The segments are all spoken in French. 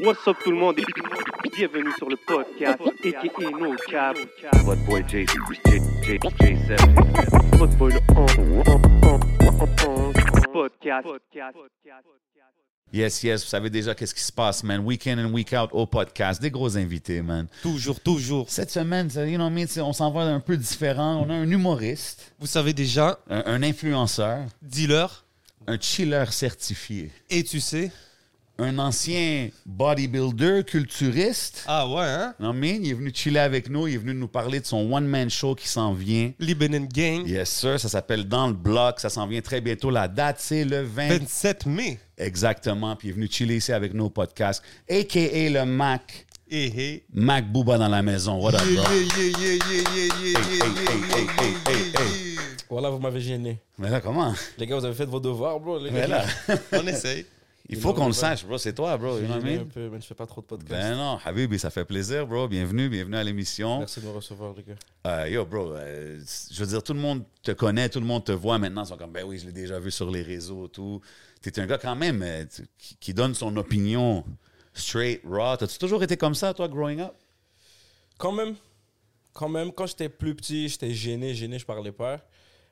What's up tout le monde et bienvenue sur le podcast aka No Cap. Votre boy J, J, J, J7. Votre boy le podcast. Yes, yes, vous savez déjà qu'est-ce qui se passe, man. Week in and week out au podcast. Des gros invités, man. Toujours, toujours. Cette semaine, ça, you know me, c'est- on s'en va un peu différent. On a un humoriste, Vous savez déjà, un, un influenceur, dealer, un chiller certifié, et tu sais. un ancien bodybuilder, culturiste. Ah ouais, hein? Non, mais il est venu chiller avec nous. Il est venu nous parler de son one-man show qui s'en vient. Lebanon Gang, Yes, sir. Ça s'appelle Dans le bloc. Ça s'en vient très bientôt. La date, c'est le 20 27 mai. Exactement. Puis il est venu chiller ici avec nos podcasts. A.K.A. le Mac. Eh, eh. Mac Booba dans la maison. What up, bro? Yeah, yeah, yeah, yeah, yeah, yeah, Hey, hey, yeah, yeah, hey, yeah, hey, hey, yeah, hey, hey. yeah. Voilà, vous m'avez gêné. Mais là, comment? Les gars, vous avez fait vos devoirs, bro. Les Mais là, gars, On essaye. il faut qu'on le sache, bro. C'est toi, bro. You know je what I gêné un mean? peu, mais je fais pas trop de podcasts. Ben non, Habibi, ça fait plaisir, bro. Bienvenue, bienvenue à l'émission. Merci de me recevoir, les gars. Euh, yo, bro, euh, je veux dire, tout le monde te connaît, tout le monde te voit maintenant. Ils sont comme, ben oui, je l'ai déjà vu sur les réseaux, tout. T'es un gars quand même euh, tu- qui, qui donne son opinion straight, raw. T'as-tu toujours été comme ça, toi, growing up? Quand même, quand même, quand j'étais plus petit, j'étais gêné, gêné, je parlais pas.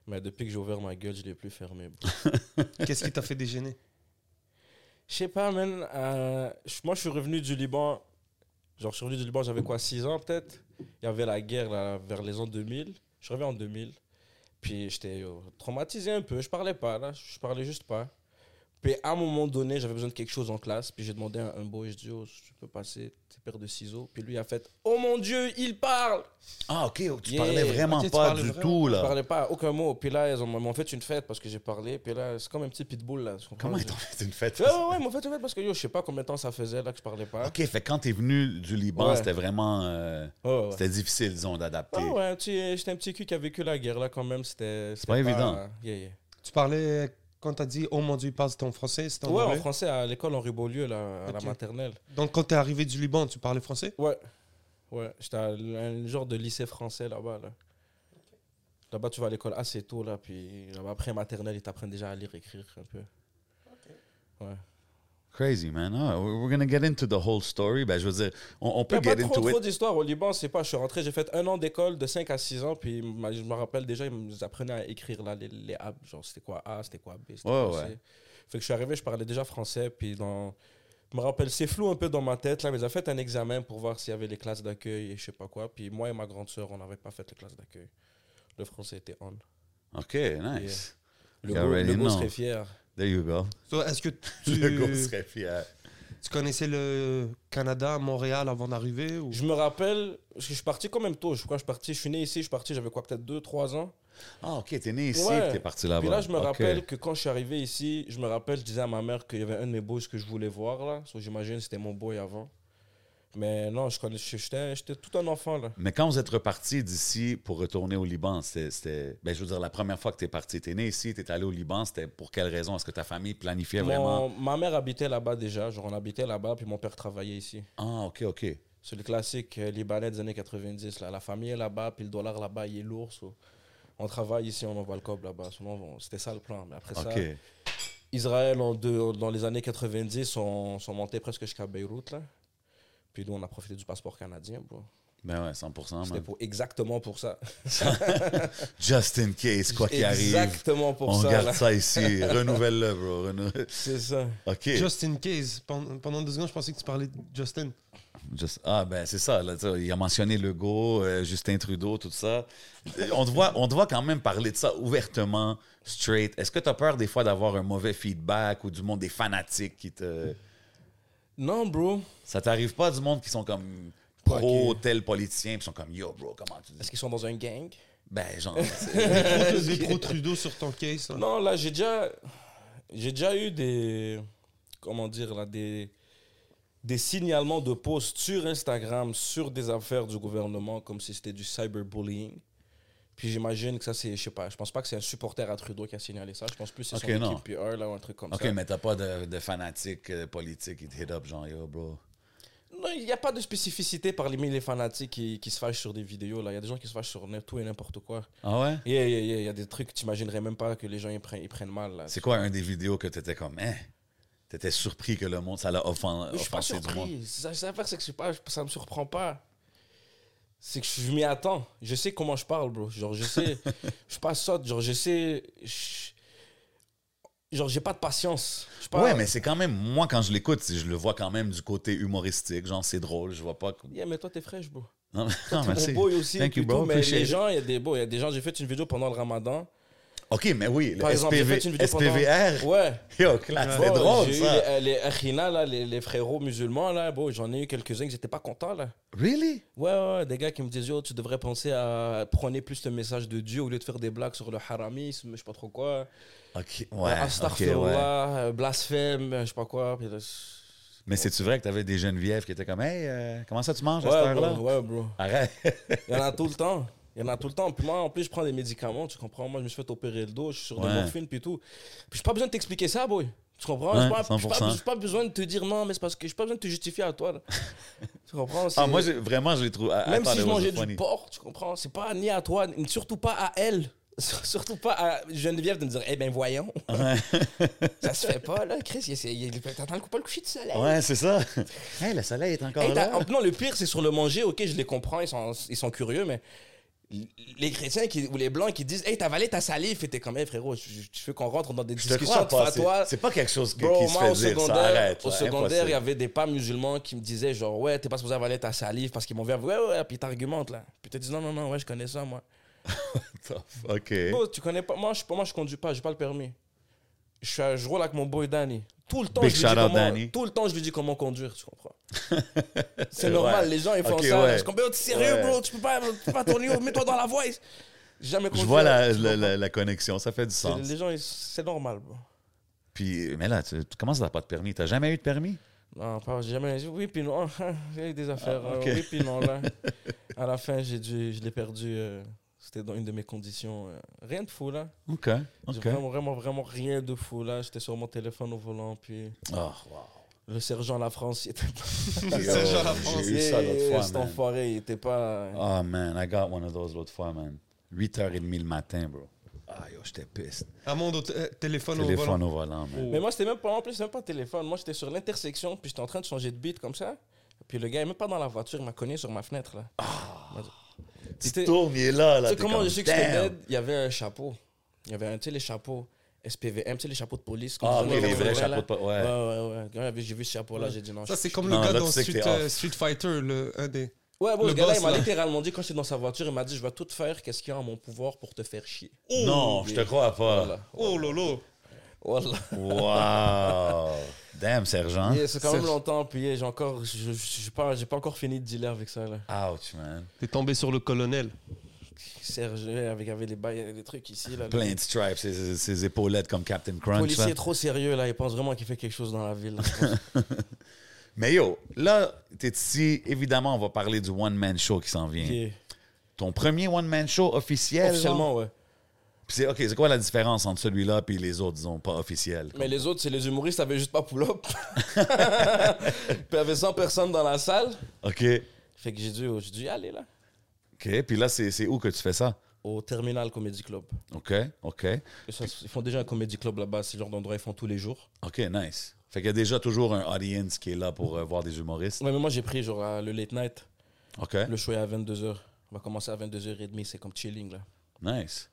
Mais depuis que j'ai ouvert ma gueule, je l'ai plus fermé. bro. Qu'est-ce qui t'a fait dégêner? Je sais pas, man. euh, je- moi, je suis revenu du Liban. Genre, je suis revenu du Liban, j'avais quoi, 6 ans peut-être Il y avait la guerre là, vers les ans 2000. Je reviens en 2000. Puis j'étais yo, traumatisé un peu. Je parlais pas, là. Je parlais juste pas. Puis à un moment donné, j'avais besoin de quelque chose en classe. Puis j'ai demandé à un boy, je dis, oh, tu peux passer tes paires de ciseaux. Puis lui a fait, oh mon Dieu, il parle Ah, ok, tu Yeah. parlais vraiment Ok, tu pas parlais du vraiment tout, Je là. parlais pas, aucun mot. Puis là, ils ont- m'ont fait une fête parce que j'ai parlé. Puis là, c'est comme un petit pitbull, là. tu comprends Comment ils t'ont fait une fête? Ouais, ouais, ouais, ils m'ont fait une fête parce que yo, je sais pas combien de temps ça faisait là que je parlais pas. Ok, fait que quand t'es venu du Liban, Ouais. c'était vraiment. euh, Ouais, ouais. C'était difficile, disons, d'adapter. Ah ouais, tu sais, j'étais un petit cul qui a vécu la guerre là quand même, c'était... C'est pas évident. Yeah, yeah. Tu parlais quand t'as dit Oh mon dieu, parle ton français, c'était en Ouais, en anglais? français, à l'école Henri Beaulieu, là, à la Ok. maternelle. Donc quand t'es arrivé du Liban, tu parlais français? Ouais, ouais, j'étais à un genre de lycée français là-bas, là. Là-bas, tu vas à l'école assez tôt, là, puis là-bas, après maternelle, ils t'apprennent déjà à lire, écrire un peu. Ouais. Crazy, man. Ah, we're we're gonna get into the whole story. Ben, je veux dire, on, on Il peut n'y a get pas trop, into trop it. d'histoires au Liban, c'est pas, je suis rentré, j'ai fait un an d'école de 5 à 6 ans, puis ma- je me rappelle déjà, ils nous apprenaient à écrire là, les, les A, genre c'était quoi A, c'était quoi B, c'était Ouais, quoi C. ouais. Fait que je suis arrivé, je parlais déjà français, puis dans... Je me rappelle, c'est flou un peu dans ma tête, là, mais ils ont fait un examen pour voir s'il y avait les classes d'accueil et je sais pas quoi, puis moi et ma grande sœur, on n'avait pas fait les classes d'accueil. Le français était on. OK, nice. Le You go- already le go know. serait fier. There you go. So, Est-ce que Le gars tu, serait fier. tu connaissais le Canada, Montréal avant d'arriver? Ou... Je me rappelle, parce que je suis parti quand même tôt, je crois, que je suis parti, je suis né ici, je suis parti, j'avais quoi, peut-être 2-3 ans. Ah, OK, t'es né ici, Ouais. puis t'es parti là-bas. Puis là, je me Ah OK. rappelle que quand je suis arrivé ici, je me rappelle, je disais à ma mère qu'il y avait un de mes boys que je voulais voir là. So, J'imagine que c'était mon boy avant. Mais non, je connais, j'étais, j'étais tout un enfant là. Mais quand vous êtes reparti d'ici pour retourner au Liban, c'était- c'était. Ben, je veux dire, la première fois que t'es parti, t'es né ici, t'es allé au Liban, c'était pour quelle raison? Est-ce que ta famille planifiait vraiment? Mon- ma mère habitait là-bas déjà, genre on habitait là-bas, puis mon père travaillait ici. Ah, OK, OK. C'est le classique euh, libanais des années 90 là. La famille est là-bas, puis le dollar là-bas, il est lourd. so. On travaille ici, on envoie le cob là-bas. Sinon, on- c'était ça le plan. Mais après OK. ça, Israël, en deux- dans les années 90, sont, sont montés presque jusqu'à Beyrouth là. Puis nous, on a profité du passeport canadien, bro. Ben ouais, 100 C'était man. pour exactement pour ça. Just in case, quoi qu'il arrive. exactement pour on ça. garde là. ça ici. Renouvelle-le, bro. renou- C'est ça. OK. Justin Case, Pen- pendant deux secondes, je pensais que tu parlais de Justin. Just- ah, ben c'est ça. Là, tu sais, il a mentionné Legault, euh, Justin Trudeau, tout ça. Euh, On te, voit, on te voit quand même parler de ça ouvertement, straight. Est-ce que tu as peur des fois d'avoir un mauvais feedback ou du monde des fanatiques qui te. Non, bro. Ça t'arrive pas du monde qui sont comme pro tel politicien, puis sont comme yo, bro, comment tu dis Est-ce qu'ils sont dans un gang Ben, genre. Des gros Trudeau sur ton case. là. Non, là, j'ai déjà, j'ai déjà eu des, comment dire là, des, des signalements de posts sur Instagram sur des affaires du gouvernement comme si c'était du cyberbullying. Puis j'imagine que ça, c'est, je sais pas, je pense pas que c'est un supporter à Trudeau qui a signalé ça. Je pense plus que c'est Ok, son non. équipe PR, là, ou un truc comme ok, ça. mais t'as pas de, de fanatique euh, politique qui te hit up, genre yo, bro. Non, il n'y a pas de spécificité parmi les fanatiques qui, qui se fâchent sur des vidéos. là. Il y a des gens qui se fâchent sur tout et n'importe quoi. Ah ouais? Il yeah, yeah, yeah, il y a des trucs que tu imaginerais même pas que les gens ils prennent, ils prennent mal. là. C'est quoi un des vidéos que t'étais comme, hein? T'étais surpris que le monde, ça l'a offen- Je suis pas offensé du monde. surpris. C'est Ça, c'est l'affaire, c'est que je suis pas, ça me surprend pas. C'est que je m'y attends. Je sais comment je parle, bro. Genre, je sais. je suis pas sotte. Genre, je sais. je- Genre, j'ai pas de patience. Je suis pas- Ouais, mais c'est quand même, moi, quand je l'écoute, je le vois quand même du côté humoristique. Genre, c'est drôle, je vois pas. que- Yeah, mais toi, t'es fraîche, bro. Non, non, T'es merci. mon boy aussi. Thank you, et bro. tout, Mais Appreciate les it. gens, il y a des beaux. Il y a des gens, j'ai fait une vidéo pendant le ramadan. Ok, mais oui, le Par exemple, j'ai SPV, fait une vidéo pendant- SPVR. Ouais. Yo, classe, c'était Bon, drôle, j'ai eu ça. les, euh, les Akhina, là, les, les frérots musulmans, là, bon, j'en ai eu quelques-uns que j'étais pas content, là. Really? Ouais, ouais, ouais, des gars qui me disent, yo, tu devrais penser à prôner plus le message de Dieu au lieu de faire des blagues sur le haramisme, je sais pas trop quoi. Ok, Ouais, ouais. ok, ouais. Astaghfirullah, euh, blasphème, euh, je sais pas quoi. puis là, c'est- Mais c'est-tu vrai que t'avais des jeunes vieilles qui étaient comme, hey, euh, comment ça tu manges à cette ouais, heure-là? bro, ouais, bro. Arrête. Il y en a tout le temps. Il y en a tout le temps. Puis moi, en plus, je prends des médicaments, tu comprends? Moi, je me suis fait opérer le dos, je suis sur Ouais. des morphines, puis tout. Puis j'ai pas besoin de t'expliquer ça, boy. Tu comprends? Ouais, j'ai, pas, j'ai, pas, 100%. j'ai pas besoin de te dire non, mais c'est parce que j'ai pas besoin de te justifier à toi. là. tu comprends? Ah, C'est- moi, j'ai- vraiment, je les trouve. I- I Même thought si je it was mangeais funny. du porc, tu comprends C'est pas ni à toi, ni- surtout pas à elle. Surtout pas à Geneviève de me dire, eh ben voyons, Ouais. ça se fait pas là, Chris, il essaie- il- t'entends le coup- pas le coucher du soleil. Ouais, c'est ça. Hey, le soleil est encore Hey, t'as- là. non, le pire, c'est sur le manger, ok, je les comprends, ils sont, ils sont curieux, mais les chrétiens qui, ou les blancs qui disent, hey, t'as avalé ta salive, et t'es comme, hey frérot, je, je- je veux qu'on rentre dans des Je te discussions crois de pas. fatwa. c'est- C'est pas quelque chose que- Bro, qui se moi, fait au dire. secondaire, Ça arrête. au là, secondaire, il y impossible. avait des pas musulmans qui me disaient genre ouais, t'es pas supposé avaler ta salive parce qu'ils m'ont vu ouais ouais, puis t'argumentes là. Puis t'as dit non non non, ouais, je connais ça moi. Tough. OK. Bro, tu connais pas. Moi, je, moi, je conduis pas, j'ai pas le permis. Je, suis à- je roule avec mon boy Danny. Tout le temps, Big je lui dis shout out comment, Danny. tout le temps, je lui dis comment conduire, tu comprends C'est Ouais. normal, les gens ils font Ok, ça. ouais. Je suis comme, Yo, t'es sérieux, Ouais. bro, tu peux pas, tu peux pas tourner, mets-toi dans la voie. J'ai Jamais Je conduit, vois la, tu la, comprends la- la connexion. Ça fait du C'est- sens. Les gens, ils- c'est normal, bro. Puis, mais là, tu, tu- comment ça t'as pas de permis? T'as jamais eu de permis? Non, pas, j'ai jamais. Oui, puis non. J'ai eu des affaires. Ah, ok. euh, oui, puis non, là. À la fin, j'ai dû, je l'ai perdu. euh, C'était dans une de mes conditions. euh, Rien de fou, là. OK. J'ai OK. Vraiment, vraiment, vraiment rien de fou, là. J'étais sur mon téléphone au volant, puis Oh, wow. le sergent La France, il était pas. C'est genre la France. J'ai eu ça l'autre fois, Cet man. enfoiré, il était pas. Oh, man, I got one of those l'autre fois, man. 8h30 le matin, bro. Ah, yo, j'étais piste. À mon autre- euh, téléphone, au volant. Téléphone au volant, man. Mais moi, c'était même pas en plus, c'était même pas téléphone. Moi, j'étais sur l'intersection, puis j'étais en train de changer de beat comme ça. Puis le gars, il est même pas dans la voiture, il m'a cogné sur ma fenêtre, là. Il m'a dit- Tu tournes, il est là, là. Tu sais Ah, t'es comment comme, je sais que j'étais damn. dead Il y avait un chapeau. Il y avait un, tu sais, les chapeaux SPVM, tu sais, les chapeaux de police. comme Ah, ok, ils ont dans les le vrais vrai, là. chapeaux de... Ouais, Ouais. ouais, ouais. Quand j'avais- j'ai vu ce chapeau-là, j'ai dit non. Ça, je- c'est comme Non, le gars là, dans tu sais que Street, t'es euh, off. Street Fighter, le, un des. Ouais, bon, Le le gars-là, boss, il m'a là. littéralement dit, quand j'étais dans sa voiture, il m'a dit, je vais tout faire, qu'est-ce qu'il y a en mon pouvoir pour te faire chier. Non, je te crois pas. Voilà. Oh lolo Voilà. Wow. Damn, sergent. Yeah, c'est quand même C'est- longtemps, puis yeah, j'ai encore, je- je- j'ai pas, j'ai pas encore fini de dealer avec ça là. Ouch, man. T'es tombé sur le colonel. Serge, yeah, avec avait les bails, les trucs ici là. Plein de stripes, ses, ses épaulettes comme Captain Le Crunch. policier là. est trop sérieux là, il pense vraiment qu'il fait quelque chose dans la ville. là. Mais yo, là, t'es ici. Évidemment, on va parler du one-man show qui s'en vient. Yeah. Ton premier one-man show officiel. là? Officiellement ouais. Puis c'est- OK, c'est quoi la différence entre celui-là et les autres, disons, pas officiels? Mais les autres, c'est les humoristes, avaient juste pas pull-up. Puis il y avait 100 personnes dans la salle. OK. Fait que j'ai dû, j'ai dû y aller là. OK. Puis là, c'est c'est où que tu fais ça? Au Terminal Comedy Club. OK. OK. Et ça, ils font déjà un comedy club là-bas, c'est le genre d'endroit ils font tous les jours. OK, nice. Fait qu'il y a déjà toujours un audience qui est là pour euh, voir des humoristes. Ouais, mais moi j'ai pris genre euh, le late night. OK. Le show est à 22h. On va commencer à 22h30, c'est comme chilling là. Nice.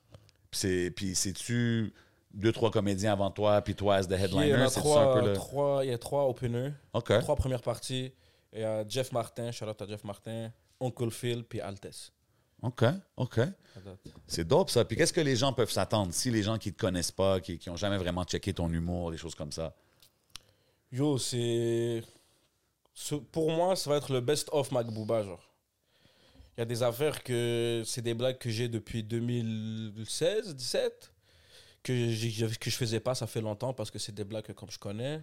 Puis c'est- Puis c'est-tu deux, trois comédiens avant toi, puis toi as the Il y en headliner? a C'est ça un trois, peu le... trois- il y a trois openers, OK. trois premières parties. Il y a Jeff Martin, shout out à Jeff Martin, Uncle Phil, puis Altesse. OK. OK. C'est dope, ça. Puis qu'est-ce que les gens peuvent s'attendre si les gens qui te connaissent pas, qui n'ont jamais vraiment checké ton humour, des choses comme ça? Yo, c'est. ce- Pour moi, ça va être le best-of Macbooba, genre. Il y a des affaires que. C'est des blagues que j'ai depuis 2016, 17, que, j'ai- que je faisais pas, ça fait longtemps, parce que c'est des blagues que, comme je connais.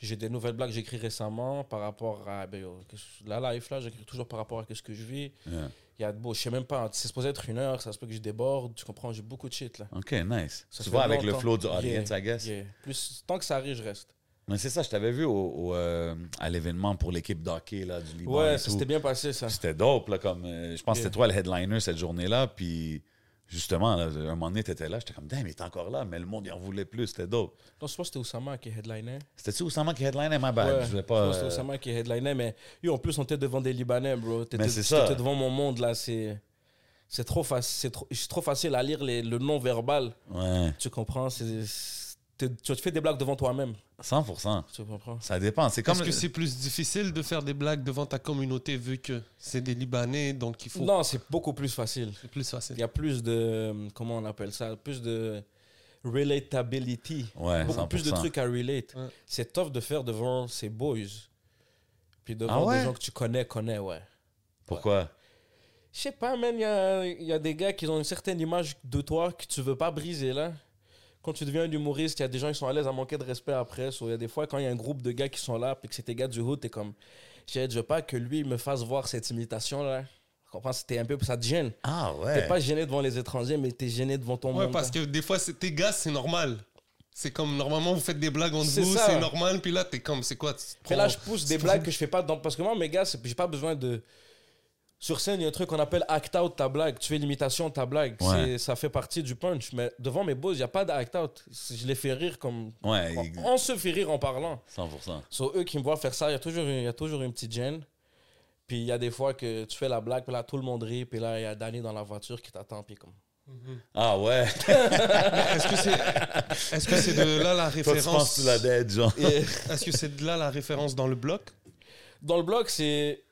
J'ai des nouvelles blagues que j'écris récemment par rapport à. ben, yo, que je- la life, là, j'écris toujours par rapport à ce que je vis. Yeah. Il y a de beau, je sais même pas, c'est supposé être une heure, ça se peut que je déborde, tu comprends, j'ai beaucoup de shit, là. OK, nice. Ça tu fait vas avec le longtemps. flow du Yeah, audience, I guess. Yeah. Plus, tant que ça arrive, je reste. Mais c'est ça, je t'avais vu au, au, euh, à l'événement pour l'équipe d'hockey là, du Liban. Ouais, et ça tout. s'était bien passé, ça. C'était dope, là, comme. euh, je pense que Yeah. c'était toi le headliner cette journée-là, puis justement, là, un moment donné, t'étais là, j'étais comme, damn, il est encore là, mais le monde, il en voulait plus, c'était dope. Non, je pense que c'était Oussama qui headlinait. C'était-tu Oussama qui headlinait ma bad? Ouais, je voulais pas. pense que c'était euh, Oussama qui headlinait, mais yo, en plus, on était devant des Libanais, bro. T'étais Mais c'est ça. t'étais devant mon monde, là. C'est c'est trop, fac- c'est trop, c'est trop facile à lire les- le non-verbal. Ouais, Tu comprends c'est- t'es- Tu fais des blagues devant toi-même. 100 Tu comprends Ça dépend. C'est comme. Parce que c'est plus difficile de faire des blagues devant ta communauté vu que c'est des Libanais, donc il faut. Non, c'est beaucoup plus facile. C'est plus Il facile. y a plus de. Comment on appelle ça Plus de relatability. Ouais, beaucoup 100 plus de trucs à relate. Ouais. C'est tough de faire devant ces boys. Puis devant Ah ouais? des gens que tu connais, connais, ouais. Pourquoi? Je sais pas, man, il y a, il y a des gars qui ont une certaine image de toi que tu veux pas briser, là. Quand tu deviens un humoriste, il y a des gens qui sont à l'aise à manquer de respect après. So, Il y a des fois, quand il y a un groupe de gars qui sont là, puis que c'est tes gars du hood, t'es comme, Shit, je veux pas que lui me fasse voir cette imitation-là. Je comprends, c'était un peu, ça te gêne. Ah T'es ouais. pas gêné devant les étrangers, mais t'es gêné devant ton Ouais, monde. parce que des fois, c'est- tes gars, c'est normal. C'est comme normalement, vous faites des blagues entre C'est vous, ça. c'est normal, puis là, t'es comme, c'est quoi tu te Mais là, prends- je pousse des blagues que je fais pas dans. Parce que moi, mes gars, c'est- j'ai pas besoin de. Sur scène, il y a un truc qu'on appelle act out ta blague. Tu fais l'imitation de ta blague. Ouais. C'est- Ça fait partie du punch. Mais devant mes boss, il n'y a pas d'act out. Je les fais rire comme. Ouais, On, il- on se fait rire en parlant. 100 Sur eux qui me voient faire ça, il y, a toujours une- il y a toujours une petite gêne. Puis il y a des fois que tu fais la blague, puis là, tout le monde rit. Puis là, il y a Danny dans la voiture qui t'attend. Puis comme. Ah ouais. Est-ce que c'est est-ce que c'est de là Toi, la tu penses référence que tu la dead, genre. Et Est-ce que c'est de là la référence dans le bloc dans le blog, c'est.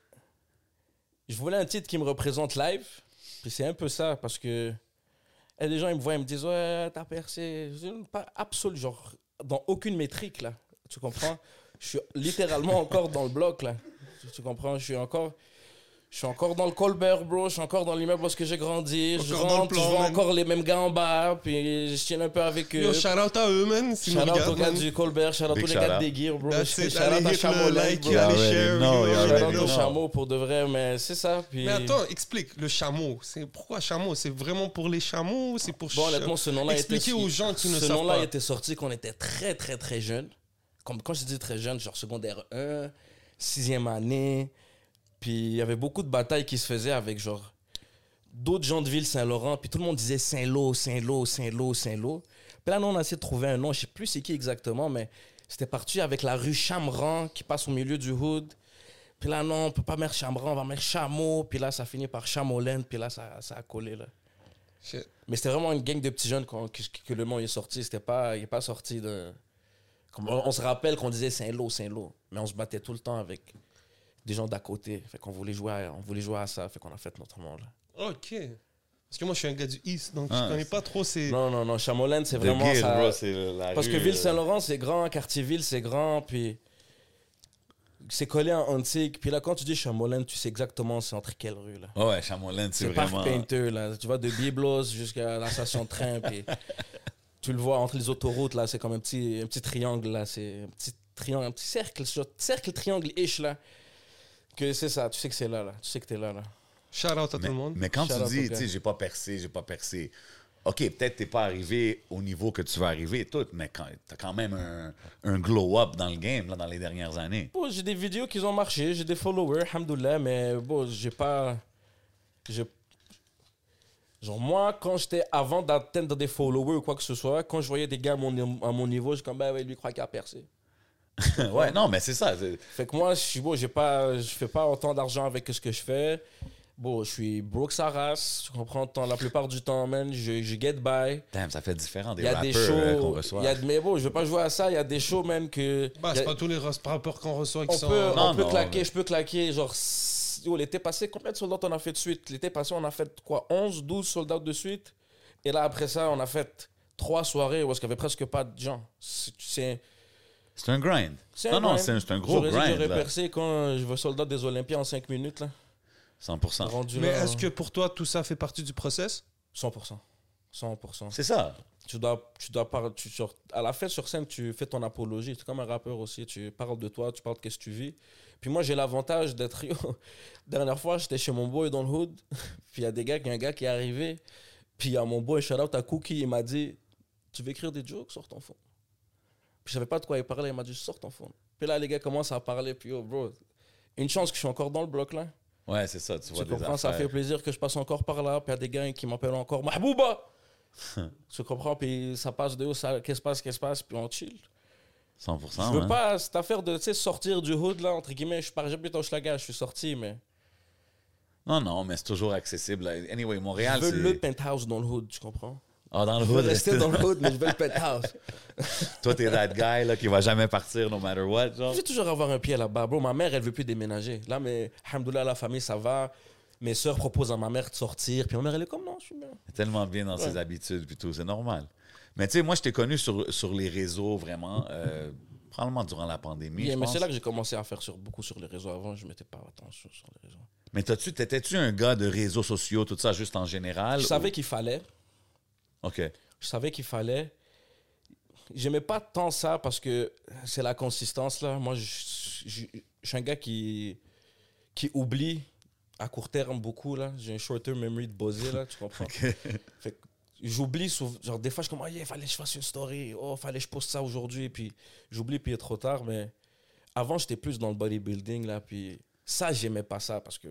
Je voulais un titre qui me représente live. Puis c'est un peu ça, parce que. et les gens, ils me voient, ils me disent Ouais, t'as percé. Je dis, Pas absolu, genre, dans aucune métrique, là. Tu comprends Je suis littéralement encore dans le bloc, là. Tu- Tu comprends Je suis encore. Je suis encore dans le Colbert, bro. Je suis encore dans l'immeuble parce que j'ai grandi. je Encore dans le rentre, je plan, vois man. encore les mêmes gars en bas. Puis je tiens un peu avec eux. Yo, shout out à eux, man. si nous Shout out aux regardent, gars man. du Colbert, shout out Big tous les shout gars out. de Deguir, bro. That's Shout it, out allez à hit le Chamolet, like, bro. Yeah, allez ouais, share. you non, know, yeah, you ouais, Shout know. out non. au chameau pour de vrai, mais c'est ça. Puis... Mais attends, explique, le chameau, c'est pourquoi chameau C'est vraiment pour les chameaux ou c'est pour... Bon, cha- honnêtement, ce nom-là était. Expliquez aux gens qui ne Ce savent nom-là pas. était sorti quand on était très, très, très jeunes. Comme quand je dis très jeune, genre secondaire 1, sixième année. Puis il y avait beaucoup de batailles qui se faisaient avec genre d'autres gens de ville Saint-Laurent. Puis tout le monde disait Saint-Lô, Saint-Lô, Saint-Lô, Saint-Lô. Puis là, nous, on a essayé de trouver un nom. Je sais plus c'est qui exactement, mais c'était parti avec la rue Chamran qui passe au milieu du hood. Puis là, non, on peut pas mettre Chamran, on va mettre Chameau. Puis là, ça finit par Chamolène. Puis là, ça, ça a collé, là. Shit. Mais c'était vraiment une gang de petits jeunes qu'on- que, que le nom est sorti. C'était pas, il est pas sorti de. comme on, on se rappelle qu'on disait Saint-Lô, Saint-Lô. Mais on se battait tout le temps avec des gens d'à côté. Fait qu'on voulait jouer, à, on voulait jouer à ça. Fait qu'on a fait notre nom là. Ok. Parce que moi, je suis un gars du East, donc Ah, je connais pas trop ces... Non, non, non. Chamolène, c'est De vraiment Guil, ça. bro, c'est la Parce rue, que euh, Ville-Saint-Laurent, c'est grand, Quartier-Ville, c'est grand, puis c'est collé en antique. Puis là, quand tu dis Chamolène, tu sais exactement c'est entre quelle rue, là. Ouais, Chamoline, c'est C'est Parc vraiment. Painter, là. Tu vas de Biblos jusqu'à la station de train, puis tu le vois entre les autoroutes, là. C'est comme un petit, un petit triangle, là. C'est un petit triangle, un petit cercle, ce cercle triangle-ish, là. Que c'est ça, tu sais que c'est là, là. Tu sais que t'es là, là. Shout out à tout Mais, le monde. mais quand Shout tu out dis, au gars. tu sais, j'ai pas percé, j'ai pas percé. OK, peut-être t'es pas arrivé au niveau que tu vas arriver et tout, mais quand, t'as quand même un, un glow-up dans le game, là, dans les dernières années. Bon, j'ai des vidéos qui ont marché, j'ai des followers, alhamdoulilah, mais bon, j'ai pas. j'ai- Genre, moi, quand j'étais avant d'atteindre des followers ou quoi que ce soit, quand je voyais des gars à mon, à mon niveau, je suis comme, ben ouais, lui, il croit qu'il a percé. ouais, non, mais c'est ça. c'est- Fait que moi, je suis bon, j'ai pas, je fais pas autant d'argent avec ce que je fais. Bon, je suis broke sa race, tu comprends, tant- la plupart du temps, man, je, je get by. Damn, ça fait différent des Il y a rappeurs des euh, qu'on shows, reçoit. il y a, de- mais bon, je veux pas jouer à ça, il y a des shows, man, que... Bah, il y a- c'est pas tous les ros- rappeurs qu'on reçoit qui on sont... peut, Non, on peut non, claquer, mais- je peux claquer. Genre, s- yo, l'été passé, combien de soldats on a fait de suite L'été passé, on a fait quoi 11, 12 soldats de suite. Et là, après ça, on a fait trois soirées où est-ce qu'il y avait presque pas de gens. C'est- C'est C'est un grind. c'est Non, non, grind. c'est un- c'est un gros J'aurais dit, grind, J'aurais là. percé quand je veux soldat des Olympiens en 5 minutes. Là. 100 Rendu Mais là, hein. est-ce que pour toi, tout ça fait partie du process 100%. 100%. C'est ça. Tu dois, tu dois parler, tu, sur- à la fin sur scène, tu fais ton apologie. C'est comme un rappeur aussi. Tu parles de toi, tu parles de qu'est-ce que tu vis. Puis moi, j'ai l'avantage d'être. Dernière fois, j'étais chez mon boy dans le hood. Puis il y a des gars, il y a un gars qui est arrivé. Puis il y a mon boy, shout out à Cookie, il m'a dit Tu veux écrire des jokes Sors ton phone. Puis je savais pas de quoi il parlait. Il m'a dit Sors ton phone. Puis là, les gars commencent à parler. Puis oh, bro, une chance que je suis encore dans le bloc là. Ouais, c'est ça, tu vois. Tu des comprends, ça fait affaires. plaisir que je passe encore par là. Puis il y a des gars qui m'appellent encore Mahbouba Tu comprends, puis ça passe de haut, ça, qu'est-ce qui se passe, qu'est-ce qui se passe, puis on chill. 100%. je veux hein. pas cette affaire de tu sais, sortir du hood, là, entre guillemets. Je pars jamais dans Schlaga, je suis sorti, mais. Non, non, mais c'est toujours accessible. Anyway, Montréal, je veux c'est. le penthouse dans le hood, tu comprends Ah, dans le Je veux hood, rester reste- dans le hood, mais je veux le penthouse. Toi, t'es that guy là, qui va jamais partir, no matter what. Genre. Je vais toujours avoir un pied là-bas, bro. Ma mère, elle veut plus déménager. Là, mais, alhamdoulilah, la famille, ça va. Mes soeurs proposent à ma mère de sortir. Puis ma mère, elle est comme, non, je suis bien. tellement bien dans ses Ouais. habitudes puis tout, c'est normal. Mais tu sais, moi, je t'ai connu sur, sur les réseaux vraiment, euh, probablement durant la pandémie. Yeah, je mais pense. c'est là que j'ai commencé à faire sur, beaucoup sur les réseaux. Avant, je mettais pas attention sur les réseaux. Mais t'as-tu- t'étais-tu un gars de réseaux sociaux, tout ça, juste en général? Je ou- savais qu'il fallait. OK. Je savais qu'il fallait. J'aimais pas tant ça parce que c'est la consistance, là. Moi, je, je- je suis un gars qui, qui oublie à court terme beaucoup, là. J'ai un short-term memory de bosser, là, tu comprends? OK. Fait que j'oublie souvent. Genre, des fois, je suis comme, ah, yeah, fallait que je fasse une story. Oh, fallait que je poste ça aujourd'hui. Puis j'oublie, puis il est trop tard. Mais avant, j'étais plus dans le bodybuilding, là. Puis ça, j'aimais pas ça parce que,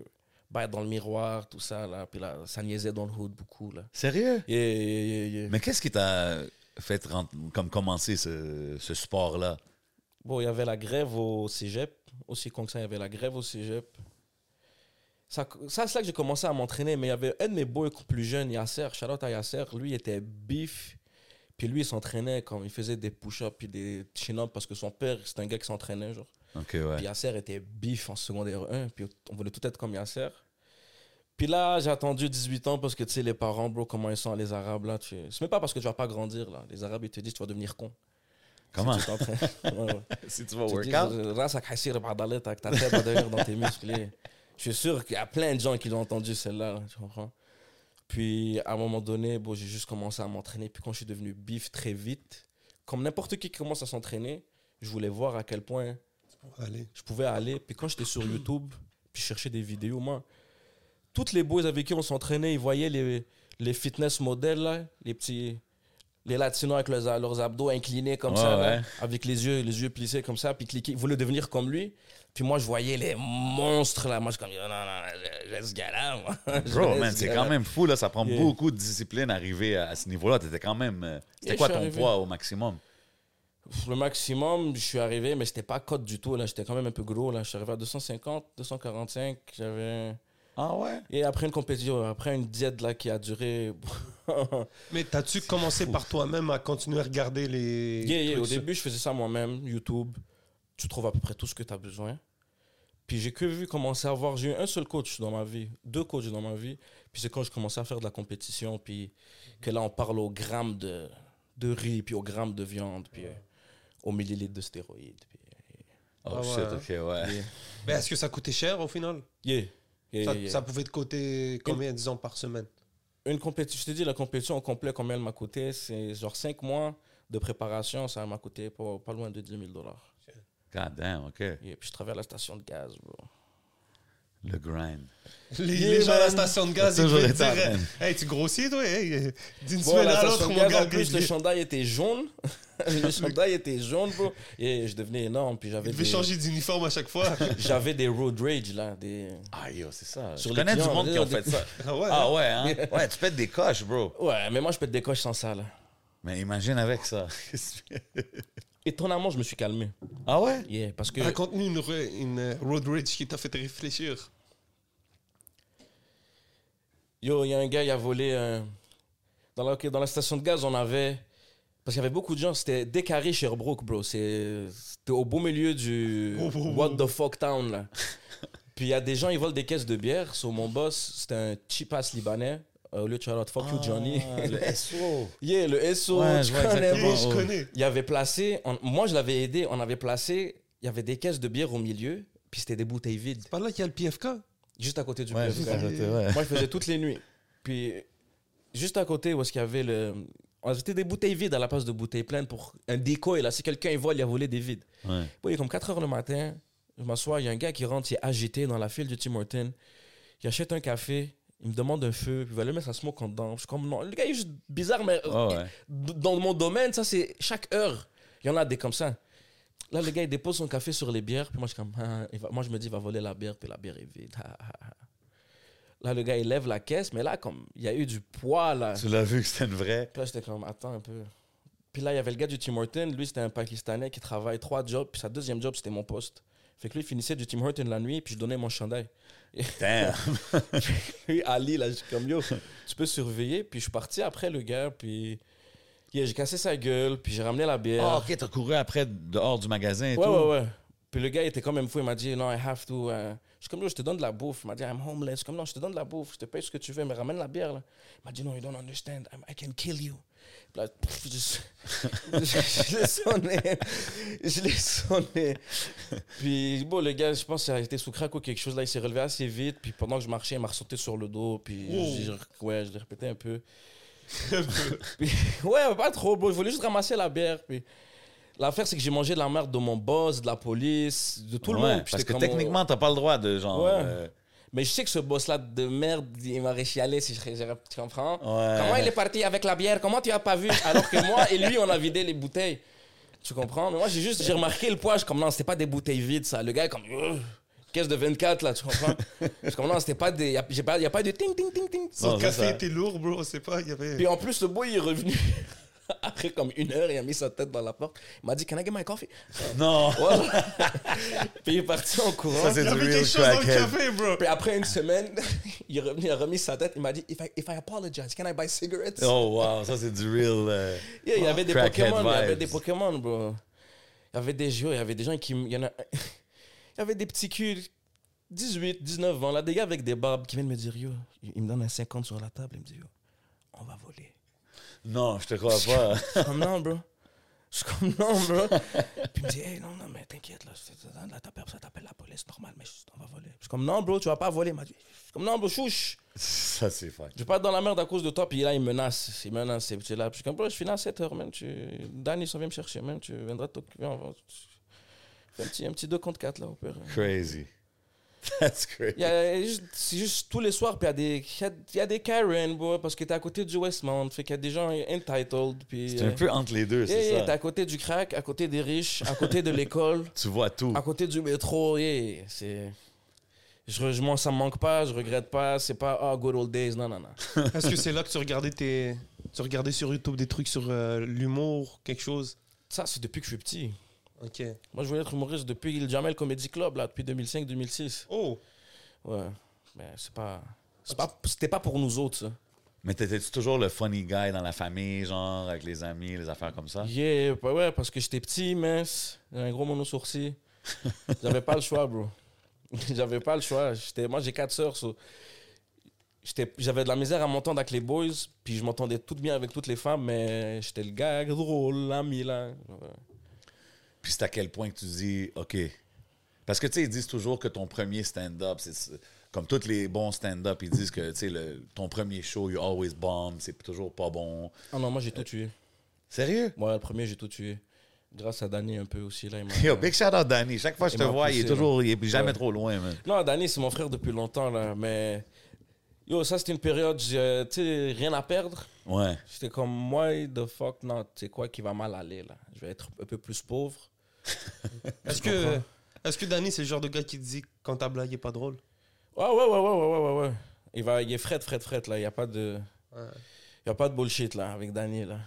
bah, être dans le miroir, tout ça, là. Puis là, ça niaisait dans le hood beaucoup, là. Sérieux? Yeah, yeah, yeah, yeah. Mais qu'est-ce qui t'a fait rent- comme commencer ce, ce sport-là? Bon, il y avait la grève au cégep. Aussi con que ça, il y avait la grève au cégep. Ça, ça c'est là que j'ai commencé à m'entraîner. Mais il y avait un de mes boys plus jeunes, Yasser. Shout-out à Yasser. Lui, il était bif. Puis lui, il s'entraînait quand il faisait des push-ups puis des chin-ups parce que son père, c'était un gars qui s'entraînait. Genre. OK, ouais. Puis Yasser était bif en secondaire 1. Puis on voulait tout être comme Yasser. Puis là, j'ai attendu 18 ans parce que, tu sais, les parents, bro, comment ils sont, les Arabes, là. Tu... C'est même pas parce que tu vas pas grandir, là. Les Arabes, ils te disent, tu vas devenir con. Comment? Si tu t'entraînes. Ouais, ouais. Si tu vas au Tu dis, workout? راسك حيصير بعضلات هيك، ta tête va devenir dans tes muscles. Et Je suis sûr qu'il y a plein de gens qui l'ont entendu celle-là, là, tu comprends? Puis à un moment donné, bon, j'ai juste commencé à m'entraîner. Puis quand je suis devenu bif très vite, comme n'importe qui qui commence à s'entraîner, je voulais voir à quel point Allez. je pouvais aller. Puis quand j'étais sur YouTube, puis je cherchais des vidéos, moi, toutes les boys avec qui on s'entraînait, ils voyaient les, les fitness modèles, là, les petits. Les latinos avec leurs, leurs abdos inclinés comme Ouais, ça, là, ouais. avec les yeux, les yeux plissés comme ça, puis cliquer. Ils voulaient devenir comme lui. Puis moi, je voyais les monstres là. Moi, je suis comme, non, non, non, j'ai ce gars-là, moi. Je Bro, laisse man, ce c'est gars-là. quand même fou, là. Ça prend Yeah. beaucoup de discipline arriver à, à ce niveau-là. T'étais quand même... euh, C'était Yeah, quoi je ton suis arrivé. poids au maximum? Le maximum, je suis arrivé, mais c'était pas cote du tout, là. J'étais quand même un peu gros, là. Je suis arrivé à 250, 245. J'avais. Ah ouais? Et après une compétition, après une diète là qui a duré. Mais t'as-tu commencé fou. par toi-même à continuer à regarder les. Yeah, yeah, trucs au sur- début, je faisais ça moi-même, YouTube. Tu trouves à peu près tout ce que tu as besoin. Puis j'ai que vu commencer à avoir. J'ai eu un seul coach dans ma vie, deux coachs dans ma vie. Puis c'est quand je commençais à faire de la compétition. Puis que là, on parle au gramme de, de riz, puis au gramme de viande, puis euh, au millilitre de stéroïdes. Puis, Oh Ah ouais, shit, hein. OK, ouais. yeah. Mais est-ce que ça coûtait cher au final Yeah, yeah, ça, yeah. ça pouvait te coûter combien, disons, par semaine une compétition, je te dis, la compétition au complet, combien elle m'a coûté, c'est genre 5 mois de préparation, ça m'a coûté pas, pas loin de 10 000 dollars. God damn, OK. Et puis je traverse la station de gaz, bro. Le grind. Les, Yeah, les gens à la man. station de gaz, Ça, ils j'aurais pouvaient te été à dire peine. Hey, tu grossis, toi hey, D'une Bon, semaine la à station l'autre, de mon gaz, gars, en plus, le il chandail était jaune. le chandail était jaune, bro. Et je devenais énorme, puis j'avais devait des, changer d'uniforme à chaque fois. Euh, j'avais des road rage, là. Des... Ah yo, c'est ça. je Sur les connais du clients, monde qui là, ont des- fait ça. Ah ouais, Ah ouais, hein? Ouais, tu pètes des coches, bro. Ouais, mais moi, je pète des coches sans ça, là. Mais imagine avec ça. Qu'est-ce que tu fais? Étonnamment, je me suis calmé. ah ouais? Yeah, parce que... Raconte-nous une, re- une euh, road rage qui t'a fait réfléchir. Yo, il y a un gars, il a volé. un- Dans, la, ok, dans la station de gaz, on avait. Parce qu'il y avait beaucoup de gens, c'était décarré Sherbrooke, bro. C'est- C'était au beau milieu du. Oh, oh, oh. What the fuck town, là. Puis il y a des gens, ils volent des caisses de bière. Sur mon boss, c'était un cheapass libanais. Euh, Au lieu de shout out, fuck you, Johnny. Ah, Le SO. yeah, le SO, Ouais, tu je vois Eh, connais, exactement. bro. Yeah, je oh. connais. Il avait placé. on- Moi, je l'avais aidé. On avait placé. Il y avait des caisses de bière au milieu. Puis c'était des bouteilles vides. Par là qu'il y a le PFK. Juste à côté du Ouais, PFK. juste à côté, ouais. Moi, je faisais toutes les nuits. Puis, juste à côté où est-ce qu'il y avait le. On achetait des bouteilles vides à la place de bouteilles pleines pour un décoil. Là, si quelqu'un il vole, il a volé des vides. Ouais. Oui, comme 4 heures le matin, je m'assois, il y a un gars qui rentre, il est agité dans la file du Tim Hortons. Il achète un café, il me demande un feu, puis il va lui mettre sa smoke en dedans. Je suis comme, non, le gars il est juste bizarre, mais Ah ouais. d- dans mon domaine, ça, c'est chaque heure. Il y en a des comme ça. Là, le gars, il dépose son café sur les bières, puis moi, je, suis comme, ah, il va- moi, je me dis, il va voler la bière, puis la bière est vide. Ah, ah, ah. Là, le gars, il lève la caisse, mais là, comme, il y a eu du poids, là. Tu l'as vu que c'était une vraie. Puis là, j'étais comme, attends un peu. Puis là, il y avait le gars du Tim Horton. Lui, c'était un Pakistanais qui travaille trois jobs. Puis sa deuxième job, c'était mon poste. Fait que lui, il finissait du Tim Horton la nuit, puis je donnais mon chandail. Damn. Lui, Ali, là, je suis comme, yo, tu peux surveiller. Puis je suis parti après le gars, puis yeah, j'ai cassé sa gueule, puis j'ai ramené la bière. Ah, ok, t'as couru après dehors du magasin et ouais, tout. ouais, ouais. Puis le gars, il était quand même fou. Il m'a dit, non, I have to. euh, Je suis comme, yo, je te donne de la bouffe. Il m'a dit, I'm homeless. Je suis comme, non, je te donne de la bouffe. Je te paye ce que tu veux, mais ramène la bière, là. Il m'a dit, non, you don't understand. I'm- I can kill you. Puis là, pff, je, je- je l'ai sonné. Je l'ai sonné. Puis, bon, le gars, je pense qu'il a été sous crack ou quelque chose. Là, il s'est relevé assez vite. Puis pendant que je marchais, il m'a ressauté sur le dos. Puis, j'ai- ouais, je l'ai répété un peu. Puis, ouais, pas trop, bro. Je voulais juste ramasser la bière. Puis, l'affaire, c'est que j'ai mangé de la merde de mon boss, de la police, de tout le Ouais, monde. Puis Parce j'étais que comme, techniquement, t'as pas le droit de genre. Ouais. euh, Mais je sais que ce boss-là de merde, il m'aurait chialé si je serais- Tu comprends Ouais. Comment il est parti avec la bière Comment tu as pas vu Alors que moi et lui, on a vidé les bouteilles. Tu comprends Mais moi, j'ai juste j'ai remarqué le poids. Je suis comme, non, c'était pas des bouteilles vides, ça. Le gars est comme, Ugh, caisse de 24, là, tu comprends Je suis comme, non, c'était pas des. Y a, j'ai pas, y a pas de ting, ting, ting, ting. Son Non, c'est café ça. était lourd, bro. C'est pas, il y avait. Puis en plus, le boy il est revenu. Après comme une heure, il a mis sa tête dans la porte. Il m'a dit, Can I get my coffee? Non. Voilà. Puis il est parti en courant. Ça, c'est Il y du avait quelque real chose dans le crackhead. café, bro. Puis après une semaine, il est revenu, il a remis sa tête. Il m'a dit, if I, if I apologize, can I buy cigarettes? Oh, wow, ça, c'est du real. euh, Yeah, il y avait des Crackhead Pokémon, il y avait vibes. des Pokémon, bro. Il y avait des jeux, il y avait des gens qui. Il y en a. Il y avait des petits culs, 18, 19 ans, là, des gars avec des barbes qui viennent me dire, yo, il il me donne un 50 sur la table, il me dit, yo, on va voler. Non, je te crois pas. Je suis comme non, bro. Je suis comme non, bro. Puis il me dit, hey, non, non, mais t'inquiète, là, c'est- c'est- là t'appelles, ça t'appelle la police, normal, mais je- on va voler. Je suis comme non, bro, tu vas pas voler. Il m'a dit, je suis comme non, bro, chouche. ça, c'est fuck. Je vais pas être dans la merde à cause de toi. Puis là, il menace. Il menace. Et puis là, puis je suis comme, bro, je finis à 7 h même. Tu... Dan, ils sont venus me chercher, même. Tu viendras t'occuper. On va... tu- fais un petit, un petit 2 contre 4, là, au pire. Crazy. That's Il crazy. y a juste- c'est juste tous les soirs, puis il y a des, il y a- il y a des Karen, bro, parce que t'es à côté du Westmount, fait qu'il y a des gens entitled, puis... C'est un euh, peu entre les deux, Yeah, c'est yeah, t'es ça. à côté du crack, à côté des riches, à côté de l'école, Tu vois tout. à côté du métro. Yeah, c'est. Je, re- je m'en- ça me manque pas, je regrette pas, c'est pas ah good old days, non non non. Est-ce que c'est là que tu regardais tes. Tu regardais sur YouTube des trucs sur euh, l'humour, quelque chose Ça c'est depuis que je suis petit. Ok. Moi je voulais être humoriste depuis le Jamel Comedy Club là, depuis 2005-2006. Oh Ouais, mais c'est pas, c'est pas, c'était pas pour nous autres. Ça. Mais t'étais-tu toujours le funny guy dans la famille, genre, avec les amis, les affaires comme ça? Yeah, bah ouais, parce que j'étais petit, mince, j'avais un gros monosourcil. J'avais pas le choix, bro. J'avais pas le choix. J'étais, moi, j'ai quatre sœurs. so- j'étais, j'avais de la misère à m'entendre avec les boys, puis je m'entendais tout bien avec toutes les femmes, mais j'étais le gars drôle, l'ami, là. Puis c'est à quel point que tu dis, OK. Parce que, tu sais, ils disent toujours que ton premier stand-up, c'est- c'est comme tous les bons stand-up, ils disent que, tu sais, le- ton premier show, you always bomb, c'est toujours pas bon. Ah non, moi, j'ai tout tué. Sérieux? Moi, le premier, j'ai tout tué. Grâce à Danny un peu aussi, là. il m'a- Yo, big shout out Danny. Chaque fois que je Il te m'a vois, il est poussé, toujours, il est jamais Ouais. trop loin, man. Non, Danny, c'est mon frère depuis longtemps, là, mais... Yo, ça, c'était une période, je- tu sais, rien à perdre. Ouais. J'étais comme, why the fuck not? C'est quoi qui va mal aller là? Je vais être un peu plus pauvre. Est-ce Je que. comprends. Est-ce que Danny, c'est le genre de gars qui te dit quand ta blague est pas drôle Ouais, Ah, ouais, ouais, ouais, ouais, ouais, ouais, ouais. Il, va, il est fret, fret, fret là. Il n'y a pas de. Ouais. Il y a pas de bullshit là avec Danny là.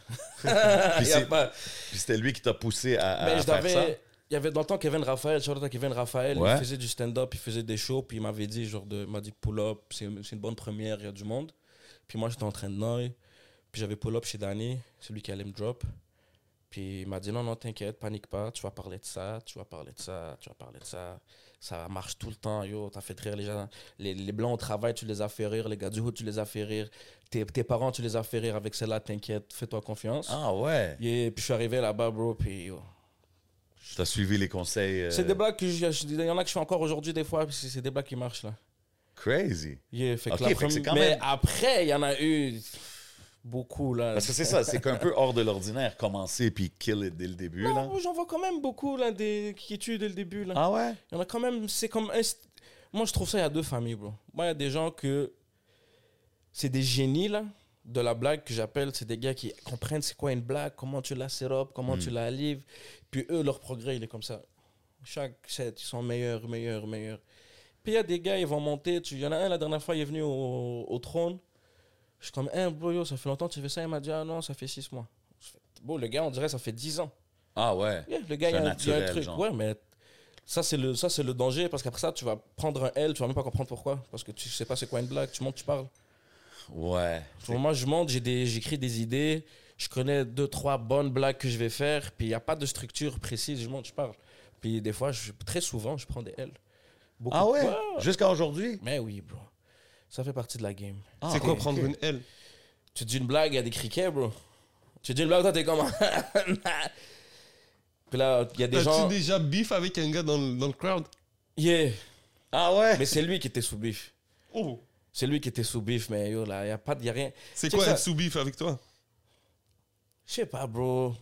Puis Il y a c'est- pas. puis c'était lui qui t'a poussé à, à Mais Ben, je faire ça. l'avais- Il y avait dans le temps Kevin Raphaël, shout out à Kevin Raphaël, Ouais. il faisait du stand-up, il faisait des shows, puis il m'avait dit genre de, il m'a dit pull up, c'est c'est une bonne première, il y a du monde. Puis moi j'étais en train de noyer, puis j'avais pull up chez Danny, celui qui allait me drop. Puis il m'a dit non non t'inquiète, panique pas, tu vas parler de ça, tu vas parler de ça, tu vas parler de ça. Ça marche tout le temps, yo, t'as fait rire les gens. Les, les blancs au travail, tu les as fait rire, les gars du haut, tu les as fait rire. Tes, tes parents, tu les as fait rire avec celle-là, t'inquiète, fais-toi confiance. Ah ouais. Yeah, puis je suis arrivé là-bas, bro, puis yo, T'as suivi les conseils. euh, c'est des blagues que je- je- il y en a que je fais encore aujourd'hui des fois, puis c'est c'est des blagues qui marchent là. Crazy. Yeah, fait que Ok, la fait que c'est première- quand mais même- après, il y en a eu beaucoup là. Parce que c'est ça, c'est qu'un peu hors de l'ordinaire, commencer puis kill it dès le début, Non, là. moi, j'en vois quand même beaucoup là des qui tuent dès le début là. Ah ouais? Il y en a quand même, c'est comme un st- moi je trouve ça il y a deux familles, bro. Moi il y a des gens que c'est des génies là de la blague que j'appelle, c'est des gars qui comprennent c'est quoi une blague, comment tu la sérobes, comment Hmm. tu la livres, puis eux leur progrès il est comme ça. Chaque set ils sont meilleurs, meilleurs, meilleurs. Puis il y a des gars, ils vont monter. tu- Il y en a un, la dernière fois, il est venu au, au trône. Je suis comme, hein, bro, yo, ça fait longtemps que tu fais ça. Il m'a dit, ah non, ça fait six mois. Je fais, Bon, le gars, on dirait, ça fait dix ans. Ah ouais. Yeah, le gars, C'est un il y a, un- il y a un naturel, truc. genre. Ouais, mais ça, c'est le, ça, c'est le danger parce qu'après ça, tu vas prendre un L, tu vas même pas comprendre pourquoi. Parce que tu sais pas c'est quoi une blague. Tu montes, tu parles. Ouais. Pour moi, je monte, j'ai des- j'écris des idées, je connais deux, trois bonnes blagues que je vais faire, puis il n'y a pas de structure précise, je monte, je parle. Puis des fois, je- très souvent, je prends des L. Beaucoup. Ah ouais? Jusqu'à aujourd'hui? Mais oui, bro. Ça fait partie de la game. Ah, C'est quoi ok. prendre une L Tu dis une blague, il y a des criquets, bro. Tu dis une blague, toi, t'es comme. puis là, il y a des As-tu gens. déjà beef avec un gars dans le, dans le crowd Yeah. Ah ouais? Mais c'est lui qui était sous bif. Oh C'est lui qui était sous bif, mais yo, là, il n'y a pas de. y a rien. C'est Check quoi ça. un sous-beef avec toi Je sais pas, bro.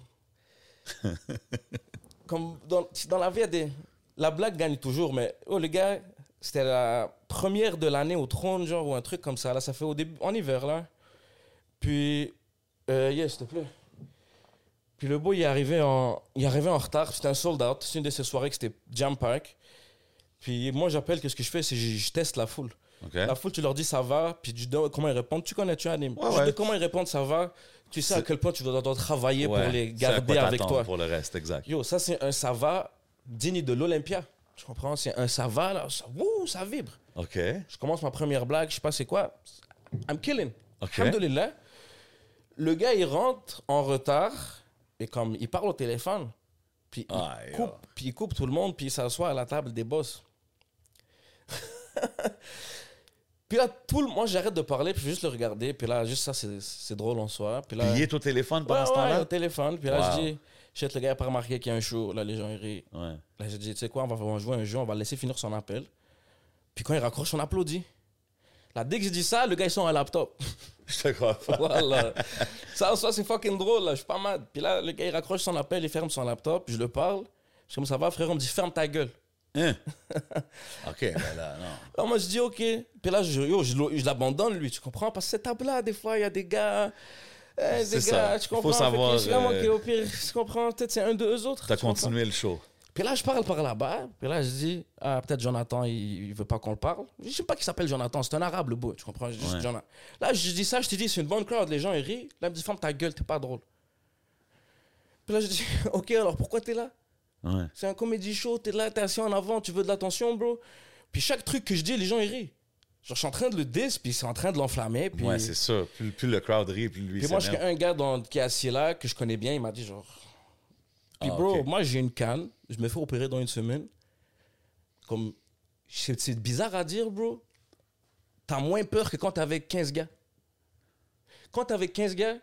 Comme dans, dans la vie, il y a des- la blague gagne toujours, mais oh, le gars, c'était la première de l'année au trône, genre, ou un truc comme ça. Là, ça fait au début, en hiver, là. Puis, euh, yes, s'il te plaît. Puis le beau, il est arrivé en, il est arrivé en retard. C'était un sold out. C'est une de ces soirées que c'était Jam Pack. Puis moi, j'appelle que ce que je fais, c'est que je, je teste la foule. Ok. La foule, tu leur dis ça va, puis tu donnes comment ils répondent. Tu connais, tu animes. Ouais, Tu dis ouais. comment ils répondent ça va. Tu sais à C'est- quel point tu dois, dois travailler Ouais. pour les C'est à quoi garder avec t'attendre toi. Pour le reste, exact. Yo, ça, c'est un ça va digne de l'Olympia. Tu comprends? C'est un ça va, là. Ça, wouh, ça vibre. OK. Je commence ma première blague, je sais pas c'est quoi. I'm killing. OK. Alhamdoulilah. Le gars, il rentre en retard et comme il parle au téléphone, puis il, Ah, yo. coupe, puis il coupe tout le monde, puis il s'assoit à la table des boss. puis là, tout le moi j'arrête de parler, puis je vais juste le regarder, puis là, juste ça, c'est c'est drôle en soi. Puis là, Puis il est au téléphone pendant Ouais, ce ouais, temps-là? au téléphone, puis là, Wow. je dis, shit, le gars, il a pas remarqué qu'il y a un show, là, les gens, ils rient. Ouais. Là, j'ai dit, tu sais quoi, on va, on va jouer un jeu, on va laisser finir son appel. Puis quand il raccroche, on applaudit. Là, dès que je dis ça, le gars, ils sont à laptop. Je te crois pas. voilà. euh. Ça, en soi, c'est fucking drôle, là, je suis pas mad. Puis là, le gars, il raccroche son appel, il ferme son laptop, je le parle. Je suis comme, ça va, frère, on me dit, ferme ta gueule. Hein? OK, ben là, non. Là, moi, je dis, OK. Puis là, je, yo, je, l'o- je l'abandonne, lui, tu comprends? Parce que cette table-là, des fois, il y a des gars. euh, C'est des ça. gars, tu Faut comprends? Fait que savoir, je suis là, moi, euh, qui, au pire, tu comprends? Peut-être c'est un de eux autres. T'as tu comprends? continué le show. Puis là, je parle par là-bas. Puis là, je dis, ah, peut-être Jonathan, il, il veut pas qu'on le parle. Je sais pas qui s'appelle Jonathan, c'est un arabe, le beau, tu comprends? Je dis, Ouais. Jonathan. Là, je dis ça, je te dis, c'est une bonne crowd, les gens, ils rient. Là, il me dit, ferme ta gueule, t'es pas drôle. Puis là, je dis, ok, alors pourquoi t'es là? Ouais. C'est un comédie show, t'es là, t'es assis en avant, tu veux de l'attention, bro. Puis chaque truc que je dis, les gens, ils rient. Genre, je suis en train de le dis, puis ils sont en train de l'enflammer. Puis, Ouais, c'est sûr. Plus, plus le crowd rit, plus lui, puis c'est moi, j'ai un gars dans, qui est assis là, que je connais bien, il m'a dit, genre, Ah, puis bro, moi j'ai une canne, je me fais opérer dans une semaine. Comme c'est c'est bizarre à dire, bro. T'as moins peur que quand t'es avec 15 gars. Quand t'es avec 15 gars,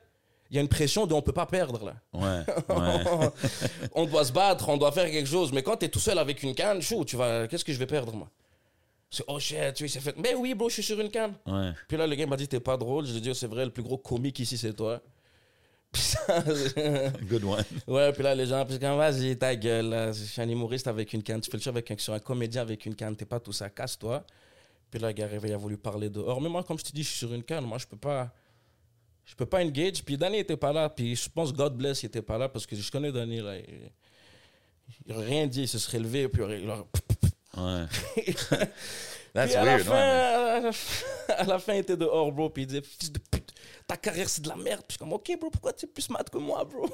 il y a une pression dont on peut pas perdre là. Ouais, ouais. on doit se battre, on doit faire quelque chose. Mais quand t'es tout seul avec une canne, chou, tu vas, qu'est-ce que je vais perdre moi C'est oh shit, tu sais, fait. Mais oui, bro, je suis sur une canne. ouais. Puis là, le gars m'a dit t'es pas drôle. Je lui ai dit oh, c'est vrai, le plus gros comique ici c'est toi. Puis ça, Good one. Ouais, puis là, les gens, puis quand vas-y, ta gueule, là, je suis un humoriste avec une canne, tu fais le show avec un, sur un comédien avec une canne, t'es pas tout ça, casse-toi. Puis là, le gars réveillé a voulu parler dehors. Mais moi, comme je te dis, je suis sur une canne, moi, je peux pas. Je peux pas engage. Puis Danny était pas là, puis je pense, God bless, il était pas là, parce que je connais Danny, là. Il, il aurait rien dit, il se serait levé, puis il aurait- il aurait- Ouais. Puis That's à, la weird, fin, ouais. à, la fin, à la fin, il était dehors, bro, puis il disait, fils de pute, ta carrière, c'est de la merde. Puis je suis comme, ok, bro, pourquoi tu es plus mad que moi, bro?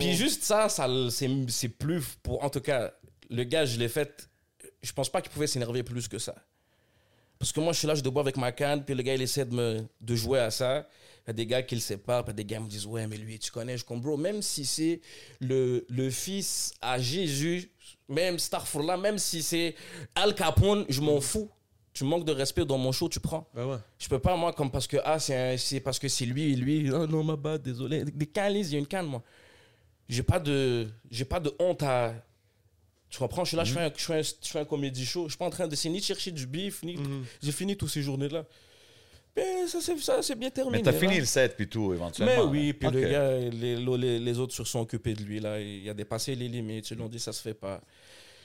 Puis juste ça, ça le- c'est c'est plus pour. En tout cas, le gars, je l'ai fait. Je pense pas qu'il pouvait s'énerver plus que ça. Parce que moi, je suis là, je debout avec ma canne, puis le gars, il essaie de, me, de jouer à ça. Il y a des gars qui le séparent, puis des gars me disent Ouais, mais lui, tu connais, je comprends. Bro, Même si c'est le, le fils à Jésus, même Starfourla, même si c'est Al Capone, je m'en fous. Tu manques de respect dans mon show, tu prends. Bah ouais. Je peux pas, moi, comme parce que ah, c'est un- c'est parce que c'est lui et lui. Ah non, ma bad, désolé. Des calices, il y a une canne, moi. J'ai pas de j'ai pas de honte à. Tu comprends? Je suis là, je, fais un, je, fais un, je fais un comédie show. Je suis pas en train d'essayer ni de chercher du bif, Mm. ni. Mm-hmm. J'ai fini toutes ces journées-là. Mais ça, c'est ça, c'est bien terminé. Mais t'as là. fini le set, puis tout, Mais éventuellement. oui, là. puis Ok. le gars, les, lo- les, les autres se sont occupés de lui. là. Il a dépassé les limites. Ils l'ont dit, ça se fait pas.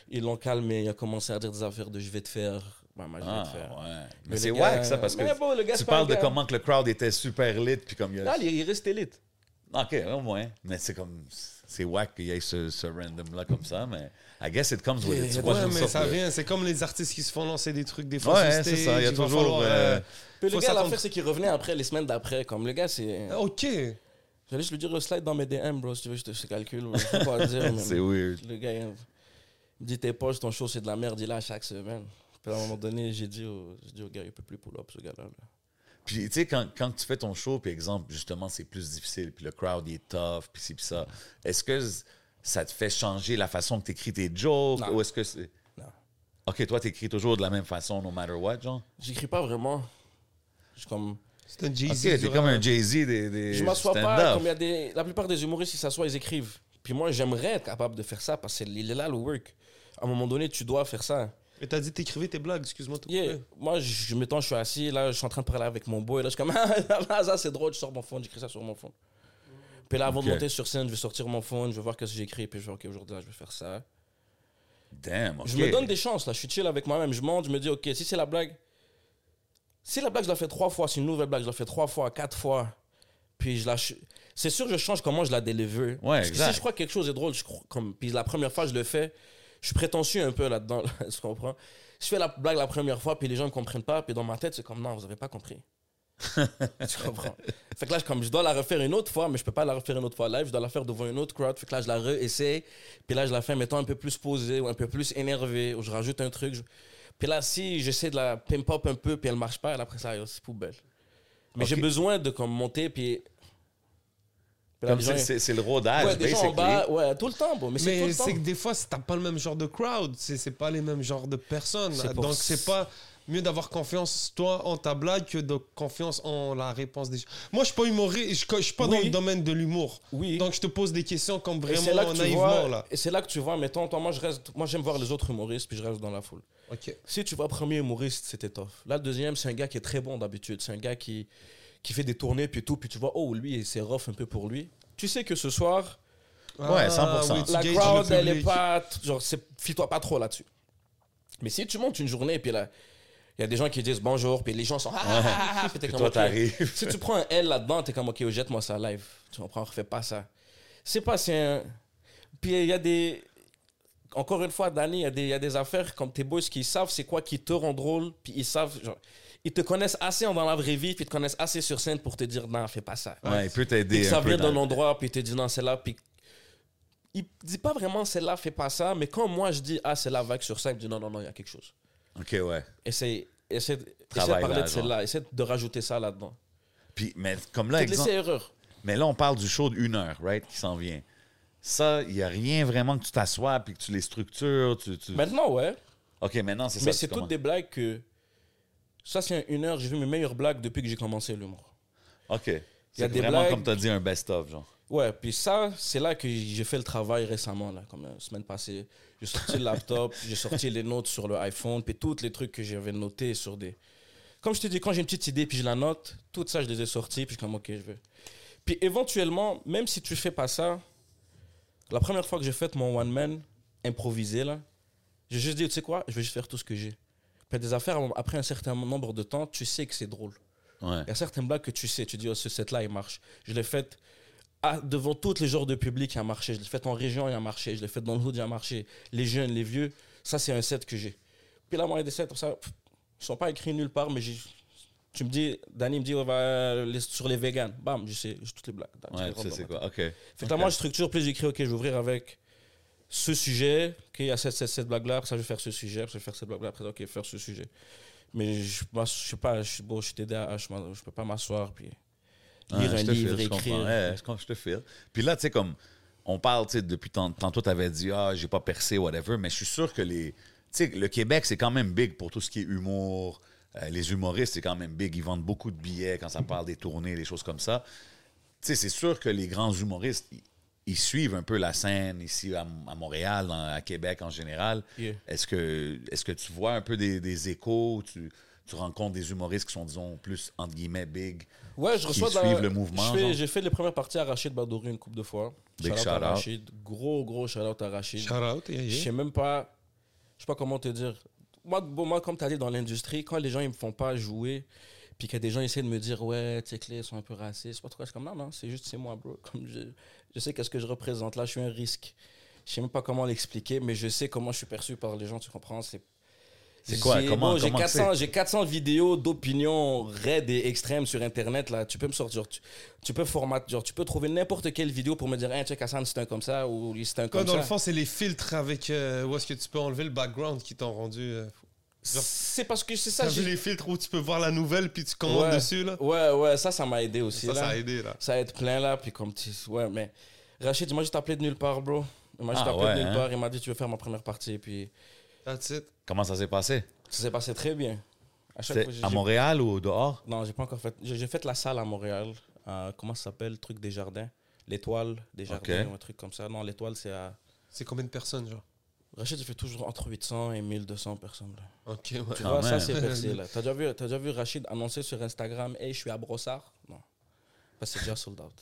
Ils l'ont calmé. Il a commencé à dire des affaires de je vais te faire. Maman, je vais Ah, te faire. ouais. Mais, Mais c'est le gars- wack, ça, parce que Mais bon, le gars, tu c'est parles pas de un gars. Ah, comment que le crowd était super lit, puis comme il y a- Là, il reste élite. OK, au moins. Mais c'est comme. C'est whack qu'il y ait ce, ce random-là comme ça, mais I guess it comes with it. Tu vois, Ouais, je me mais sors ça de- vient. C'est comme les artistes qui se font lancer des trucs des fois. Ouais, sur c'est stage, ça. Il y a va toujours. falloir, euh, euh, Puis le Faut gars, s'attendre. l'affaire, c'est qu'il revenait après, les semaines d'après. Comme le gars, c'est. euh, Ok. J'allais juste lui dire slide dans mes DM, bro, si tu veux, je te je te calcule. bro. Je peux pas le dire, mais- c'est weird. Le gars, il me dit tes poches, ton show, c'est de la merde, il est là chaque semaine. Puis à un moment donné, j'ai dit au, j'ai dit au gars, il peut plus pull up ce gars-là. là. Puis, tu sais, quand, quand tu fais ton show, puis exemple, justement, c'est plus difficile, puis le crowd, il est tough, puis ci, puis ça, est-ce que z- ça te fait changer la façon que tu écris tes jokes? Non. Ou est-ce que c'est. Non. OK, toi, tu écris toujours de la même façon, no matter what, genre? J'écris pas vraiment. Je, suis comme, C'est un OK, Jay-Z. t'es durant- comme un Jay-Z des, des je m'assois pas. stand-up. Comme il y a des, la plupart des humoristes, ils s'assoient, ils écrivent. Puis moi, j'aimerais être capable de faire ça parce qu'il est là le work. À un moment donné, tu dois faire ça. Mais t'as dit t'écrivais tes blagues, excuse-moi. t'as Yeah. coupé. Moi, je je m'étends, je suis assis, là, je suis en train de parler avec mon boy. Là, je suis comme, ah, ça, c'est drôle, je sors mon phone, j'écris ça sur mon phone. Puis là, avant Ok. de monter sur scène, je vais sortir mon phone, je vais voir ce que j'écris, puis je vais, OK, aujourd'hui, là, je vais faire ça. Damn, OK. Je me donne des chances, là. Je suis chill avec moi-même. Je monte, je me dis, OK, si c'est la blague. Si la blague, je la fais trois fois, c'est une nouvelle blague, je la fais trois fois, quatre fois. Puis je la. ch- C'est sûr, je change comment je la délivre. Ouais, Parce que exact. si je crois que quelque chose est drôle, je crois, comme, puis la première fois, je le fais, je suis prétentieux un peu là-dedans, là, tu comprends? Je fais la blague la première fois, puis les gens ne comprennent pas, puis dans ma tête, c'est comme, non, vous n'avez pas compris. tu comprends? Fait que là, je- comme, je dois la refaire une autre fois, mais je peux pas la refaire une autre fois live, je dois la faire devant une autre crowd. Fait que là, je la re-essaye, puis là, je la fais, mettons, un peu plus posée ou un peu plus énervée, ou je rajoute un truc. je- Puis là, si j'essaie de la pimp up un peu, puis elle marche pas, elle, après ça, yo, c'est poubelle. Mais Ok. j'ai besoin de comme, monter, puis. puis là, Comme les gens- c'est- c'est c'est le rodage, Ouais, des gens en basically. bas, ouais, tout le temps, bon, mais c'est tout Mais le temps. c'est que des fois, c'est- t'as pas le même genre de crowd, c'est c'est pas les mêmes genres de personnes. C'est pour Donc ça. c'est pas mieux d'avoir confiance toi en ta blague que de confiance en la réponse des gens. Moi, je suis pas humoriste, je, je suis pas dans Oui. le domaine de l'humour. Oui. Donc je te pose des questions comme Et c'est vraiment là que tu naïvement vois, là. et c'est là que tu vois, mettons, toi, moi, je reste, moi, j'aime voir les autres humoristes, puis je reste dans la foule. Ok. Si tu vois premier humoriste, c'était tough. Là, le deuxième, c'est un gars qui est très bon d'habitude. C'est un gars qui, qui fait des tournées, puis tout, puis tu vois, oh, lui, c'est rough un peu pour lui. Tu sais que ce soir, Ah, Ouais, 100%. oui, tu la gages le crowd, elle est public. pas. Genre, c'est- fie-toi pas trop là-dessus. Mais si tu montes une journée, puis là, il y a des gens qui disent bonjour, puis les gens sont. Ah, ah, ah, ah, puis t'es comme, Toi, ok. t'arrives. Si tu prends un L là-dedans, t'es comme, ok, jette-moi ça live. Tu comprends, refais pas ça. C'est pas, c'est un. Puis il y a des. Encore une fois, Danny, il y, a des- il y a des affaires comme tes boys qui savent c'est quoi qui te rend drôle, puis ils savent. Genre, ils te connaissent assez hein, dans la vraie vie, puis ils te connaissent assez sur scène pour te dire non, fais pas ça. Ouais, il peut Dès t'aider. que un ça peu vient dans- d'un endroit, puis il te dit non, celle-là, puis il dit pas vraiment celle-là, fais pas ça, mais quand moi je dis ah, c'est la vague sur 5, il dit non, non, non, il y a quelque chose. OK, ouais. Essaye, essaye, essaye de Travaille parler là, de celle-là, essaye de rajouter ça là-dedans. Puis, mais comme là, Toutes les exemple, erreurs. Mais là, on parle du show d'une heure, right, qui s'en vient. Ça, il n'y a rien vraiment que tu t'assoies puis que tu les structures. Tu, tu- Maintenant, ouais, OK, maintenant, c'est ça. mais tu c'est toutes commences. des blagues que. Ça, c'est une heure, j'ai vu mes meilleures blagues depuis que j'ai commencé l'humour. OK. Il y a C'est des vraiment, blagues. comme tu as dit, un best-of, genre. Ouais, puis ça, c'est là que j'ai fait le travail récemment, là, comme la semaine passée. J'ai sorti le laptop, j'ai sorti les notes sur le iPhone, puis tous les trucs que j'avais notés sur des. Comme je te dis, quand j'ai une petite idée, puis je la note, tout ça, je les ai sortis, puis je suis comme, ok, je veux. Puis éventuellement, même si tu fais pas ça, la première fois que j'ai fait mon one-man improvisé, là, j'ai juste dit, tu sais quoi, je vais juste faire tout ce que j'ai. Puis des affaires, après un certain nombre de temps, tu sais que c'est drôle. Ouais. Il y a certaines blagues que tu sais, tu dis, oh, ce set-là, il marche. Je l'ai fait à- devant tous les genres de public, il a marché. Je l'ai fait en région, il a marché. Je l'ai fait dans le hood, il a marché. Les jeunes, les vieux, ça, c'est un set que j'ai. Puis là, moi, il y a des sets comme ça, pff, ils sont pas écrits nulle part, mais j'ai- tu me dis, Danny me dit, on va euh, les- sur les vegans. Bam, je sais, j'ai toutes les blagues. Tu Ouais, comprends tu sais, c'est pas. quoi. OK. Fait que là, moi, je structure plus, j'écris, ok, je vais ouvrir avec ce sujet, ok, il y a cette, cette, cette blague-là, après ça, je vais faire ce sujet, après ça, je vais faire cette blague-là, après ça, ok, faire ce sujet. Mais je m'ass- je sais pas, je suis beau, je suis TDAH, je m'en- je peux pas m'asseoir, puis Ouais, lire un Ah, je te livre, file, je écrire. comprends. Eh, Ouais, je comprends, je te file. Puis là, tu sais, comme on parle, tu sais, depuis tant- tantôt, tu avais dit, ah, j'ai pas percé, whatever, mais je suis sûr que les. Tu sais, le Québec, c'est quand même big pour tout ce qui est humour. Euh, les humoristes, c'est quand même big. Ils vendent beaucoup de billets quand ça parle des tournées, des choses comme ça. Tu sais, c'est sûr que les grands humoristes, ils- ils suivent un peu la scène ici à, à Montréal, en- à Québec en général. Yeah. Est-ce que, est que tu vois un peu des, des échos? Tu, tu rencontres des humoristes qui sont, disons, plus, entre guillemets, big? Ouais, je qui reçois de la- suivent le mouvement, je fais- genre. J'ai fait les premières parties à Rachid Badouri une couple de fois. Big Shout-out shout-out. à Rachid. Gros, gros shout-out à Rachid. Shout out. yeah, Je yeah. sais même pas. Je sais pas comment te dire. Moi, bon, moi comme tu as dit dans l'industrie, quand les gens ils me font pas jouer, Puis que des gens essaient de me dire, ouais, tes clés sont un peu racistes. Pas trop, je suis comme, non, non, c'est juste, c'est moi, bro. Comme je, je sais qu'est-ce que je représente. Là, je suis un risque. Je sais même pas comment l'expliquer, mais je sais comment je suis perçu par les gens, tu comprends? C'est C'est quoi? J'ai- Comment- bon, J'ai comment 400, j'ai 400 vidéos d'opinions raides et extrêmes sur Internet. Là. Tu peux me sortir, tu, tu peux formater, genre, tu peux trouver n'importe quelle vidéo pour me dire, hey, check Hassan, c'est un comme ça ou lui, c'est un Toi, comme dans le ça. fond, c'est les filtres avec euh, où est-ce que tu peux enlever le background qui t'ont rendu. euh, genre- C'est parce que c'est ça. T'as vu j'ai- les filtres où tu peux voir la nouvelle puis tu commandes Ouais. dessus là Ouais, ouais, ça, ça m'a aidé aussi. Ça, là. ça a aidé là. Ça aide plein là, puis comme tu. Ouais, mais Rachid, moi j'ai t'appelé de nulle part, bro. Moi j'ai Ah, t'appelé ouais, de nulle hein. part, il m'a dit tu veux faire ma première partie, puis That's it. Comment ça s'est passé? ça s'est passé très bien. À chaque C'était fois, j'ai- à j'ai- Montréal ou dehors? Non, j'ai pas encore fait. J'ai j'ai fait la salle à Montréal. à- comment ça s'appelle le truc des jardins L'étoile des jardins, Ok. ou un truc comme ça. Non, l'étoile c'est à. C'est combien de personnes genre Rachid, il fait toujours entre 800 et 1200 personnes. là. Ok, ouais. Tu Quand vois, ça même. c'est percé là. T'as déjà, vu- t'as déjà vu Rachid annoncer sur Instagram Hey, je suis à Brossard Non. Parce que c'est déjà sold out.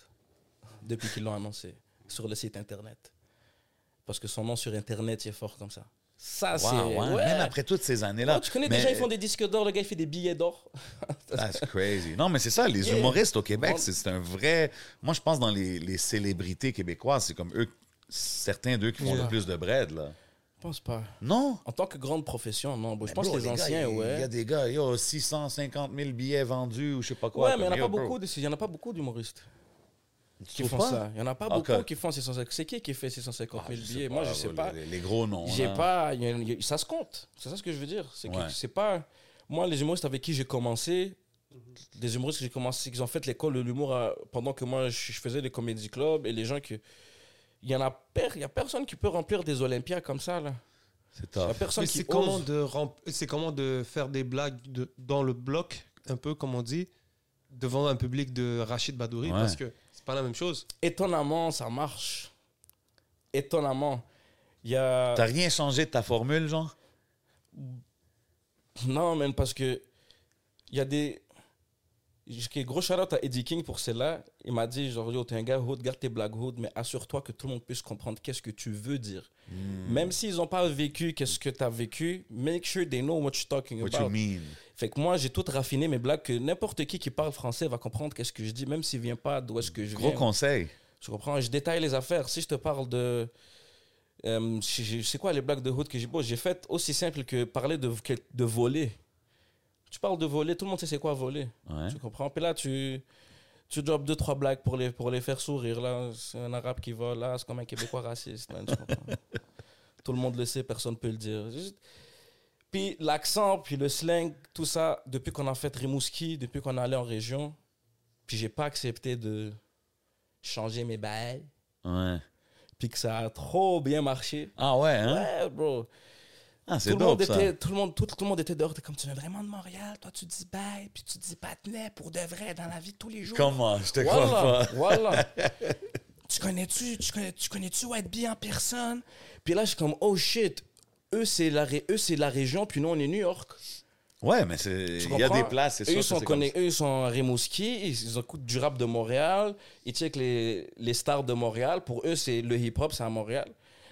Depuis qu'ils l'ont annoncé sur le site internet. Parce que son nom sur internet il est fort comme ça. Ça Ah, c'est. Wow, ouais. ouais. Même après toutes ces années-là. Oh, tu connais Mais- des gens, ils font des disques d'or, le gars il fait des billets d'or. That's crazy. Non, mais c'est ça, les Yeah. humoristes au Québec, Bon. c'est c'est un vrai. Moi, je pense dans les, les célébrités québécoises, c'est comme eux, certains d'eux qui font Yeah. le plus de bread, là. Je pense pas. Non? En tant que grande profession, non. Bon, je Mais pense bro, que les anciens, gars, il- ouais. Il y a des gars, yo, 650 000 billets vendus ou je sais pas quoi. Ouais, mais il n'y en a Yo, pas bro, beaucoup de- il y en a pas beaucoup d'humoristes tu qui trouves font pas? ça. Il n'y en a pas Ok. beaucoup qui font 650 C'est qui qui fait 650 Ah, 000 je sais billets Moi, je sais bro, pas. Les, les gros noms. J'ai là. pas. y a- y a- ça se compte. C'est ça ce que je veux dire. C'est que Ouais. c'est pas. Moi, les humoristes avec qui j'ai commencé, des humoristes que j'ai commencé, qui ont fait l'école de l'humour à- pendant que moi je, je faisais les comédie clubs et les gens que. Il y en a, per- y a personne qui peut remplir des Olympias comme ça, là. C'est Il y a tough. personne Ah. Mais qui c'est ose. comment, de rem- c'est comment de faire des blagues de- dans le bloc, un peu comme on dit, devant un public de Rachid Badouri Ouais. parce que c'est pas la même chose. Étonnamment, ça marche. Étonnamment. Il y a. T'as rien changé de ta formule, genre? Non, même parce que il y a des. J'ai gros shout à Eddie King pour celle-là. Il m'a dit genre, yo, t'es un gars hood, garde tes blagues hood, mais assure-toi que tout le monde puisse comprendre qu'est-ce que tu veux dire. Mm. Même s'ils n'ont pas vécu qu'est-ce que t'as vécu, make sure they know what you're talking What you about. mean? Fait que moi, j'ai tout raffiné mes blagues que n'importe qui qui parle français va comprendre qu'est-ce que je dis, même s'il vient pas d'où est-ce que je Gros viens. conseil. Tu comprends? Je détaille les affaires. Si je te parle de. euh, je- je- c'est quoi les blagues de hood que j'ai bon, J'ai fait aussi simple que parler de, que- de voler. Tu parles de voler, tout le monde sait c'est quoi voler. Ouais. Tu comprends? Puis là, tu. Tu drops deux, trois blagues pour les, pour les faire sourire. Là, c'est un arabe qui vole. Là, c'est comme un Québécois raciste. man, tu comprends? tout le monde le sait, personne ne peut le dire. Juste- Puis l'accent, puis le slang, tout ça, depuis qu'on a fait Rimouski, depuis qu'on est allé en région, puis j'ai pas accepté de changer mes bails, Ouais. puis que ça a trop bien marché. Ah ouais, hein? Ouais, bro. Ah, Tout le, c'est monde dope, ça. était, tout, le monde, tout, tout le monde était dehors. T'es comme, tu viens vraiment de Montréal, toi, tu dis bail, puis tu dis patinet pour de vrai dans la vie de tous les jours. Comment? Je te crois Voilà, pas. voilà. tu connais-tu, tu connais, tu connais-tu White Bee en personne? Puis là, je suis comme, oh shit, eux c'est la, ré- eux, c'est la région, puis nous on est New York. Ouais, mais c'est- Tu il y a comprends? des places, c'est sûr. Eux, ils que sont, c'est comme connect- eux, ils sont à Rimouski, ils, ils écoutent du rap de Montréal, ils checkent les, les stars de Montréal. Pour eux, c'est le hip-hop, c'est à Montréal.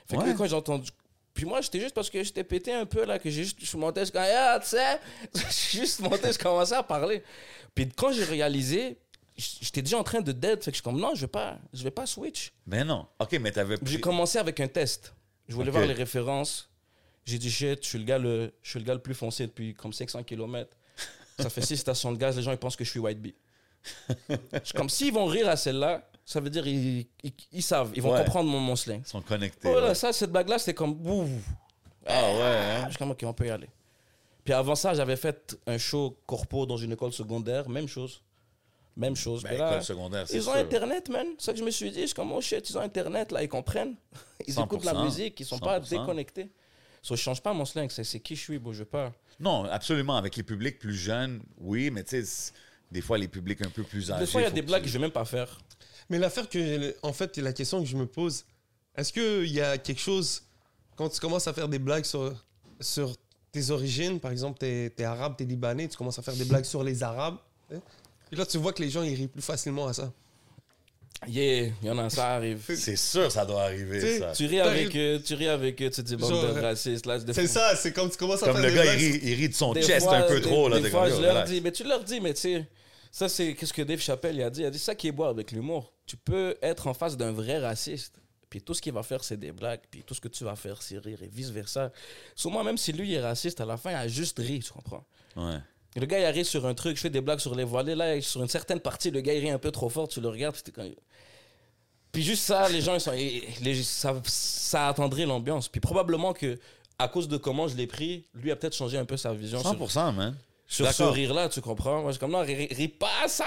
Fait que Ouais. eux, quand j'ai entendu. Puis moi, j'étais juste parce que j'étais pété un peu là, que j'ai juste, je suis monté, je suis comme, ah, tu sais, je suis juste monté, je commençais à parler. Puis quand j'ai réalisé, j- j'étais déjà en train de dead, fait que je suis comme, non, je vais pas, je vais pas switch. Mais non. OK, mais t'avais J'ai pris... commencé avec un test. Je voulais Ok. voir les références. J'ai dit, shit, je suis le gars le, je suis le, gars le plus foncé depuis comme 500 km. Ça fait six stations de gaz, les gens ils pensent que je suis White Bee. Je suis comme s'ils vont rire à celle-là, ça veut dire ils, ils- ils savent, ils vont Ouais. comprendre mon, mon slang. Ils sont connectés. Voilà, ouais. ça, cette blague-là, c'était comme bouh. Ah ouais, hein? Je suis comme, ok, on peut y aller. Puis avant ça, j'avais fait un show corpo dans une école secondaire, même chose. Même chose. Ben, Mais là, école secondaire, c'est ils ont sûr. Internet, man. C'est ça que je me suis dit. Je suis comme, oh shit, ils ont Internet, là, ils comprennent. Ils 100%, écoutent la musique, ils sont pas 100%. déconnectés. So, je change pas mon slang, c'est c'est qui je suis, bon, je veux pas. Non, absolument. Avec les publics plus jeunes, oui, mais tu sais, c'est- des fois, les publics un peu plus âgés... Des fois, il y a faut des que blagues que tu- je vais même pas faire. Mais l'affaire que, en fait, la question que je me pose, est-ce qu'il y a quelque chose, quand tu commences à faire des blagues sur, sur tes origines, par exemple, t'es es arabe, t'es libanais, tu commences à faire des blagues sur les arabes, hein, et là tu vois que les gens ils rient plus facilement à ça. Yeah, il y en a, ça arrive. C'est sûr, ça doit arriver, T'sais, ça. Tu ris T'arrives- avec eux, tu ris avec eux, tu te dis bande Genre, de racistes. Là, des C'est fois- ça, c'est comme tu commences à Comme faire le des gars, il blagues. rit, il rit de son des chest fois, un peu des- trop. là, des de fois, comme, je yo, leur relax. dis, mais tu leur dis, mais tu sais, ça c'est qu'est-ce que Dave Chappelle il a dit. Il a dit ça qui est beau avec l'humour. Tu peux être en face d'un vrai raciste. Puis tout ce qu'il va faire, c'est des blagues. Puis tout ce que tu vas faire, c'est rire et vice-versa. Souvent, même si lui il est raciste, à la fin, il a juste ri, tu comprends. Ouais. Le gars, il arrive sur un truc, je fais des blagues sur les voilés. Là, sur une certaine partie, le gars, il rit un peu trop fort, tu le regardes. Puis, t'es comme- Puis juste ça, les gens, ils sont... les- ça, ça attendrait l'ambiance. Puis probablement que à cause de comment je l'ai pris, lui a peut-être changé un peu sa vision sur, 100%, man. sur ce D'accord. rire-là, tu comprends. Moi, je suis comme, non, ri, ri pas à ça.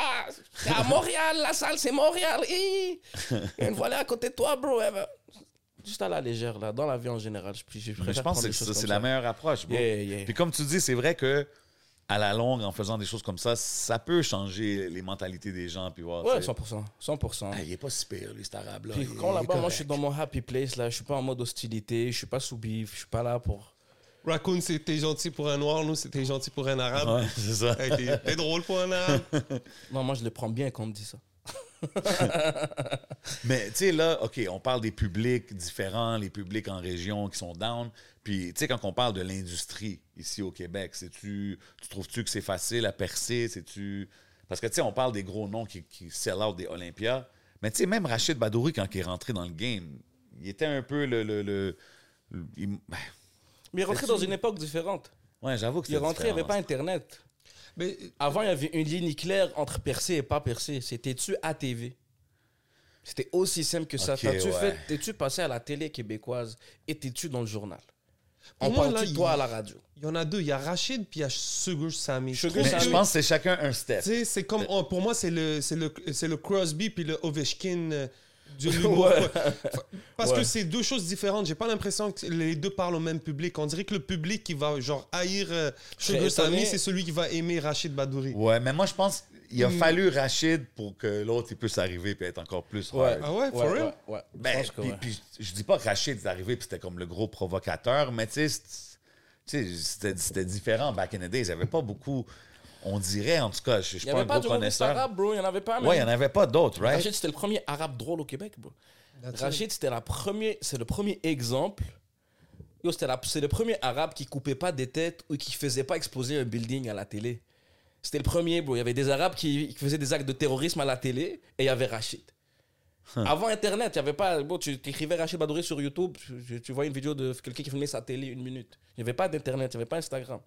C'est à Montréal, la salle, c'est Montréal. Hi. Il y a une voilée à côté de toi, bro. Elle va- Juste à la légère, là, dans la vie en général. Je, puis je, Mais préfère je pense prendre que les choses c'est c'est comme la ça. meilleure approche. bro. Yeah, yeah. Puis comme tu dis, c'est vrai que à la longue, en faisant des choses comme ça, ça peut changer les mentalités des gens. Puis voir, Ouais, tu sais, 100%. 100%. Ah, il est pas si pire, lui, cet arabe-là. Puis Il- quand il est là-bas, moi, correct. je suis dans mon happy place, là, je suis pas en mode hostilité, je suis pas sous bif, je suis pas là pour. Raccoon, c'était gentil pour un noir, nous, c'était gentil pour un arabe. Ouais, c'est ça. Hey, t'es- T'es drôle pour un arabe. Non, moi, je le prends bien quand on me dit ça. Mais tu sais, là, OK, on parle des publics différents, les publics en région qui sont down. Puis, tu sais, quand on parle de l'industrie ici au Québec, -tu, tu trouves-tu que c'est facile à percer? -tu... Parce que, tu sais, on parle des gros noms qui, qui sell out des Olympias. Mais, tu sais, même Rachid Badouri, quand il est rentré dans le game, il était un peu le. le, le- le- il- ben, Mais il est rentré dans une époque différente. Ouais, j'avoue que Il est c'était rentré, il n'y avait différent. pas Internet. Mais Avant, il y avait une ligne claire entre percé et pas percé. C'était tu à TV. C'était aussi simple que ça. Ok, T'as-tu ouais. fait- T'es-tu passé à la télé québécoise et t'es-tu dans le journal Pour On moi, parle là, de toi il- à la radio. il y en a deux, il y a Rachid, puis il y a Sugar Sammy. Sugar Mais Sammy. je pense que c'est chacun un step. Tu sais, c'est comme oh, pour moi c'est le c'est le c'est le Crosby puis le Ovechkin euh, du l'humour, Ouais. quoi. Enfin, Parce Ouais. que c'est deux choses différentes. J'ai pas l'impression que les deux parlent au même public. On dirait que le public qui va genre haïr euh, Sugar étonné. Oh. Sammy, c'est celui qui va aimer Rachid Badouri. Ouais, mais moi, je pense qu'il a Hmm. fallu Rachid pour que l'autre il puisse arriver et être encore plus hard. Ah ouais, for ouais, real? ouais, ouais. Je Ben, pense que puis, ouais. puis je- je dis pas que Rachid est arrivé puis c'était comme le gros provocateur, mais tu sais, c'est- tu sais, c'était c'était différent back in the days. Il n'y avait pas beaucoup, on dirait en tout cas, je je suis Il n'y pas un avait pas gros de hein, humoriste connaisseur. arabe, bro. Il n'y en avait Ouais, pas. il man. n'y en avait pas d'autres, right? Rachid, c'était le premier arabe drôle au Québec, bro. That's Rachid, c'était la premier, c'est le premier exemple. Yo, c'était la- c'est le premier arabe qui coupait pas des têtes ou qui faisait pas exploser un building à la télé. C'était le premier, bro. Il y avait des arabes qui, qui faisaient des actes de terrorisme à la télé et il y avait Rachid. Avant Internet, il y avait pas. Bon, tu écrivais Rachid Badouri sur YouTube, tu, tu voyais une vidéo de quelqu'un qui filmait sa télé une minute. Il n'y avait pas d'Internet, il n'y avait pas Instagram.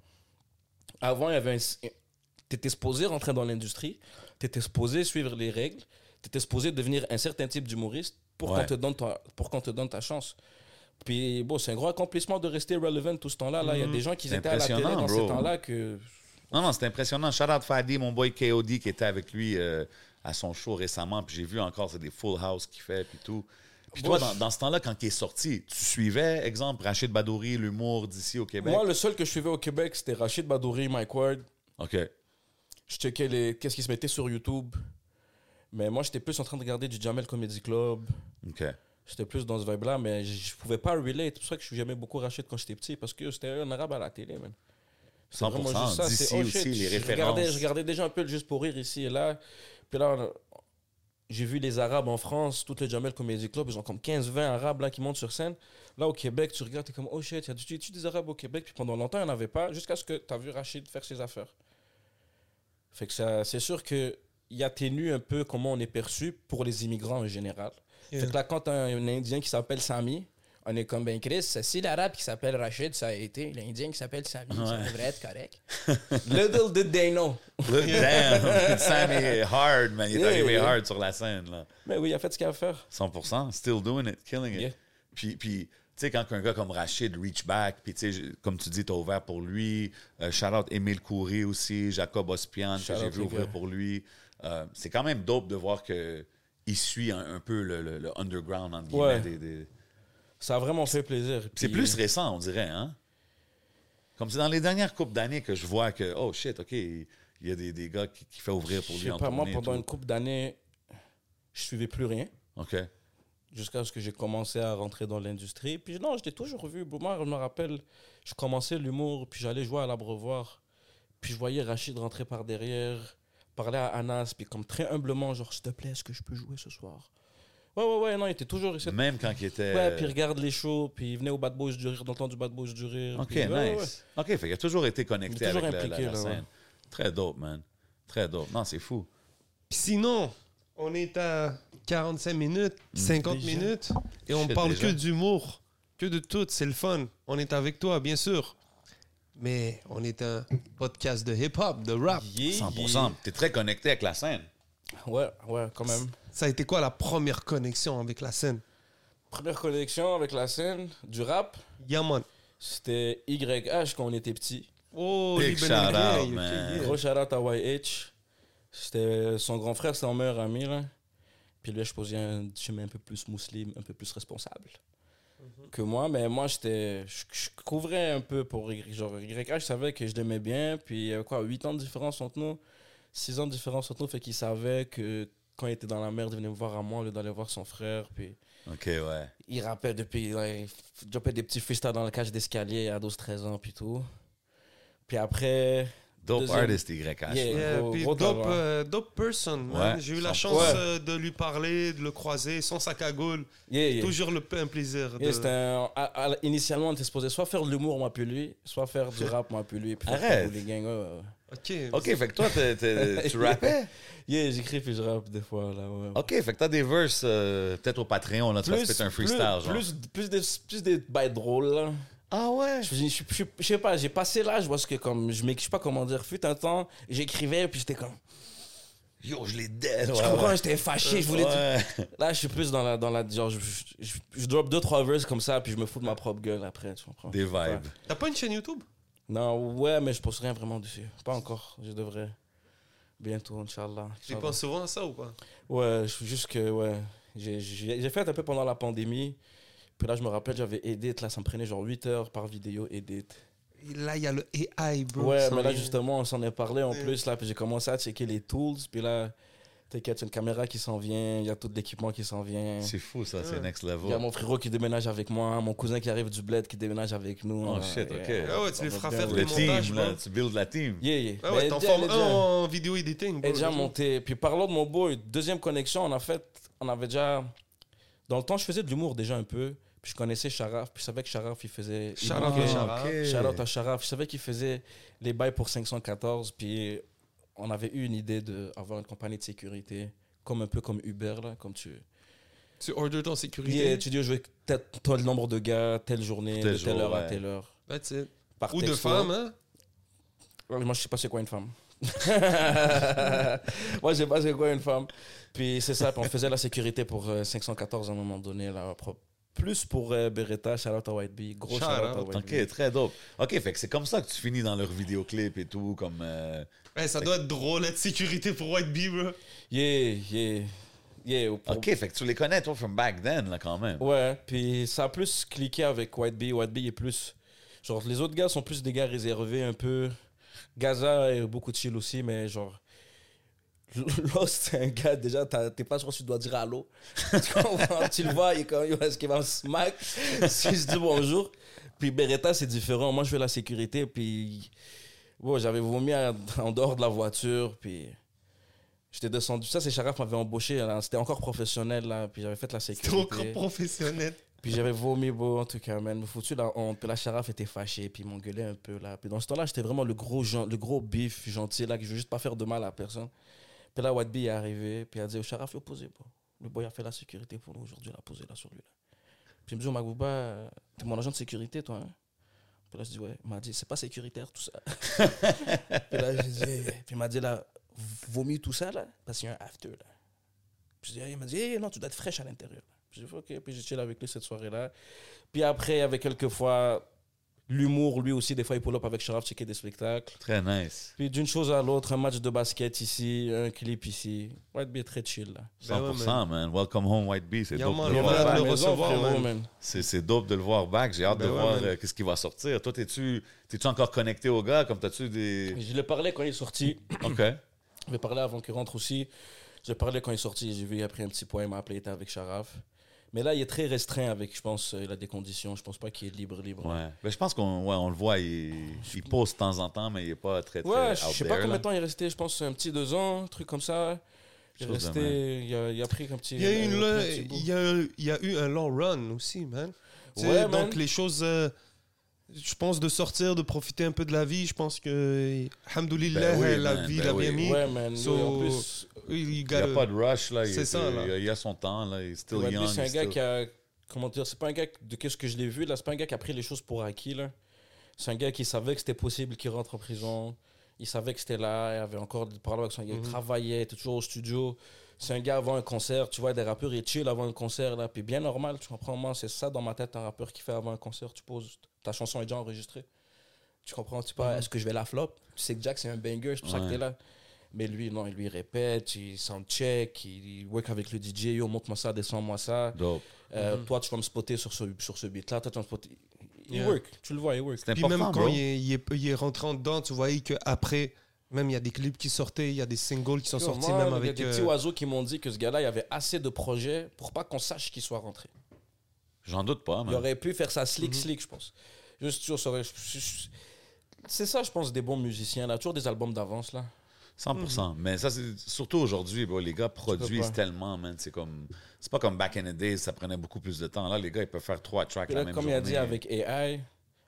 Avant, il y avait un- t'étais supposé rentrer dans l'industrie, t'étais supposé suivre les règles, t'étais supposé devenir un certain type d'humoriste pour Ouais. qu'on te donne ta, pour qu'on te donne ta chance. Puis bon, c'est un gros accomplissement de rester relevant tout ce temps-là. Là, il y a des gens qui C'est étaient à la télé impressionnant, dans bro. ces temps-là que Non, non, c'était impressionnant. Shout out Fadi, mon boy KOD qui était avec lui euh, à son show récemment, puis j'ai vu encore, c'est des full house qu'il fait, puis tout. Puis toi, dans, dans ce temps-là, quand il est sorti, tu suivais, exemple, Rachid Badouri, l'humour d'ici au Québec? moi, le seul que je suivais au Québec, c'était Rachid Badouri, Mike Ward. OK. Je checkais les qu'est-ce qui se mettait sur YouTube. Mais moi, j'étais plus en train de regarder du Jamel Comedy Club. OK. J'étais plus dans ce vibe-là, mais je je pouvais pas relate. C'est pour ça que je suis jamais beaucoup Rachid quand j'étais petit, parce que c'était un arabe à la télé, man. C'est 100%, vraiment juste ça, d'ici c'est, oh aussi, shit, les je références. regardais- Je regardais déjà un peu le juste pour rire ici et là. Puis là, on- j'ai vu les Arabes en France, tout le Jamel Comedy Club, ils ont comme 15-20 Arabes là, qui montent sur scène. Là, au Québec, tu regardes, t'es comme, oh shit, il y a du- tu- tu des Arabes au Québec. Puis pendant longtemps, il n'y en avait pas, jusqu'à ce que tu as vu Rachid faire ses affaires. Fait que ça, c'est sûr que il atténue un peu comment on est perçu pour les immigrants en général. Yeah. Fait que là, quand t'as un, un Indien qui s'appelle Sami, on est comme Ben Chris, si l'arabe qui s'appelle Rachid, ça a été. L'Indien qui s'appelle Sami, ça Ouais. devrait être correct. Little did they know. Look, damn, Sam est hard, man. Il est Yeah, arrivé yeah. hard sur la scène, là. Mais oui, il a fait ce qu'il a à faire. 100%, still doing it, killing it. Yeah. Puis, puis tu sais, quand un gars comme Rachid reach back, puis tu sais, je- comme tu dis, t'as ouvert pour lui. Euh, shout out Émile Coury aussi, Jacob Ospian, que Shout j'ai out vu les ouvrir gars. pour lui. Euh, c'est quand même dope de voir que il suit un, un peu le, le- le underground, entre guillemets. Ouais. des- des- Ça a vraiment fait plaisir. C'est Puis- plus récent, on dirait, hein? Comme c'est dans les dernières coupes d'années que je vois que, oh shit, OK, il y a des, des gars qui, qui fait ouvrir pour Je lui sais en pas, moi, tournée et pendant tout. une couple d'années, je suivais plus rien. OK. jusqu'à ce que j'ai commencé à rentrer dans l'industrie. Puis non, je l'ai toujours vu. Moi, je me rappelle, je commençais l'humour, puis j'allais jouer à l'abreuvoir. Puis je voyais Rachid rentrer par derrière. parlais à Anas, puis comme très humblement, genre, s'il te plaît, est-ce que je peux jouer ce soir Ouais, ouais, ouais, non, il était toujours ici. Même quand il était. euh, Ouais, puis il regarde les shows, puis il venait au Bad Boys du Rire, dans le temps du Bad Boys du Rire. OK, puis- nice. ouais, ouais, OK, fait qu'il a toujours été Il connecté est toujours avec la- impliqué, la, la là, ouais. scène. Très dope, man. Très dope. Non, c'est fou. Puis Sinon, on est à 45 minutes, Mm, 50 Déjà? minutes, et on Shit, parle déjà. que d'humour, que de tout, c'est le fun. On est avec toi, bien sûr. Mais on est un podcast de hip-hop, de rap. ouais. Yeah, 100%. T'es très connecté avec la scène. yeah. Ouais, ouais, quand même. Ça a été quoi la première connexion avec la scène Première connexion avec la scène du rap, Yaman. c'était YH quand on était petit. Oh, Big Liban shout André, out, ok, man. yeah. Gros shout out à YH. C'était son grand frère, c'est son meilleur ami. Là. Puis lui, je posais un chemin un peu plus musulman, un peu plus responsable Mhm. que moi. Mais moi, j'étais, je, je couvrais un peu pour Y. Genre, YH, je savais que je l'aimais bien. Puis il y avait quoi, 8 ans de différence entre nous 6 ans de différence entre nous. Fait qu'il savait que quand il était dans la merde, il venait me voir à moi, au lieu d'aller voir son frère. Puis OK, ouais. il rappait depuis. ouais, il dropait des petits freestyles dans la cage d'escalier à 12-13 ans, puis tout. Puis après. Dope Deuxième. artist, YH. Yeah. Yeah, Gros- puis gros dope, talent. euh, dope person, man. Ouais, J'ai eu 100%. la chance Ouais. euh, de lui parler, de le croiser, sans sac à gaule. Yeah, yeah. Toujours le, un plaisir. Yeah, de- c'était un- à- à- initialement, on était supposé soit faire de l'humour, moi, puis lui, soit faire du rap, moi, puis lui. Puis faire Arrête. comme les gangs, ouais, ouais, ouais. Ok. OK, fait que toi, t'es- t'es- tu rappais? Yeah, j'écris, puis je rappe des fois, là, ouais. OK, fait que t'as des verses euh, peut-être au Patreon, là, tu vas se péter un freestyle, genre. plus, plus des, plus des bails drôles, là. Ah ouais? Je, je- je- je sais pas, j'ai passé l'âge parce que comme je m'équipe pas comment dire, fut un temps, j'écrivais puis j'étais comme, Yo, je l'ai dead, je ouais, comprends, ouais. j'étais fâché, je voulais. Ouais. Là, je suis plus dans la, dans la, genre, je, je, je- je drop deux trois verses comme ça puis je me fous de ma propre gueule après, tu comprends Des vibes. Ouais. T'as pas une chaîne YouTube Non, ouais, mais je pense rien vraiment dessus. Pas encore. Je devrais. Bientôt, Inch'Allah. Tu Inch'Allah. penses souvent à ça ou pas Ouais, je suis juste que, ouais. J'ai- J'ai j'ai fait un peu pendant la pandémie. Puis là, je me rappelle, j'avais edit. Là, ça me prenait genre 8 heures par vidéo edit. Et Là, il y a le AI, bro. ouais, Ça mais là, y est. justement, on s'en est parlé en Ouais. plus. Là, puis j'ai commencé à checker les tools. Puis là, t'inquiète, il y a une caméra qui s'en vient. Il y a tout l'équipement qui s'en vient. C'est fou, ça, c'est next level. Il y a mon frérot qui déménage avec moi. Mon cousin qui arrive du bled qui déménage avec nous. Oh, Ouais, shit, ok. yeah. Ah ouais, tu les On est feras bien faire roulé. Le le montage, team, là, bro. tu build la team. Yeah, Ben, yeah. Ah Mais ouais, t'en déjà- formes un déjà- en vidéo editing. Et bro. déjà monté. Puis parlant de mon boy, deuxième connexion, on a fait, on avait déjà. Dans le temps, je faisais de l'humour déjà un peu. Puis je connaissais Sharaf. Puis je savais que Sharaf, il faisait. Shout out il à manquait- Sharaf. Shout out à Sharaf. Je savais qu'il faisait les bails pour 514. Puis on avait eu une idée d'avoir une compagnie de sécurité, comme un peu comme Uber, là, comme tu. Tu order ton Yeah, sécurité. tu dis, je veux tel, tel nombre de gars, telle journée, Tel de telle jour, heure à ouais. telle heure. That's it. Par Ou de texto. femme, hein Ouais, Moi, je sais pas c'est quoi une femme. Moi, je sais pas c'est quoi une femme. Puis c'est ça, puis on faisait la sécurité pour euh, 514 à un moment donné. Là, pro- plus pour euh, Beretta, shout out à White Bee. Gros shout Shout out out, à White Bee. OK, très dope. OK, fait que c'est comme ça que tu finis dans leurs vidéoclips et tout, comme... euh, Ouais, Eh, ça doit être drôle, la sécurité pour White Bee, bro. Yeah, yeah. Yeah, au pro- OK, fait que tu les connais, toi, from back then, là, quand même. Ouais, puis ça a plus cliqué avec White Bee. White Bee est plus. Genre, les autres gars sont plus des gars réservés un peu. Gaza est beaucoup de chill aussi, mais genre. Lost, c'est un gars, déjà, t'as- t'es pas sûr si tu dois dire allô. tu comprends? Tu le vois, il est comme, Yo, est-ce qu'il va me smack? si je dis bonjour. Puis Beretta, c'est différent. Moi, je fais la sécurité, puis. Bon, j'avais vomi à- en dehors de la voiture, puis. J'étais descendu. Ça, c'est Sharaf m'avait embauché. là. C'était encore professionnel, là. Puis j'avais fait la sécurité. Trop professionnel. Puis j'avais vomi, beau, en tout cas, man. Me foutu la honte. Puis la Sharaf était fâchée, puis il m'engueulait un peu, là. Puis dans ce temps-là, j'étais vraiment le gros, gen- le gros bif gentil, là, que je veux juste pas faire de mal à personne. Puis là, Wadbi est arrivé, puis il a dit au Sharaf, yo, posez, bon. Le boy a fait la sécurité pour nous aujourd'hui, là, posez-la sur lui, là. Puis il me dit, oh, Magouba, euh, t'es mon agent de sécurité, toi, hein? Puis là, je dis, ouais. Il m'a dit, c'est pas sécuritaire, tout ça. puis là, j'ai dit, Hey. puis il m'a dit, là, vomis tout ça, là, parce qu'il y a un after, là. Puis je dis, il m'a dit, Hey, non, tu dois être fraîche à l'intérieur. Puis j'ai fait, OK. Puis j'ai chill avec lui cette soirée-là. Puis après, il y avait quelques fois l'humour, lui aussi. Des fois, il pull up avec Sharaf, checker des spectacles. Très nice. Puis d'une chose à l'autre, un match de basket ici, un clip ici. White Bee est très chill, là. Ben 100%, man. Welcome home, White Bee. C'est Yeah, dope, man, de Ah, le on va voir là- back. le recevoir, man. C'est- c'est dope de le voir back. J'ai hâte Ben de ouais, voir man. euh, qu'est-ce qui va sortir. Toi, t'es-tu t'es-tu encore connecté au gars? Comme t'as-tu des... Je lui ai parlé quand il est sorti. OK. Je lui ai parlé avant qu'il rentre aussi. Je lui ai parlé quand il est sorti. J'ai vu, il a pris un petit point, il m'a appelé, il était avec Sharaf. Mais là, il est très restreint avec, je pense, euh, il a des conditions. Je pense pas qu'il est libre, libre. Ouais. Ben, je pense qu'on ouais, on le voit, il, il pose de temps en temps, mais il n'est pas très, très Ouais, out je sais there, pas combien là. de temps il est resté, je pense un petit deux ans, un truc comme ça. Il Chose est de resté, il a, il a pris un petit. Il y, a eu un une, petit le- bout. il, y a, il y a eu un long run aussi, man. Tu sais, Ouais, man. donc les choses, euh, je pense, de sortir, de profiter un peu de la vie, je pense que, alhamdoulilah, Ben oui, la man, vie ben l'a oui. bien mis. Ouais, man. So- lui, en plus, Il, Il n'y a pas de rush, là. Il, C'est est- ça, là. il a- il a son temps, là. Il est still ouais, lui, young. c'est un he's gars still- qui a. Comment dire, c'est pas un gars de qu'est-ce que je l'ai vu, là, c'est pas un gars qui a pris les choses pour acquis, là. C'est un gars qui savait que c'était possible qu'il rentre en prison. Il savait que c'était là, il avait encore des paroles avec son gars. Il Mhm. travaillait, était toujours au studio. C'est un gars avant un concert, tu vois, des rappeurs, il est chill avant un concert, là. Puis bien normal, tu comprends, moi, c'est ça dans ma tête, un rappeur qui fait avant un concert, tu poses, ta chanson est déjà enregistrée. Tu comprends, tu sais pas, est-ce que je vais la flop Tu sais que Jack, c'est un banger, c'est pour ça que Ouais. t'es là. Mais lui, non, il lui répète, il soundcheck, il, il work avec le DJ, yo, montre-moi ça, descends-moi ça. Dope. Euh, Toi, tu vas me spotter sur ce, sur ce beat-là, toi, tu vas me spotter. Il Yeah. work, tu le vois, il work. C'est Puis important, même quand bro. il est, il, est, il est rentré en dedans, tu voyais qu'après, même il y a des clips qui sortaient, il y a des singles qui sont Yo, sortis, moi, même Il y a avec. des euh, petits oiseaux qui m'ont dit que ce gars-là, il avait assez de projets pour pas qu'on sache qu'il soit rentré. J'en doute pas, Il man. aurait pu faire ça slick, Mhm. slick, je pense. Juste, toujours, ça aurait- c'est ça, je pense, des bons musiciens, là. Toujours des albums d'avance, là. 100%. Mm-hmm. Mais ça, c'est surtout aujourd'hui, bro, les gars produisent pas. tellement, man. C'est comme. C'est pas comme back in the days, ça prenait beaucoup plus de temps. Là, les gars, ils peuvent faire trois tracks Puis la là, même comme il journée. a dit avec AI,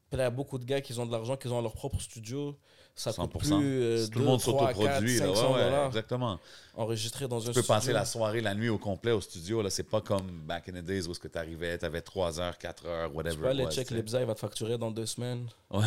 puis là, il y a beaucoup de gars qui ont de l'argent, qui ont leur propre studio. Ça coûte 100%. plus euh, Si tout le deux, monde trois, s'autoproduit, quatre, là. 500 Ouais, ouais, dollars exactement. enregistré dans un Tu peux studio. passer la soirée, la nuit au complet au studio. Là, c'est pas comme back in the days où ce que t'arrivais, t'avais 3 heures, 4 heures, whatever. Tu peux aller it was, check tu Lebza, il va te facturer dans deux semaines. sais.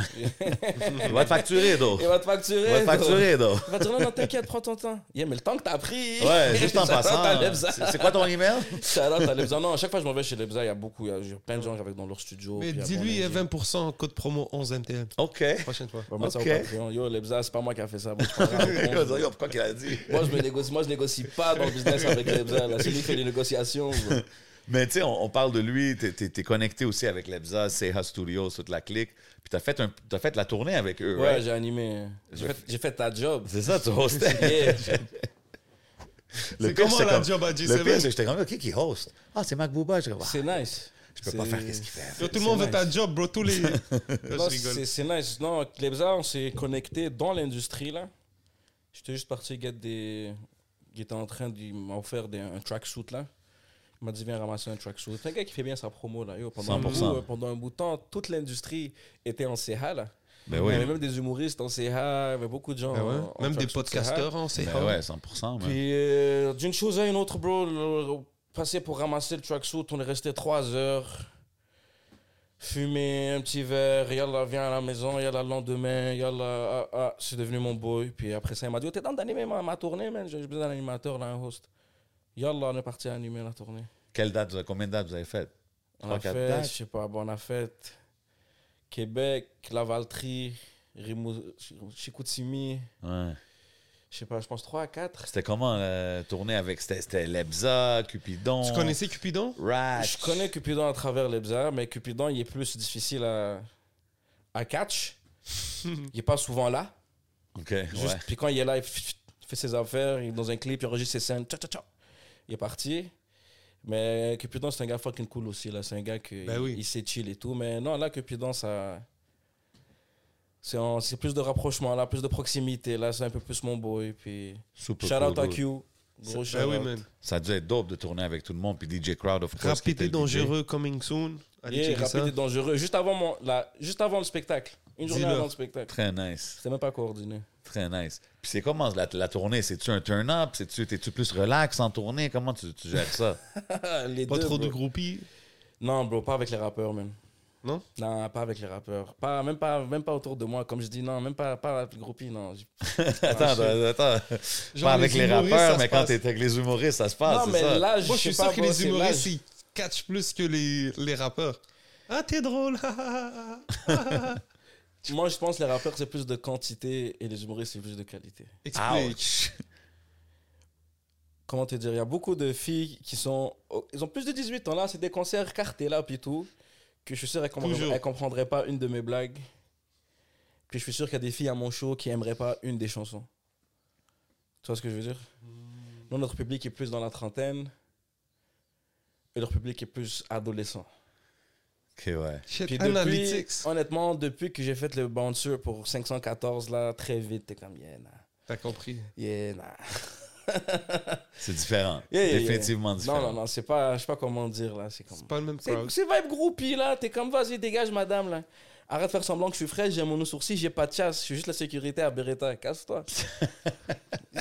Il va te facturer, though. Il va te facturer. Il va te bro. facturer, though. Il va te dire, non, non, t'inquiète, prends ton temps. Yeah, mais le temps que t'as pris. Ouais, juste en shout out passant. à hein. Lebza. C'est c'est quoi ton email? Shout out à Lebza. Non, à chaque fois que je m'en vais chez Lebza, il y a beaucoup, il y a- j'ai plein de gens avec dans leur studio. Mais puis il y a dis-lui, il y a plein d'Indiens. 20% code promo 11 MTL. OK. Prochaine fois. Vraiment, ça, au Ok. Patreon. Yo, Lebza, c'est pas moi qui a fait ça. Moi, je prends la Il va réponse. dire, Yo, Pourquoi qu'il a dit? Moi, je me négocie, moi, je négocie pas dans le business avec Lebza. Là, celui qui fait les négociations. bro. Mais tu sais, on, on parle de lui, t'es es, connecté aussi avec Lebza, Seha Studios, toute la clique. Puis t'as fait, un- t'as fait la tournée avec eux, Ouais, right? j'ai animé. J'ai fait, j'ai fait ta job. C'est ça, tu hostais. Yeah. Le C'est pire, comment j'étais la comme- job à Le pire, c'est que J7 j'étais comme, OK, qui host? Ah, c'est Mac Booba. Je, ah, C'est nice. je peux pas C'est- faire qu'est-ce qu'il fait. Yo, Tout le monde C'est veut ta job, bro. Tous les. Là, Non, Je c'est rigole. c'est nice. Non, Klebza, on s'est connecté dans l'industrie, là. J'étais juste parti get des... Il était en train de m'offrir des... un tracksuit, là. Il m'a dit, viens ramasser un tracksuit. C'est un gars qui fait bien sa promo, là. Yo, pendant, 100%. un bout, euh, pendant un bout de temps, toute l'industrie était en CH, là. Ben Il oui. y avait même des humoristes en CH, il y avait beaucoup de gens. Ah ouais. en- en Même des tracksuit CH. podcasteurs, hein, on sait. Ben ouais, 100 man. Puis euh, d'une chose à une autre, bro, le- passer pour ramasser le tracksuit, on est resté trois heures. Fumer un petit verre, yalla, viens à la maison, yalla, le lendemain, yalla, ah, ah, c'est devenu mon boy. Puis après ça, il m'a dit, oh, t'es dans d'animer ma, ma tournée, man, j'ai j'ai besoin d'un animateur, là, un host. Yalla, on est parti animer la tournée. Quelle date, vous avez- combien de dates vous avez faites? On Trois, a quatre fait, dates. je sais pas, bon, on a fait Québec, Lavaltrie, Rimou- Chicoutimi, Ouais. je sais pas, je pense 3 à 4. C'était comment la tournée avec. C'était- C'était Lebza, Cupidon. Tu connaissais Cupidon Ratch. Je connais Cupidon à travers Lebza, mais Cupidon, il est plus difficile à, à catch. il est pas souvent là. OK, ouais. Juste- Puis quand il est là, il f- f- fait ses affaires, il est dans un clip, il enregistre ses scènes. tcha, tcha, tcha. Il est parti. Mais Cupidon, c'est un gars fucking cool aussi. là. C'est un gars qui Ben oui. il sait chill et tout. Mais non, là, Cupidon, ça. C'est en- c'est plus de rapprochement, là, plus de proximité. Là, c'est un peu plus mon boy. Puis. Super Shout out cool, à dude. Q. Gros shout Ah oui, out. man. Ça a dû être dope de tourner avec tout le monde. Puis DJ Crowd, of course. qui Rapide était et le DJ. dangereux, coming soon. Allez, Yeah, checker ça. rapide et dangereux. Juste avant, mon, la- juste avant le spectacle. Une journée Dis-leur. avant le spectacle. Très nice. C'était même pas coordonné. Très nice. Puis c'est comment la, la tournée? C'est-tu un turn-up? C'est-tu- T'es-tu plus relax en tournée? Comment tu, tu gères ça? Les Pas deux, trop de bro. groupies. Non, bro, pas avec les rappeurs, même. Non Non, pas avec les rappeurs. Pas, même, pas, même pas autour de moi, comme je dis, non, même pas, pas avec le groupie, non. J'ai- Ah, attends, attends. Genre pas avec les Ah, les, humoristes, ça rappeurs, se mais quand passe. t'es avec les humoristes, ça se passe. non, c'est mais ça. là, je Ah, Moi, je suis sais sûr pas, que bro, les c'est l'âge. humoristes, ils catchent plus que les, les rappeurs. Ah, t'es drôle. ah, ah, ah, ah. Moi, je pense que les rappeurs, c'est plus de quantité et les humoristes, c'est plus de qualité. Explique. Ouch. Comment te dire Il y a beaucoup de filles qui sont. oh, Ils ont plus de 18 ans, là, c'est des concerts là puis tout. Que je suis sûr qu'elles Toujours. comprendraient, elles comprendraient pas une de mes blagues. Puis je suis sûr qu'il y a des filles à mon show qui aimeraient pas une des chansons. Tu vois ce que je veux dire Nous, notre public est plus dans la trentaine. et leur public est plus adolescent. Ok, ouais. Shit, Puis depuis, analytics. honnêtement, depuis que j'ai fait le bouncer pour 514, là, très vite, t'es comme, yeah, nah. T'as compris. Yeah, nah. C'est différent. Yeah, yeah, Définitivement yeah. différent. Non, non, non, c'est pas, je sais pas comment dire, là, c'est comme... C'est pas le même C'est crowd. c'est vibe groupie, là, t'es comme, vas-y, dégage, madame, là. Arrête de faire semblant que je suis frais, j'ai mon sourcil, j'ai pas de chasse, je suis juste la sécurité à Beretta, casse-toi.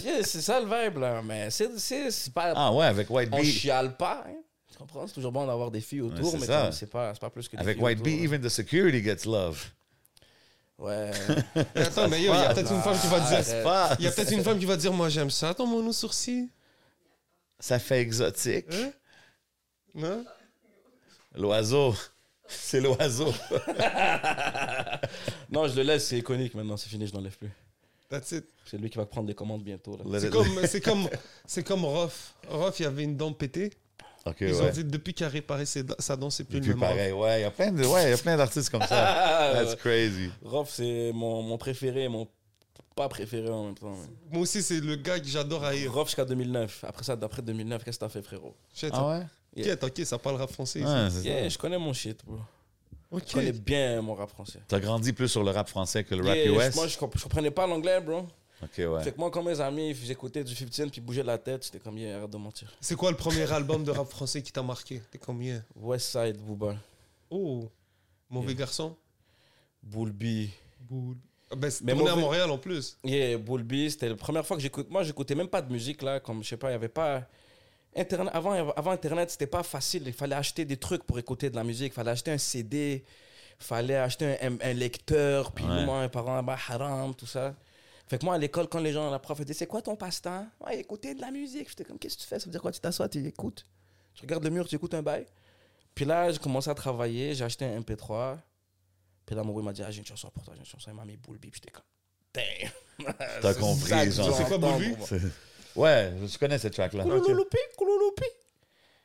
Yeah, c'est ça le vibe, là, mais c'est- c'est c'est pas... Ah ouais, avec White on Bee. chiale pas, hein. Tu comprends? C'est toujours bon d'avoir des filles Ouais, autour, c'est mais ça. comme c'est pas, c'est pas plus que des Avec filles White autour, Bee, là. even the security gets love. Ouais. Mais Attends, mais yo, il y a peut-être une femme qui va Ah, dire. arrête. Pas- Il y a peut-être une femme qui va dire Moi, j'aime ça, ton mono sourcil. Ça fait exotique. Hein Non L'oiseau. C'est l'oiseau. Non, je le laisse, c'est iconique maintenant, c'est fini, je l'enlève plus. That's it. C'est lui qui va prendre les commandes bientôt. Là. C'est comme, c'est comme, c'est comme Rof. Rof, il avait une dent pétée. Ok, Ils ont ouais. dit depuis qu'il a réparé ses dents- sa dent, c'est plus Et puis le même. Rof. pareil, ouais, il y a plein de, ouais, il y a plein d'artistes comme ça. Ah, That's crazy. Rof, c'est mon, mon préféré et mon pas préféré en même temps. mais. Moi aussi, c'est le gars que j'adore haïr. Rof jusqu'à 2009. Après ça, d'après 2009, qu'est-ce que t'as fait, frérot Shit, Ah ouais? T'inquiète, ok, ça parlera français. ici. Ouais, c'est Yeah, ça. je connais mon shit, bro. Ok. Je connais bien mon rap français. T'as grandi plus sur le rap français que le rap Yeah, US? je- Moi, je, comp- je comprenais pas l'anglais, bro. Ok, ouais. Fait que moi, quand mes amis ils écoutaient du 50 puis ils bougeaient la tête, j'étais comme, yeah, arrête de mentir. C'est quoi le premier album de rap français qui t'a marqué T'es combien Westside, Booba, Oh, Mauvais Yeah. garçon Boulby. Boule. Ah ben, c'est Mais tourné à Mauvais- Montréal en plus. Yeah, Boulby, c'était la première fois que j'écoute. Moi, j'écoutais même pas de musique, là. Comme, je sais pas, il y avait pas. Internet, avant, avant Internet, c'était pas facile. Il fallait acheter des trucs pour écouter de la musique. Il fallait acheter un CD. Il fallait acheter un, un- un lecteur. Puis Ouais. moi, mes parents, bah, haram, tout ça. Fait que moi, à l'école, quand les gens, la prof, elle dit C'est quoi ton passe-temps Ouais, écouter de la musique. J'étais comme Qu'est-ce que tu fais Ça veut dire quoi Tu t'assois, tu écoutes. Tu regardes le mur, tu écoutes un bail. Puis là, j'ai commencé à travailler. J'ai acheté un MP3. Puis là, mon gars m'a dit Ah, j'ai une chanson pour toi, j'ai une chanson. Il m'a mis Boulby. Puis j'étais comme Damn T'as C'est compris, ça que genre. je veux C'est quoi, entendre, Boulby moi. C'est- Ah, Ouais, je connais cette track-là. Koulouloupi, koulouloupi.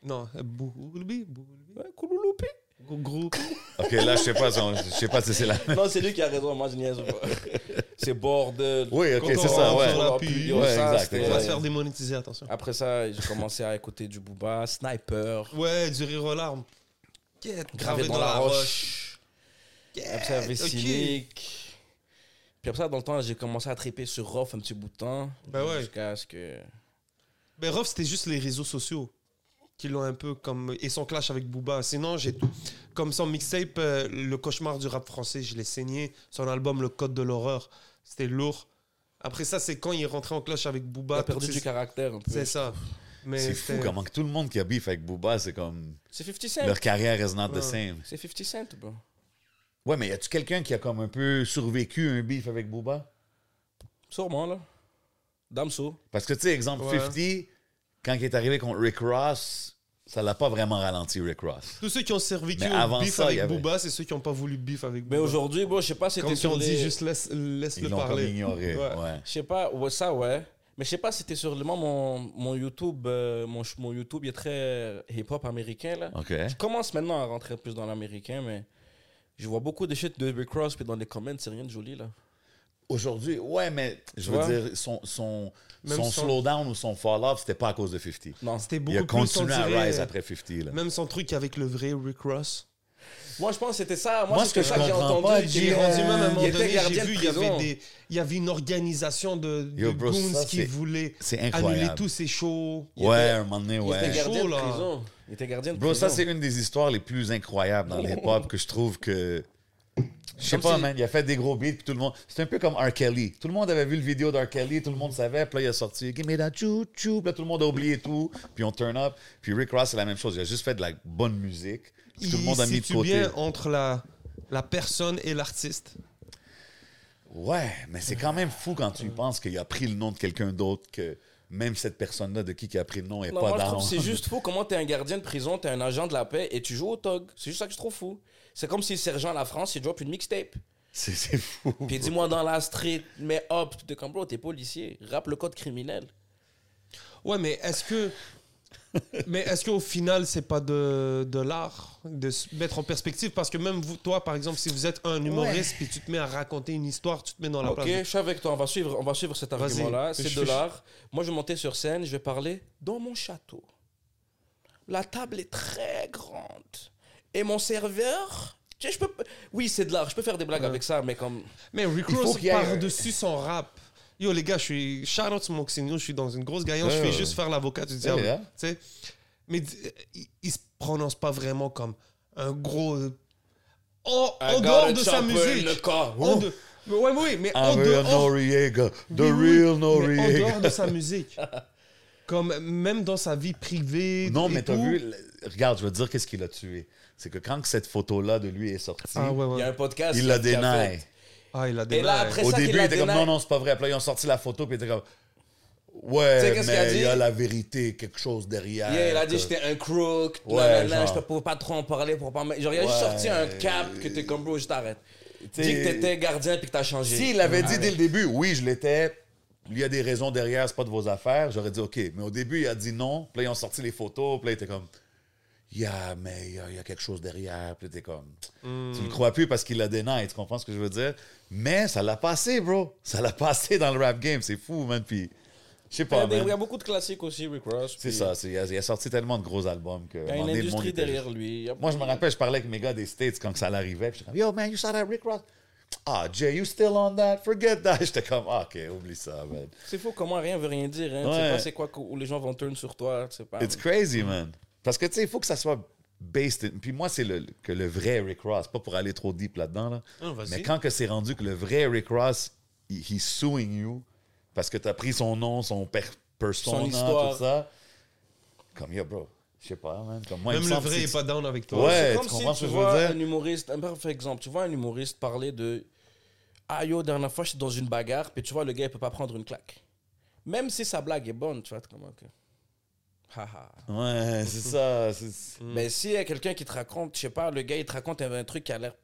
Non, euh, Boulbi, Boulbi, Ouais, koulouloupi. gros groupe. Ok, là, je sais pas, si on- je sais pas si c'est la. Non, c'est lui qui a raison, moi je niaise pas. C'est bordel. Oui, ok, Quand c'est on ça, rentre ouais. sur la Koulouloupi, pub, yo, Ouais, ça, exact, c'était- On va exact. se faire démonétiser, attention. Après ça, j'ai commencé à écouter du Booba, Sniper, Ouais, du rire aux larmes. Get, Gravé dans, la roche. Après ça, il y avait ok. Cynic. Puis après ça, dans le temps, j'ai commencé à triper sur Rof un petit bout de temps. Bah ouais. Jusqu'à ce que. Mais Rof, Ben, c'était juste les réseaux sociaux qui l'ont un peu comme. Et son clash avec Booba. Sinon, j'ai tout. Comme son mixtape, euh, Le cauchemar du rap français, je l'ai saigné. Son album, Le Code de l'horreur, c'était lourd. Après ça, c'est quand il est rentré en clash avec Il Booba. a perdu c'est- du caractère un peu. C'est ça. Mais C'est fou c'était- comment que tout le monde qui a beef avec Booba, c'est comme. C'est 50 Cent. Leur carrière is not the Ouais. same. C'est 50 Cent, bro. Ouais, mais y a-tu quelqu'un qui a comme un peu survécu un beef avec Booba? Sûrement, là. Damso. Parce que, tu sais, exemple, Ouais. 50, quand il est arrivé contre Rick Ross, ça l'a pas vraiment ralenti, Rick Ross. Tous ceux qui ont survécu Mais au avant beef ça, il y avec avait- Booba, c'est ceux qui n'ont pas voulu beef avec Mais Booba. aujourd'hui, bro, je sais pas si Comme c'était si on sur dit, les... juste laisse- laisse-le Ils l'ont comme parler. ignoré. Ouais. Ouais. Je sais pas, ouais, ça ouais. Mais je sais pas, c'était sur le moment, mon, mon YouTube, euh, mon, ch- mon YouTube il est très hip-hop américain là. OK. Je commence maintenant à rentrer plus dans l'américain, mais je vois beaucoup de shit de Rick Ross, puis dans les comments, c'est rien de joli là. Aujourd'hui, ouais, mais je Tu veux vois? dire, son, son, Même son son- slowdown ou son fall-off, c'était pas à cause de 50. Non. C'était beaucoup Il a plus, on continué à dirait, rise après 50. Là. Même son truc avec le vrai Rick Ross. Moi, je pense que c'était ça. Moi, Moi, c'est ce que ça je j'ai comprends entendu. pas, euh, qu'il Jay, Il est est rendu rendu- même à un moment Il était donné, j'ai gardien de vu, il y, avait prison. des, il y avait une organisation de, de Yo, bro, goons ça, qui c'est voulait C'est annuler incroyable. tous ces shows. il ouais, était- un moment donné, il était ouais. gar- gardien Chaud, de là. prison. Il était gardien de Bro, prison. Oh. ça, c'est une des histoires les plus incroyables dans le hip-hop que je trouve que. Je sais Comme pas, si- man. Il a fait des gros beats, puis tout le monde. C'est un peu comme R. Kelly. Tout le monde avait vu le vidéo d'R. Kelly, tout le monde savait, puis là, il a sorti Give me that chou chou, puis là, tout le monde a oublié tout, puis on turn up. Puis Rick Ross, c'est la même chose. Il a juste fait de la bonne musique, puis tout le Il monde a mis de situe côté. bien entre la, la personne et l'artiste. Ouais, mais c'est quand même fou quand tu y penses qu'il a pris le nom de quelqu'un d'autre, que même cette personne-là de qui qui a pris le nom est Non, pas moi, je dans. trouve que c'est juste fou comment t'es un gardien de prison, t'es un agent de la paix et tu joues au tog. C'est juste ça que je trouve fou. C'est comme si le sergent à la France, il drop une mixtape. C'est c'est fou. Puis dis-moi dans la street, mais hop, tu te comme bro, t'es policier, rappe le code criminel. Ouais, mais est-ce que. mais est-ce qu'au final, c'est pas de, de l'art de se mettre en perspective Parce que même vous, toi, par exemple, si vous êtes un humoriste puis tu te mets à raconter une histoire, tu te mets dans la ok, place. je suis avec toi, on va suivre, on va suivre cet Vas-y, argument-là, je c'est suis- de l'art. Moi, je vais monter sur scène, je vais parler dans mon château. la table est très grande. Et mon serveur, tu sais, je peux. Oui, c'est de l'art, je peux faire des blagues Ouais. avec ça, mais comme. Mais Rick Il faut Ross qu'il y ait- par-dessus son rap. Yo, les gars, je suis. Shout out Smoxino, je suis dans une grosse gaillance, je Ouais, fais ouais. juste faire l'avocat du diable. hein. tu sais. Mais d- euh, il, il se prononce pas vraiment comme un gros. En, en dehors de sa musique. En de- mais ouais, mais oui, mais en I'm real dehors. Noriega, Ah, the Oui, oui, real mais en dehors Noriega. de sa musique. Comme même dans sa vie privée. Non, et mais t'as tout. vu, le- regarde, je veux te dire qu'est-ce qu'il a tué. C'est que quand cette photo-là de lui est sortie, Ah ouais, Il y ouais. a un podcast. il la qu'il a dénaille. fait. Ah, il a des. Et là, après Au ça, début, qu'il il la était comme dénaille. non, non, c'est pas vrai. Puis là, ils ont sorti la photo, puis il était comme Tu sais ouais, qu'est-ce qu'il a mais il dit? y a la vérité, quelque chose derrière. Yeah, il a que- dit j'étais un crook, Ouais, nanana, genre. je peux pas trop en parler pour pas. me- Genre, il a Ouais. juste sorti un cap que t'es comme bro, je t'arrête. T'sais, Dis que t'étais gardien puis que t'as changé. S'il l'avait dit dès le début, oui, je l'étais, il y a des raisons derrière, c'est pas de vos affaires, j'aurais dit OK. Mais au début, il a dit non, puis là, ils ont sorti les photos, puis là, il était comme Yeah, mais il y, a- il y a quelque chose derrière, puis là, t'es comme Tu Hmm. le crois plus parce qu'il la dénaille, tu comprends ce que je veux dire? Mais ça l'a passé, bro. Ça l'a passé dans le rap game, c'est fou, man. Puis, je sais Il y, a pas, des- il y a man. beaucoup de classiques aussi, Rick Ross. C'est puis ça, c'est- il a, il a sorti tellement de gros albums que. Il y a une industrie derrière lui. Il y a- Moi, je me rappelle, je parlais avec mes gars des States quand ça l'arrivait. Puis j'étais comme, Yo, man, you saw that Rick Ross? Ah, Jay, you still on that? Forget that. J'étais comme, Ah, OK, oublie ça, man. C'est fou comment rien veut rien dire. Hein. Tu Ouais. sais pas c'est quoi que- où les gens vont turn sur toi. Tu sais Ah, pas. It's Mm. crazy, man. Parce que, tu sais, il faut que ça soit based. in- Puis moi, c'est le, que le vrai Rick Ross, pas pour aller trop deep là-dedans, là. Ah, vas-y. mais quand que c'est rendu que le vrai Rick Ross, he- he's suing you parce que t'as pris son nom, son per- persona, Son histoire. tout ça. Comme, yo, bro, je sais pas, man. Comme moi, il Même me le semble que vrai est c'est- pas down avec toi. Ouais, C'est tu comme si comprends ce tu que je vois veux dire? un humoriste, un parfait exemple, tu vois un humoriste parler de Ah yo, dernière fois, je suis dans une bagarre, puis tu vois, le gars, il peut pas prendre une claque. Même si sa blague est bonne, tu vois, t'es comme, ok. Haha. Ouais, c'est ça. c'est- Mais Ben, s'il y a quelqu'un qui te raconte, je sais pas, le gars, il te raconte un, un truc qui a l'air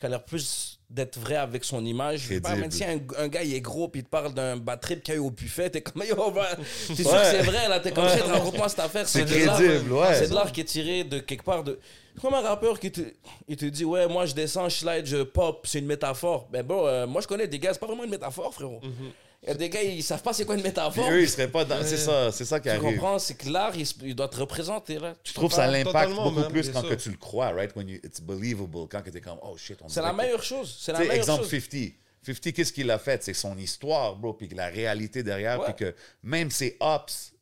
qui a l'air plus d'être vrai avec son image. Je sais pas, Crédible. même si un, un gars il est gros puis il te parle d'un bad trip qu'il y a eu au buffet, t'es comme, yo, bah, t'es sûr Ouais. que c'est vrai, là, t'es comme, Ouais. shit, raconte-moi cette affaire. C'est de l'art. crédible, ouais. C'est de l'art qui est tiré de quelque part de. C'est Comme un rappeur qui te, il te dit, ouais, moi je descends, je slide, je pop, c'est une métaphore. Ben bon, euh, moi je connais des gars, c'est pas vraiment une métaphore, frérot. Mhm. Il y a des gars, ils savent pas c'est quoi une Puis métaphore. eux, ils seraient pas dans. C'est ça, c'est ça qui Euh, Tu arrive. comprends, c'est que l'art, il, se- il doit te représenter, là. Je trouve que ça l'impacte Totalement, beaucoup man, plus bien quand sûr. que tu le crois, right? When you, it's believable, quand que t'es comme, oh shit, on C'est dirait la que- meilleure chose. C'est la Tu sais, meilleure exemple chose. 50. 50, qu'est-ce qu'il a fait? C'est son histoire, bro, puis que la réalité derrière, Ouais. puis que même ses ops,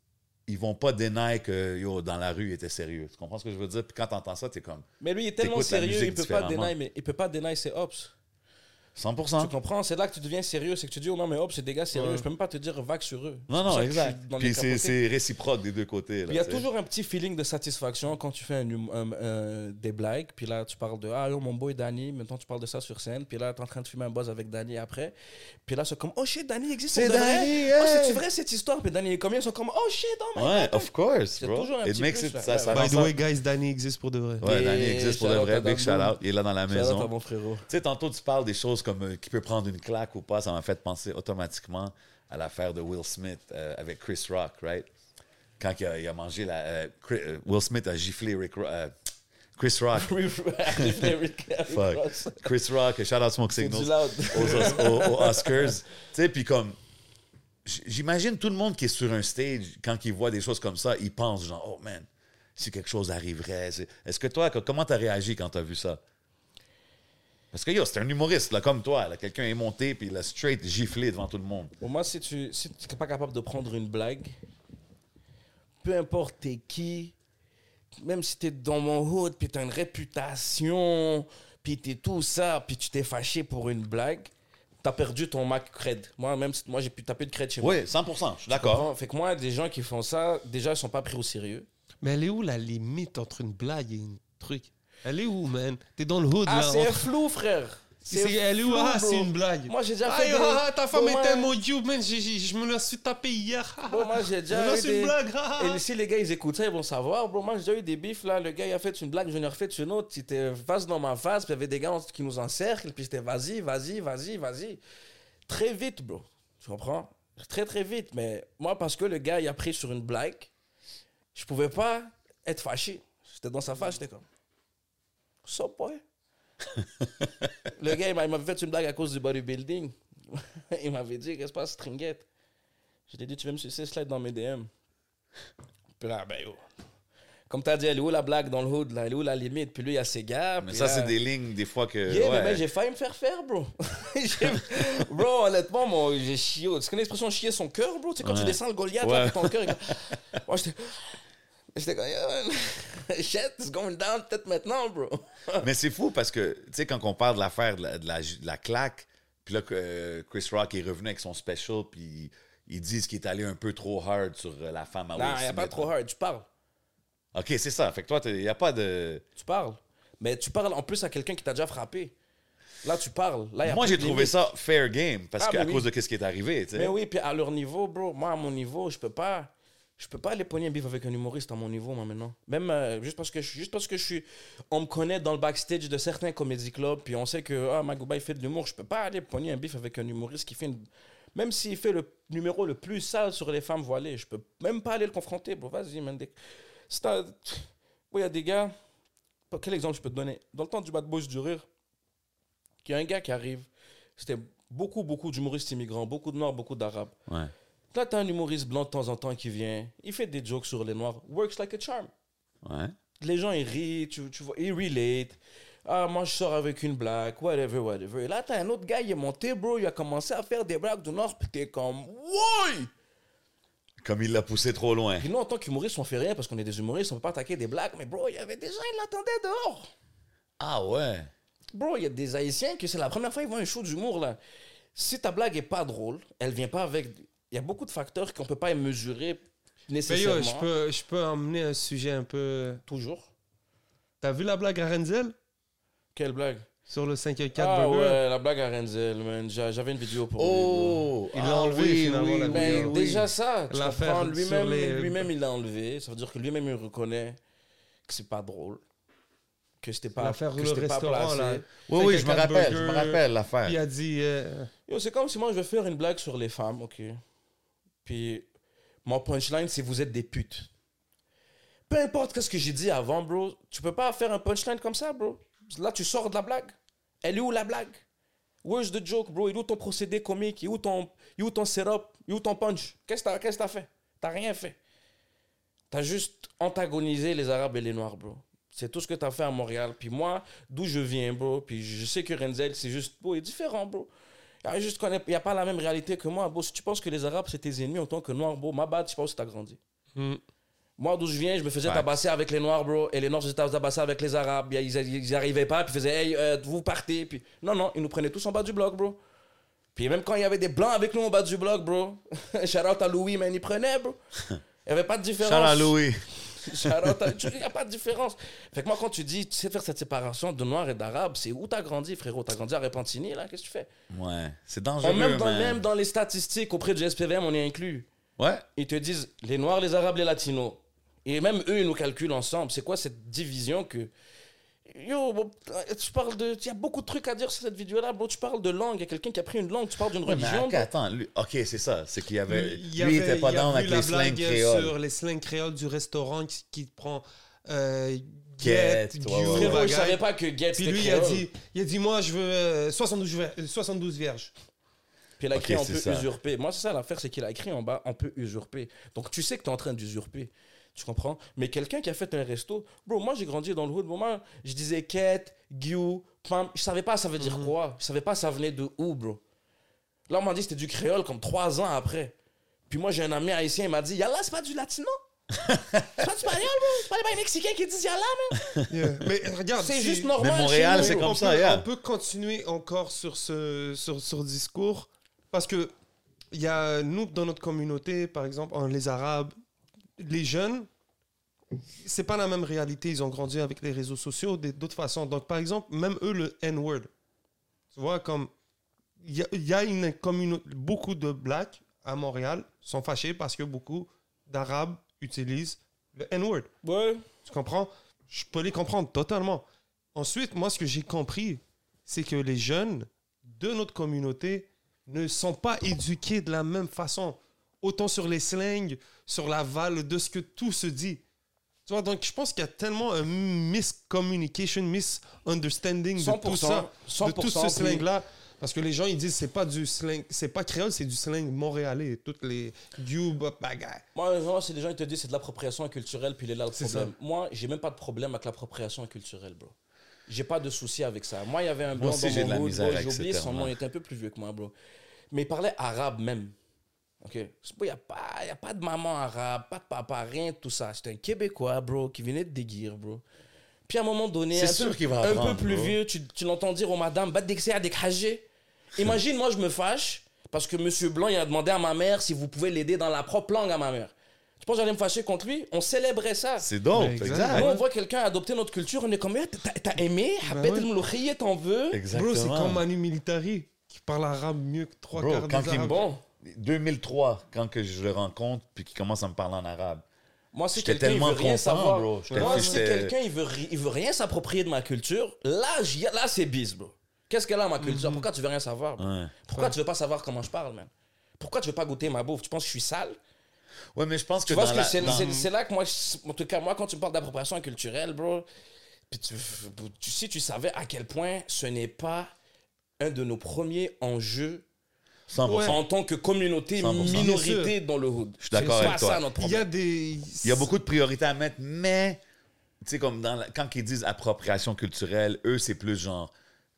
ils vont pas dénier que, yo, dans la rue, il était sérieux. Tu comprends ce que je veux dire? Puis quand t'entends ça, t'es comme, Mais lui, il est tellement T'écoutes la sérieux, musique il peut pas différemment. dénier, mais il peut pas dénier ses ops. Tu 100%. comprends C'est là que tu deviens sérieux, c'est que tu dis oh non mais ops, c'est des gars sérieux, je peux même pas te dire vague sur eux. C'est Non, pour non, ça que exact. je suis dans les Puis c'est- capotés. c'est réciproque des deux côtés. là, Il y a tu sais. toujours un petit feeling de satisfaction quand tu fais un hum- un- un- des blagues, puis là tu parles de ah yo mon boy Danny, maintenant tu parles de ça sur scène, puis là t'es en train de filmer un buzz avec Danny après, puis là c'est comme oh shit Danny existe C'est pour de vrai? Danny, oh hey! c'est vrai cette histoire, puis Danny et combien ils sont comme oh shit oh my Ouais, God. of course, C'est bro. toujours un It petit makes plus, it- là. ça- ça By the rend ça- way, guys, Danny existe pour de vrai. Ouais, Et Danny existe pour de shout-out vrai. à Big shout Danboum. out. Il est là dans la Shout out à maison. mon frérot. Tu sais, tantôt, tu parles des choses comme euh, qui peut prendre une claque ou pas. Ça m'a fait penser automatiquement à l'affaire de Will Smith euh, avec Chris Rock, right? Quand il a, il a mangé la. euh, Chris- euh, Will Smith a giflé Rick Ro- euh, Chris Rock. Fuck. Chris Rock, shout out Smoke C'est du Signals loud. aux, Os- aux- aux Oscars. Tu sais, puis comme. j- J'imagine tout le monde qui est sur un stage, quand il voit des choses comme ça, il pense genre, oh man, si quelque chose arriverait. c'est- Est-ce que toi, co- comment t'as réagi quand t'as vu ça? Parce que yo, c'est un humoriste, là, comme toi. là. Quelqu'un est monté, puis il a straight giflé devant tout le monde. Pour moi, si tu si tu n'es pas capable de prendre une blague, peu importe t'es qui, même si t'es dans mon hood, puis t'as une réputation, puis t'es tout ça, puis tu t'es fâché pour une blague, t'as perdu ton Mac cred. Moi, même si moi, j'ai pu taper de cred chez moi. Oui, 100 je suis Tu d'accord. comprends? Fait que moi, des gens qui font ça, déjà, ils sont pas pris au sérieux. Mais elle est où la limite entre une blague et un truc Elle est où, man T'es dans le hood, Ah, là. c'est entre- flou, frère. C'est- elle est où flou, Ah, bro. c'est une blague. Moi, j'ai déjà Aïe, fait. des- ah, ta femme Bon, moi- est tellement you, man. j'ai- j'ai- Je me la suis tapée hier. Bon, moi, j'ai Je déjà. me la eu suis des- une blague. ah, ah. Et si les gars ils écoutent ça, ils vont savoir. Bro, moi j'ai déjà eu des bifs là. Le gars il a fait une blague, je lui ai refait une autre. Il était face dans ma face, puis il y avait des gars en- qui nous encerclent, puis c'était vas-y, vas-y, vas-y, vas-y. Très vite, bro. Tu comprends Très très vite. Mais moi, parce que le gars il a pris sur une blague, je pouvais pas être fâché. J'étais dans sa face, j'étais comme. Ça, ouais. le gars il m'a- il m'avait fait une blague à cause du bodybuilding. il m'avait dit, qu'est-ce qui se passe, Stringette Je t'ai dit, tu veux me sucer slide dans mes DM. Puis là, ben yo. Comme t'as dit, elle est où la blague dans le hood là Elle est où la limite Puis lui, il y a ses gars. Mais puis ça, là- c'est des lignes, des fois, que. Yeah, mais ouais. man, j'ai failli me faire faire, bro. J'ai- bro, honnêtement, mon- j'ai chié. Tu connais l'expression chier son cœur, bro Tu sais, quand tu Ouais. descends le Goliath, là, Ouais. puis ton cœur. il- Moi, j'étais. J'étais comme, yeah, man. shit, it's going down, peut-être maintenant, bro. Mais c'est fou parce que, tu sais, quand on parle de l'affaire de la, de la- de la claque, puis là, que, euh, Chris Rock est revenu avec son special, puis ils disent qu'il est allé un peu trop hard sur euh, la femme à non, Will y a pas Smith. trop hard, tu parles. OK, c'est ça. Fait que toi, il n'y a pas de. Tu parles. Mais tu parles en plus à quelqu'un qui t'a déjà frappé. Là, tu parles. Là, Ah, y a Moi, plus j'ai de trouvé limite. ça fair game parce Ah, qu'à mais oui. cause de quest ce qui est arrivé, tu sais. Mais oui, puis à leur niveau, bro, moi, à mon niveau, je peux pas. Je peux pas aller pogner un bif avec un humoriste à mon niveau, moi, maintenant. Même euh, juste, parce que je, juste parce que je suis. On me connaît dans le backstage de certains comédie clubs, puis on sait que ah, Magouba, il fait de l'humour. Je peux pas aller pogner un bif avec un humoriste qui fait une. Même s'il fait le numéro le plus sale sur les femmes voilées, je peux même pas aller le confronter, bro. Vas-y, man. des- Si t'as- Oui, il y a des gars. Quel exemple je peux te donner Dans le temps du Bad Boys du Rire, qu'il y a un gars qui arrive. C'était beaucoup, beaucoup d'humoristes immigrants, beaucoup de Noirs, beaucoup d'Arabes. Ouais. Là, t'as un humoriste blanc de temps en temps qui vient, il fait des jokes sur les noirs. Works like a charm. Ouais. Les gens, ils rient, tu, tu vois, ils relate. Ah, moi, je sors avec une blague, whatever, whatever. Et là, t'as un autre gars, il est monté, bro, il a commencé à faire des blagues du Nord, pis t'es comme, wouai! Comme il l'a poussé trop loin. Puis nous, en tant qu'humoristes, on fait rien parce qu'on est des humoristes, on peut pas attaquer des blagues, mais bro, il y avait des gens, ils l'attendaient dehors. Ah ouais. Bro, il y a des Haïtiens que c'est la première fois qu'ils voient un show d'humour, là. Si ta blague est pas drôle, elle vient pas avec. Il y a beaucoup de facteurs qu'on peut pas mesurer Mais yo, nécessairement. je peux, je peux emmener un sujet un peu. Toujours. T'as vu la blague à Renzel Quelle blague sur le 5 et 4 Ah burger ouais, la blague à Renzel, man. J'a- J'avais une vidéo pour Oh. Il ah l'a enlevé, oui, finalement, oui, la oui, lui. Mais oui. déjà ça, tu L'affaire comprends, lui-même, sur les- lui-même il l'a enlevé. Ça veut dire que lui-même il reconnaît que c'est pas drôle, que c'était pas, L'affaire que le c'était pas restaurant placé. là. Oui, oui, je me rappelle, je me rappelle l'affaire. Il a dit. euh, Yo, c'est comme si moi je vais faire une blague sur les femmes, ok. Puis mon punchline c'est vous êtes des putes. Peu importe qu'est-ce que j'ai dit avant, bro, tu peux pas faire un punchline comme ça, bro. Là tu sors de la blague. Elle est où la blague? Where's the joke, bro? Il est où ton procédé comique? Il est où ton, il est où ton setup? Il est où ton punch? Qu'est-ce que t'as- qu'est-ce que t'as fait? T'as rien fait. T'as juste antagonisé les Arabes et les Noirs, bro. C'est tout ce que t'as fait à Montréal. Puis moi, d'où je viens, bro, puis je sais que Renzel, c'est juste, bro, il est différent, bro. Il juste qu'on est- il y a pas la même réalité que moi, bro. Si tu penses que les Arabes, c'est tes ennemis en tant que Noirs, bro, ma bad, je pense que t'as grandi. hmm. Moi, d'où je viens, je me faisais Ouais. tabasser avec les Noirs, bro. Et les Noirs se faisaient tabasser avec les Arabes. Ils, ils, ils arrivaient pas, puis ils faisaient, hey, euh, vous partez. Puis non, non, ils nous prenaient tous en bas du bloc, bro. Puis même quand il y avait des Blancs avec nous en bas du bloc, bro. Shout out à Louis, man, ils prenaient, bro. Il y avait pas de différence. Shout out Louis. Il n'y a pas de différence. Fait que moi, quand tu dis, tu sais faire cette séparation de noirs et d'arabes, c'est où t'as grandi, frérot T'as grandi à Repentigny, là Qu'est-ce que tu fais Ouais, c'est dangereux. même, dans, man. même dans les statistiques auprès du SPVM, on est inclus. Ouais. Ils te disent les noirs, les arabes, les latinos. Et même eux, ils nous calculent ensemble. C'est quoi cette division que. Yo, bon, tu parles de. Il y a beaucoup de trucs à dire sur cette vidéo-là, bro. Tu parles de langue. Il y a quelqu'un qui a pris une langue. Tu parles d'une Ouais, mais religion. ok, attends, lui- ok, c'est ça. C'est qu'il y avait. Il Lui, y il était avait- pas il y a dans vu avec la les slang blague euh, créoles. Sur les slang créoles du restaurant qui, qui prend. Euh, Get, get, ouais, Guillaume, ouais, ouais. Frérot, je bagaille. savais pas que Get Puis c'était lui, il a créole. dit, il a dit Moi, je veux euh, 72, ver- euh, 72 vierges. Puis la Ok, craie, on c'est peut ça. usurper. Moi, c'est ça l'affaire, c'est qu'il a écrit en bas, on peut usurper. Donc tu sais que tu es en train d'usurper. Tu comprends Mais quelqu'un qui a fait un resto, bro, moi j'ai grandi dans le hood, moment, je disais quête, guiou, pam, je savais pas ça veut Mhm. dire quoi, je savais pas ça venait de où, bro. Là, on m'a dit c'était du créole comme trois ans après. Puis moi, j'ai un ami haïtien, il m'a dit Yalla, c'est pas du latino C'est pas du espagnol, bro C'est pas les mexicains qui disent Yalla, man Yeah. Mais regarde, C'est si- juste normal. Ah, Mais Montréal, chez nous, c'est bro. comme on ça, peut, yeah. on peut continuer encore sur ce sur, sur discours parce que il y a nous dans notre communauté, par exemple, en- les Arabes, les jeunes, c'est pas la même réalité. Ils ont grandi avec les réseaux sociaux des- d'autres façons. Donc, par exemple, même eux, le N-word, tu vois, comme il y, a- il y a une communauté, beaucoup de blacks à Montréal sont fâchés parce que beaucoup d'Arabes utilisent le N-word. Ouais. Tu comprends? Je peux les comprendre totalement. Ensuite, moi, ce que j'ai compris, c'est que les jeunes de notre communauté ne sont pas éduqués de la même façon. Autant sur les slangs, sur l'aval de ce que tout se dit. Tu vois, donc je pense qu'il y a tellement un miscommunication, misunderstanding de tout ça, 100%, de tout ce slang-là. Parce que les gens, ils disent c'est pas du slang, c'est pas créole, c'est du slang montréalais. Toutes les Guba bagarre. Moi, vraiment, si les gens ils te disent c'est de l'appropriation culturelle, puis il est là le C'est problème. Moi, j'ai même pas de problème avec l'appropriation culturelle, bro. J'ai pas de souci avec ça. Moi, il y avait un blanc aussi, j'ai dans de la mon hood, misère bro, avec j'ai ce oublié son terme-là. nom, il était un peu plus vieux que moi, bro. Mais il parlait arabe même. OK? Il n'y a, pas- y a pas de maman arabe, pas de papa, rien de tout ça. C'était un Québécois, bro, qui venait de déguire, bro. Puis à un moment donné, C'est un sûr peu, qu'il va un apprendre, peu plus bro. vieux, tu, tu l'entends dire aux madames, bat des à des hajés. Imagine, moi, je me fâche parce que Monsieur Blanc, il a demandé à ma mère si vous pouvez l'aider dans la propre langue à ma mère. Tu penses que j'allais me fâcher contre lui On célébrait ça. C'est dope, Mais exact. Nous, on voit quelqu'un adopter notre culture, on est comme, Eh, t'as- t'as aimé Ben Habet ouais. el Mloukhiyeh, t'en veux Exactement. Bro, c'est comme Manu Militari qui parle arabe mieux que trois Bro, quarts des quand il me arabes. Bon, 2003, quand que je le rencontre, puis qu'il commence à me parler en arabe. moi, si J'étais quelqu'un il veut tellement rien content, savoir, bro. J'étais moi, si j'étais- quelqu'un il veut, ri- il veut rien s'approprier de ma culture, là, j'y- là c'est bis, bro. Qu'est-ce qu'elle a ma culture Pourquoi tu veux rien savoir bro? Mhm. Ouais. Pourquoi tu veux pas savoir comment je parle, man Pourquoi tu veux pas goûter ma bouffe Tu penses que je suis sale Ouais, mais je pense que Tu vois, dans ce que la- c'est, dans- c'est- c'est là que moi, je- en tout cas, moi, quand tu me parles d'appropriation culturelle, bro, puis tu, tu- si tu savais à quel point ce n'est pas un de nos premiers enjeux 100%. en tant que communauté 100%. minorité dans le hood. Je suis d'accord C'est avec pas toi. ça notre Il y problème. a des. Il y a beaucoup de priorités à mettre, mais tu sais, comme dans la- quand ils disent appropriation culturelle, eux, c'est plus genre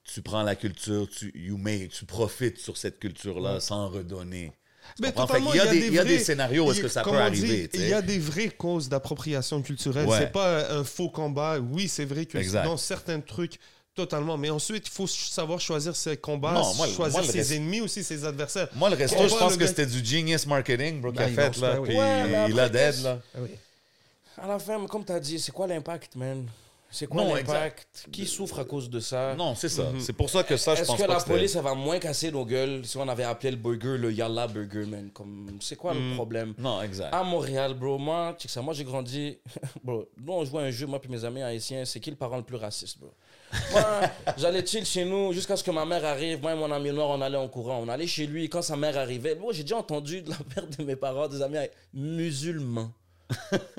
tu prends la culture, tu, you make, tu profites sur cette culture-là sans redonner. Tu Mais comprends? Fait totalement, qu'il y a des- il y a des vrais- scénarios où est-ce il- que ça comme peut on dit, arriver, tu sais. Il y a des vraies causes d'appropriation culturelle. Ouais. C'est pas un faux combat. Oui, c'est vrai que Exact. dans certains trucs, totalement. Mais ensuite, il faut ch- savoir choisir ses combats, Non, moi, le- choisir moi, le ses reste- ennemis aussi, ses adversaires. Moi, le resto, Comprends, je pense le que mec- c'était du genius marketing, bro, qu'il a Ben, ils fait, l'ont là. fait, oui. Puis Ouais, mais il a après, dead, qu'est-ce- Ah là. À la fin, comme tu as dit, c'est quoi l'impact, man C'est quoi Non, l'impact Qui souffre à cause de ça Non, c'est ça. C'est pour ça que ça, je Mhm. Est-ce pense que pas la que police c'était... elle va moins casser nos gueules si on avait appelé le burger le Yalla Burger, man Comme, c'est quoi Hmm. le problème Non, exact. À Montréal, bro, moi, tu sais que ça, moi j'ai grandi. Bro, nous on jouait à un jeu, moi puis mes amis haïtiens, c'est qui le parent le plus raciste, bro? Moi, j'allais chill chez nous jusqu'à ce que ma mère arrive. Moi et mon ami noir, on allait en courant. On allait chez lui. Quand sa mère arrivait, bro, j'ai déjà entendu de la mère de mes parents, des amis haï- musulmans.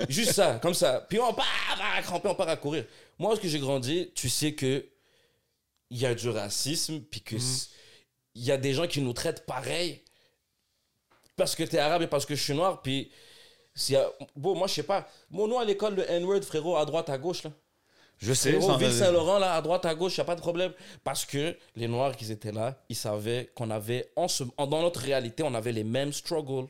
Juste ça, comme ça. Puis on part à cramper, on part à courir. Moi, ce que j'ai grandi, tu sais que il y a du racisme, puis que c- il y a des gens qui nous traitent pareil parce que t'es arabe et parce que je suis noir, puis s'il y a- bon, moi je sais pas. Bon, nous à l'école, le N-word, frérot, à droite, à gauche, là. Je sais, je Frérot, t'en- Ville-Saint-Laurent, là, à droite, à gauche, y a pas de problème. Parce que les noirs qui étaient là, ils savaient qu'on avait, en ce- en- dans notre réalité, on avait les mêmes struggles.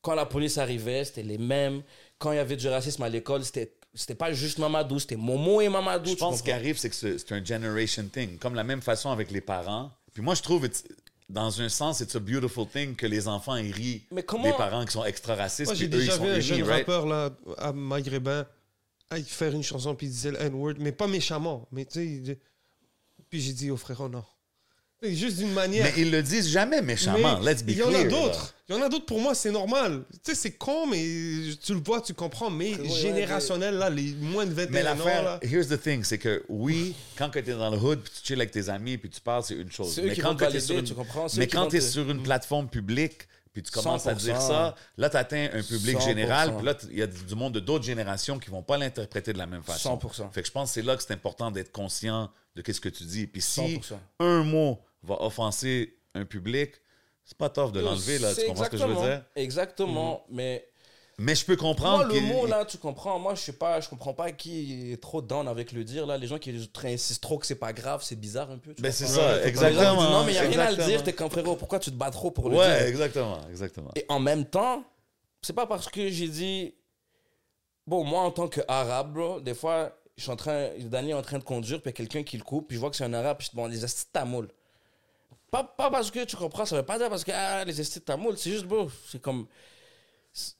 Quand la police arrivait, c'était les mêmes. Quand il y avait du racisme à l'école, c'était. C'était pas juste Mamadou, c'était Momo et Mamadou. Je tu pense comprends? qu'il arrive, c'est que c'est c'est un generation thing. Comme la même façon avec les parents. Puis moi, je trouve, it's- dans un sens, c'est a beautiful thing que les enfants ils rient Mais comment- des parents qui sont extra racistes. Moi, j'ai puis eux, ils déjà sont vu un unis, jeune right? rappeur là, à maghrébin à y faire une chanson, puis il disait le N-word, mais pas méchamment. Mais tu sais, il dit- puis j'ai dit au frère, oh non. C'est juste d'une manière. Mais ils le disent jamais méchamment. Mais Let's be Il y en a clear, là. d'autres. Il y en a d'autres pour moi, c'est normal. Tu sais, c'est con, mais tu le vois, tu comprends. Mais Frérot, générationnel, là, les moins de Mais 21 ans, l'affaire, là. here's the thing, c'est que oui, quand tu es dans le hood, puis tu chill avec tes amis, puis tu parles, c'est une chose. C'est eux Mais qui quand vont que t'es valider, sur une- tu comprends? C'est Mais eux qui quand vont tu es te- Mm. sur une plateforme publique, puis tu commences à dire 100%. ça, là, tu atteins un public 100%. général, puis là, t- il y a du monde de d'autres générations qui vont pas l'interpréter de la même façon. 100%. Fait que je pense que c'est là que c'est important d'être conscient de qu'est-ce que tu dis. Puis si 100%. un mot va offenser un public, c'est pas tough de l'enlever, là. Tu C'est comprends ce que je veux exactement- dire? Mhm. Exactement, mais Mais je peux comprendre moi, le qu'il- mot, là, tu comprends. Moi, je sais pas, je comprends pas qui est trop down avec le dire, là. Les gens qui insistent trop que c'est pas grave, c'est bizarre un peu. tu Ben, c'est comprends? ça, Les gens qui disent, exactement, Non, mais y a rien à le exactement. dire, t'es comme frérot, pourquoi tu te bats trop pour le Ouais, dire exactement, exactement. Et en même temps, c'est pas parce que j'ai dit. Bon, moi, en tant qu'arabe, bro, des fois, je suis en train. Daniel est en train de conduire, puis il y a quelqu'un qui le coupe, puis je vois que c'est un arabe, puis je demande les estis de ta moule. Pas, pas parce que tu comprends, ça veut pas dire parce que ah, les estis de ta moule, c'est juste, bro, c'est comme.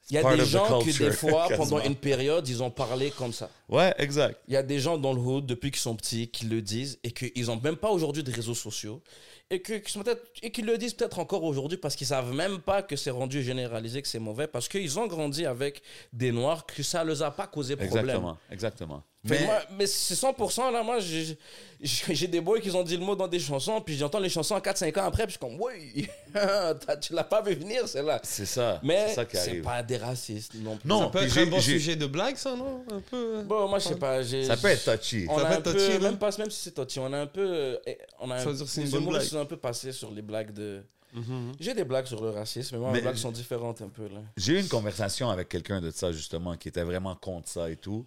Il y Part a des of the gens qui, culture, des fois, pendant quasiment. une période, ils ont parlé comme ça. Ouais, exact. Il y a des gens dans le hood depuis qu'ils sont petits qui le disent et qu'ils n'ont même pas aujourd'hui de réseaux sociaux et que- qu'ils sont peut-être- et qu'ils le disent peut-être encore aujourd'hui parce qu'ils savent même pas que c'est rendu généralisé, que c'est mauvais parce qu'ils ont grandi avec des noirs que ça ne les a pas causé problème. Exactement, exactement. Fait que Mais- moi- Mais, c'est 100% là, moi j'ai j'ai- j'ai des boys qui ont dit le mot dans des chansons puis j'entends les chansons 4-5 ans après puis je suis comme oui, t'as- tu l'as pas vu venir celle-là. C'est ça. Mais c'est ça qui c'est arrive. pas des racistes non plus. Non, Ça peut puis être j'ai- un bon j'ai- sujet de blague, ça, non Un peu. hein Bon, moi je sais pas. j'ai- Ça peut être touchy. On Ça a va un être peu, touchy, là. même pas, même si c'est touchy, on a un peu, euh, eh, on a Ça veut dire que c'est les une bonne humoristes blague. sont un peu passé sur les blagues de. Mhm. J'ai des blagues sur le racisme, mais moi, Mais- mes blagues sont différentes un peu. Là. J'ai eu une conversation avec quelqu'un de ça, justement, qui était vraiment contre ça et tout.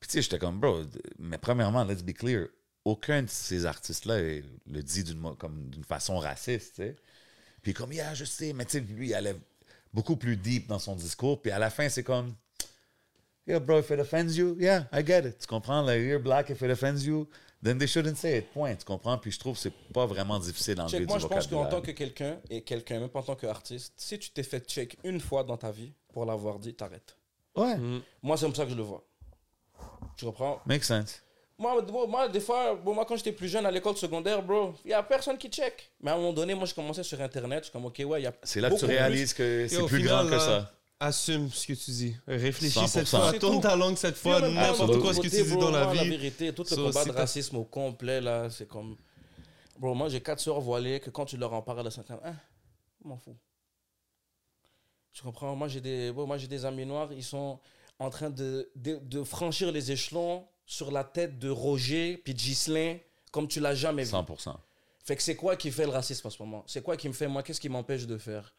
Puis, tu sais, j'étais comme, bro, d- mais premièrement, let's be clear, aucun de ces artistes-là euh, le dit d'une mo- comme d'une façon raciste, tu sais. Puis, comme, yeah, je sais, mais tu sais, lui, il allait beaucoup plus deep dans son discours. Puis, à la fin, c'est comme, yeah, bro, if it offends you, yeah, I get it. Tu comprends? Like, you're black, if it offends you, then they shouldn't say it. Point. Tu comprends? Puis, je trouve que c'est pas vraiment difficile Ah, d'enlever Check, du moi, je pense qu'en vocabulaire. tant que quelqu'un, et quelqu'un, même pas en tant qu'artiste, si tu t'es fait check une fois dans ta vie pour l'avoir dit, t'arrêtes. Ouais, Moi, c'est comme ça que je le vois. Tu comprends makes sense. moi, bon, moi, des fois, bon, moi, quand j'étais plus jeune à l'école secondaire, bro, il n'y a personne qui check. Mais à un moment donné, moi, je commençais sur Internet. Je suis comme, OK, ouais, il y a. C'est là que beaucoup tu plus. réalises que Et c'est au plus grand final, que là, euh, ça. Assume ce que tu dis. Réfléchis 100%. cette fois. C'est Tourne tout. ta langue cette fois. Puis, en même temps, N'importe votre quoi ce que côté, tu dis bro, dans la moi, vie. vérité, tout le So, combat si de t'as- racisme au complet, là, c'est comme. Bro, moi, j'ai quatre soeurs voilées que quand tu leur en parles, elles sont comme. Ah, je m'en fous. Tu comprends Moi, j'ai des, bro, moi, j'ai des amis noirs, ils sont en train de, de, de franchir les échelons sur la tête de Roger puis de Ghislain comme tu l'as jamais vu. 100%. Fait que c'est quoi qui fait le racisme en ce moment C'est quoi qui me fait moi Qu'est-ce qui m'empêche de faire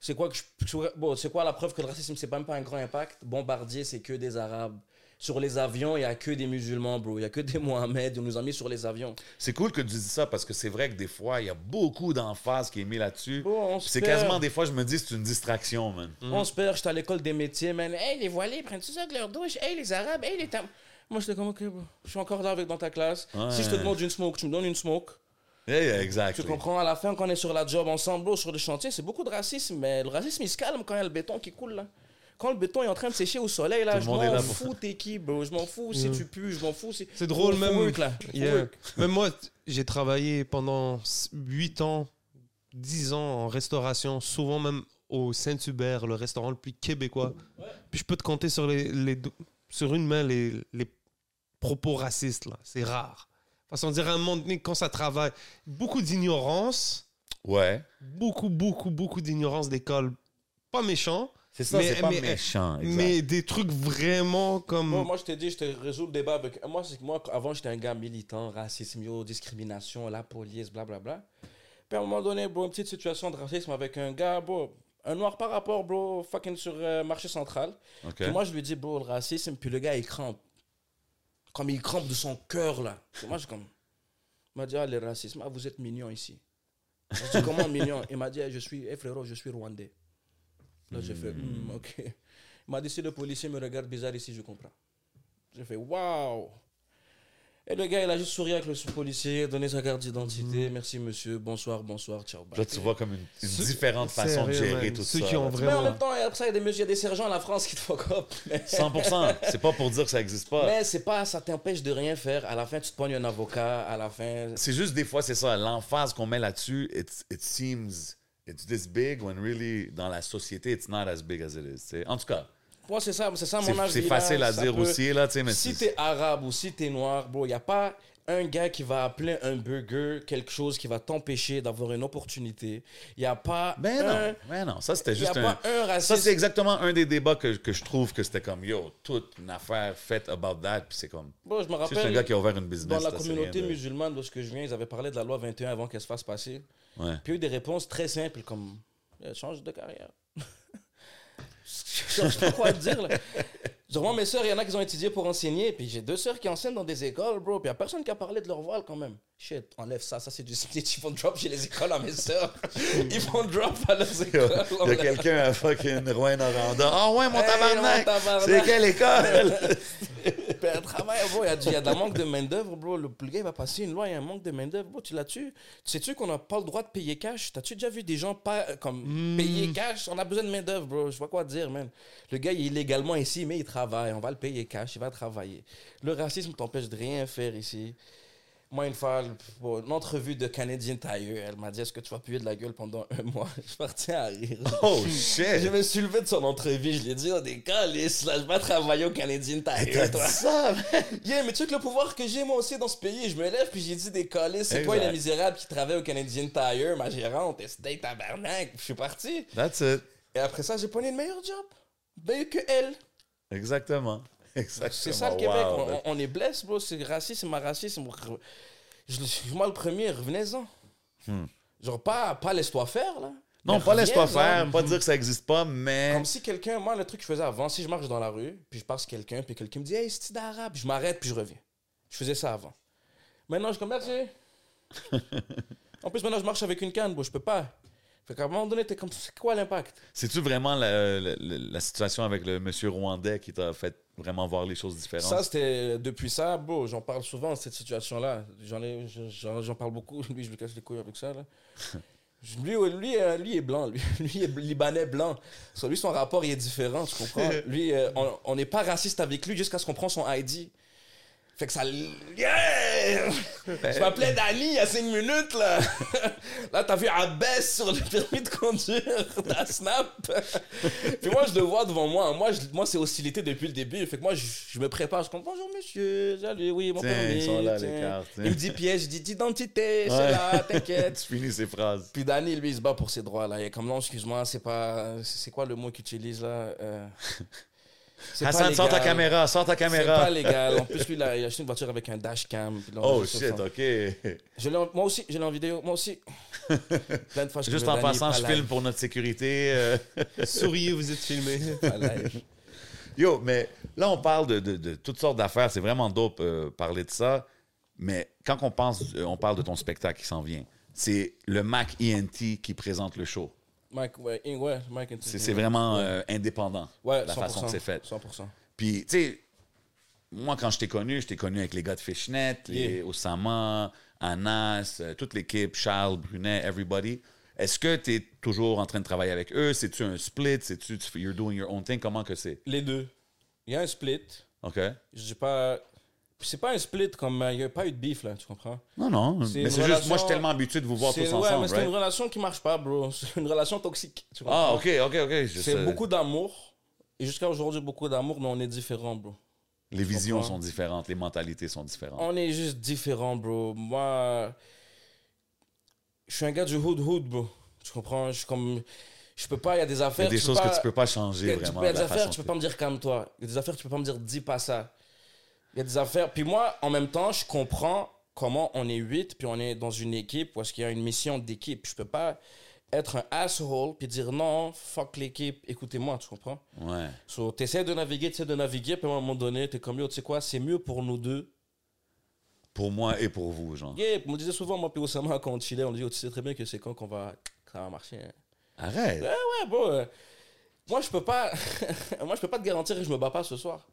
C'est quoi que je- je- bon, c'est quoi la preuve que le racisme c'est pas même pas un grand impact Bombardier c'est que des arabes. Sur les avions, il y a que des musulmans, bro. Il y a que des Mohamed. On nous a mis sur les avions. C'est cool que tu dis ça parce que c'est vrai que des fois, il y a beaucoup d'emphase qui est mis là-dessus. Bro, on Puis se C'est perd. quasiment des fois, je me dis, c'est une distraction, man. On se perd. J'étais à l'école des métiers, man. Hey les voilés, prennent tout ça de leur douche. Hey les arabes, hey les tam. Moi je te comme ok, bro. Je suis encore là avec dans ta classe. Ouais. Si je te demande une smoke, tu me donnes une smoke. Yeah, yeah, Eh, exactly. Tu comprends à la fin quand on est sur la job ensemble, bro, sur le chantier, c'est beaucoup de racisme, mais le racisme il se calme quand il y a le béton qui coule là. Quand le béton est en train de sécher au soleil là, Tout le je monde est m'en là pour- Mm. fous t'es qui, bro, je m'en fous si tu pues, je m'en fous si. C'est drôle, Faut- même- euh, faut que, là. Faut Yeah. que. Même moi, t- j'ai travaillé pendant 8 ans, 10 ans en restauration, souvent même au Saint-Hubert, le restaurant le plus québécois. Puis je peux te compter sur, les, les do- sur une main les, les propos racistes, là. C'est rare. Parce qu'on dirait à un moment donné, quand ça travaille, beaucoup d'ignorance, Ouais. beaucoup, beaucoup, beaucoup d'ignorance d'école. Pas méchant, C'est ça, Mais- c'est pas mais- méchant. exact. mais des trucs vraiment comme. Mm. Bon, moi je t'ai dit, je te résous le débat avec. Moi, c'est que moi avant j'étais un gars militant, racisme, yo, discrimination, la police, blablabla. Puis à un moment donné, bro, une petite situation de racisme avec un gars, bro, un noir par rapport, bro, fucking sur euh, marché central. OK. Puis moi, je lui dis, bro, le racisme, puis le gars, il crampe. Comme il crampe de son cœur, là. Puis moi, je suis comme. Il m'a dit, ah, le racisme, ah, vous êtes mignon ici. Je dis, comment mignon Il m'a dit, eh, je suis, eh, frérot, je suis rwandais. Là, j'ai fait, Hmm, ok. Il m'a dit, si le policier me regarde bizarre ici, je comprends. J'ai fait, waouh et le gars, il a juste souri avec le policier, donné sa carte d'identité. Merci monsieur, bonsoir, bonsoir, ciao. bye. Hmm. Là, tu vois comme une, une Ceux- différente façon de Sérieux, gérer man. tout Ceux ça. qui ont là. Mais en vraiment. même temps, après ça, il y a des messieurs- il y a des sergents à la France qui te fuck up. Mais- 100%. C'est pas pour dire que ça existe pas. Mais c'est pas, ça t'empêche de rien faire. À la fin, tu te pognes un avocat. À la fin. C'est juste des fois, c'est ça, l'emphase qu'on met là-dessus, it's- it seems it's this big when really, dans la société, it's not as big as it is. tu sais. En tout cas, Moi, c'est ça, c'est ça mon c'est avis. c'est là. facile à Ça dire peut- aussi, là, tu sais, mais Si c'est- t'es arabe ou si t'es noir, bro, y a pas un gars qui va appeler un burger quelque chose qui va t'empêcher d'avoir une opportunité. Y a pas. Ben un... non, ben non, ça c'était Euh, y a juste un. pas Ça, un raciste. c'est exactement un des débats que, que je trouve que c'était comme, yo, toute une affaire faite about that, puis c'est comme, Bro, je me c'est juste un rappelle. gars qui a ouvert une business. Dans la là, c'est communauté rien de- musulmane, lorsque je viens, ils avaient parlé de la loi 21 avant qu'elle se fasse passer. Ouais. Puis il y a eu des réponses très simples comme Euh, change de carrière. je sais pas quoi te dire. Là. Genre, moi, mes sœurs, il y en a qui ont étudié pour enseigner. Puis j'ai deux sœurs qui enseignent dans des écoles, bro. Puis il n'y a personne qui a parlé de leur voile quand même. Shit, enlève ça. Ça, c'est du snitch. Ils font drop chez les écoles à mes sœurs. Ils font drop à leurs Il y écoles. a- il y a quelqu'un à fucking Rouen-Noranda. Ah ouais, mon Hey, tabarnak! mon tabarnak. C'est quelle école? Puis elle travaille, bro. Il y a du- il y a de la manque de main-d'œuvre, bro. Le le gars, il va passer une loi. Il y a un manque de main-d'œuvre, bro. Tu l'as tué. Sais-tu qu'on n'a pas le droit de payer cash T'as-tu déjà vu des gens pas, euh, comme Mm. payer cash On a besoin de main-d'œuvre, bro. Je sais pas quoi dire, man. Le gars, il est illégalement ici, mais il travaille. On va le payer cash. Il va travailler. Le racisme t'empêche de rien faire ici. Moi, une fois, le- bon, une entrevue de Canadian Tire, elle m'a dit Est-ce que tu vas puer de la gueule pendant un mois Je suis parti à rire. oh Je shit! me suis levé de son entrevue, je lui ai dit, on est calices, là, je vais travailler au Canadian Tire, toi. Ça, Yeah, mais tu sais que le pouvoir que j'ai moi aussi dans ce pays, je me lève puis j'ai dit des colis, c'est quoi Exact. la misérable qui travaille au Canadian Tire, ma gérante, et c'était tabarnak, Puis je suis parti. That's it. Et après ça, j'ai pogné le meilleur job. Mieux que elle. Exactement. Exactement. C'est ça le bah, Wow. Québec, on- on, on est blessé, bro, c'est racisme, ma racisme. Je, le- moi le premier, revenez-en. Hmm. Genre, pas, pas laisse-toi faire, là. Non, Mais pas laisse-toi rien, faire, genre. pas dire que ça n'existe pas, mais. Comme si quelqu'un, moi, le truc que je faisais avant, si je marche dans la rue, puis je passe quelqu'un, puis quelqu'un me dit, hey, c'est d'arabe, je m'arrête, puis je reviens. Je faisais ça avant. Maintenant, je commerce. en plus, maintenant, je marche avec une canne, bro, je peux pas. Fait qu'à un moment donné, t'es comme, c'est quoi l'impact C'est-tu vraiment la, la- la situation avec le monsieur rwandais qui t'a fait vraiment voir les choses différentes? Ça, c'était euh, depuis ça, bro, j'en parle souvent, cette situation-là. J'en ai- j'en j'en parle beaucoup. Lui, je lui casse les couilles avec ça, là. Je- Lui, ouais, lui, euh, lui est blanc, lui, lui est libanais blanc. So, lui, son rapport, il est différent, tu comprends? Lui, euh, on- on n'est pas raciste avec lui jusqu'à ce qu'on prend son ID. Fait que ça. l- Yeah! Je m'appelais Ben. Dani il y a cinq minutes, là. Là, t'as vu Abès sur le permis de conduire, ta snap. Puis moi, je le vois devant moi. Moi, je- moi c'est hostilité depuis le début. Fait que moi, je, je me prépare. Je compte bonjour, monsieur. Salut, oui, mon Tiens, permis. ils sont là, tiens. les cartes. hein. Il me dit piège, je dis d'identité, c'est Ouais. là, t'inquiète. tu finis ces phrases. Puis Danny, lui, il se bat pour ses droits, là. Il est comme, non, excuse-moi, c'est pas... C'est quoi le mot qu'il utilise, là? Euh, c'est pas Hassan, sors ta légal. caméra, sors ta C'est caméra. pas légal. En plus, lui, il a, il a acheté une voiture avec un dashcam. Puis là, on Oh fait ça, shit, ça. ok. Je l'ai en- moi aussi, je l'ai en vidéo. Moi aussi. Plein de fois, je Juste me en Danny, passant, pas je live, filme pour notre sécurité. euh. Souriez, vous êtes filmé. pas live. Yo, mais là, on parle de, de- de toutes sortes d'affaires. C'est vraiment dope euh, parler de ça. Mais quand on, pense, euh, on parle de ton spectacle qui s'en vient, c'est le Mac ENT qui présente le show. Mike, ouais, in- ouais, Mike and C'est Tuesday. c'est vraiment euh, indépendant, Ouais, la façon que c'est fait. 100%. Puis, tu sais, moi, quand je t'ai connu, je t'ai connu avec les gars de Fishnet, les Yeah. Osama, Anas, euh, toute l'équipe, Charles, Brunet, everybody. Est-ce que tu es toujours en train de travailler avec eux? C'est-tu un split? C'est-tu tu fais- you're doing your own thing? Comment que c'est? Les deux. Il y a un split. OK? Je dis pas... C'est pas un split comme... euh, Il n'y a pas eu de beef, là, tu comprends? Non, non. Mais C'est c'est une juste, relation- moi, je suis tellement habitué de vous voir tous C'est- ensemble, Ouais, mais c'est right? une relation qui marche pas, bro. C'est une relation toxique. tu Ah, comprends? OK, OK, OK. je C'est sais. beaucoup d'amour. Et jusqu'à aujourd'hui, beaucoup d'amour, mais on est différents, bro. Les visions comprends. sont différentes, les mentalités sont différentes. On est juste différents, bro. Moi, je suis un gars du hood hood, bro. Tu comprends? Je suis comme. Je peux pas, il y a des Il y affaires. a des tu choses peux que pas- tu peux pas Il y changer, a- tu vraiment. peux- il y a de des la affaires, façon tu peux que- pas me dire calme-toi. Il y a des affaires, tu peux pas me dire dis pas ça. Il y a des affaires. Puis moi, en même temps, je comprends comment on est huit, puis on est dans une équipe, parce qu'il y a une mission d'équipe. Je peux pas être un asshole, puis dire non, fuck l'équipe, écoutez-moi, tu comprends? Ouais. So, t'essaies de naviguer, t'essaies de naviguer, puis à un moment donné, t'es comme, yo, tu sais quoi, c'est mieux pour nous deux Pour moi et pour vous, genre. Yeah, on me disait souvent, moi, puis Osama, quand on chillait, on disait, Oh, tu sais très bien que c'est quand qu'on va. Ça va marcher. hein. Arrête! Ouais, bon, euh, moi, je peux pas. moi, je peux pas te garantir que je me bats pas ce soir.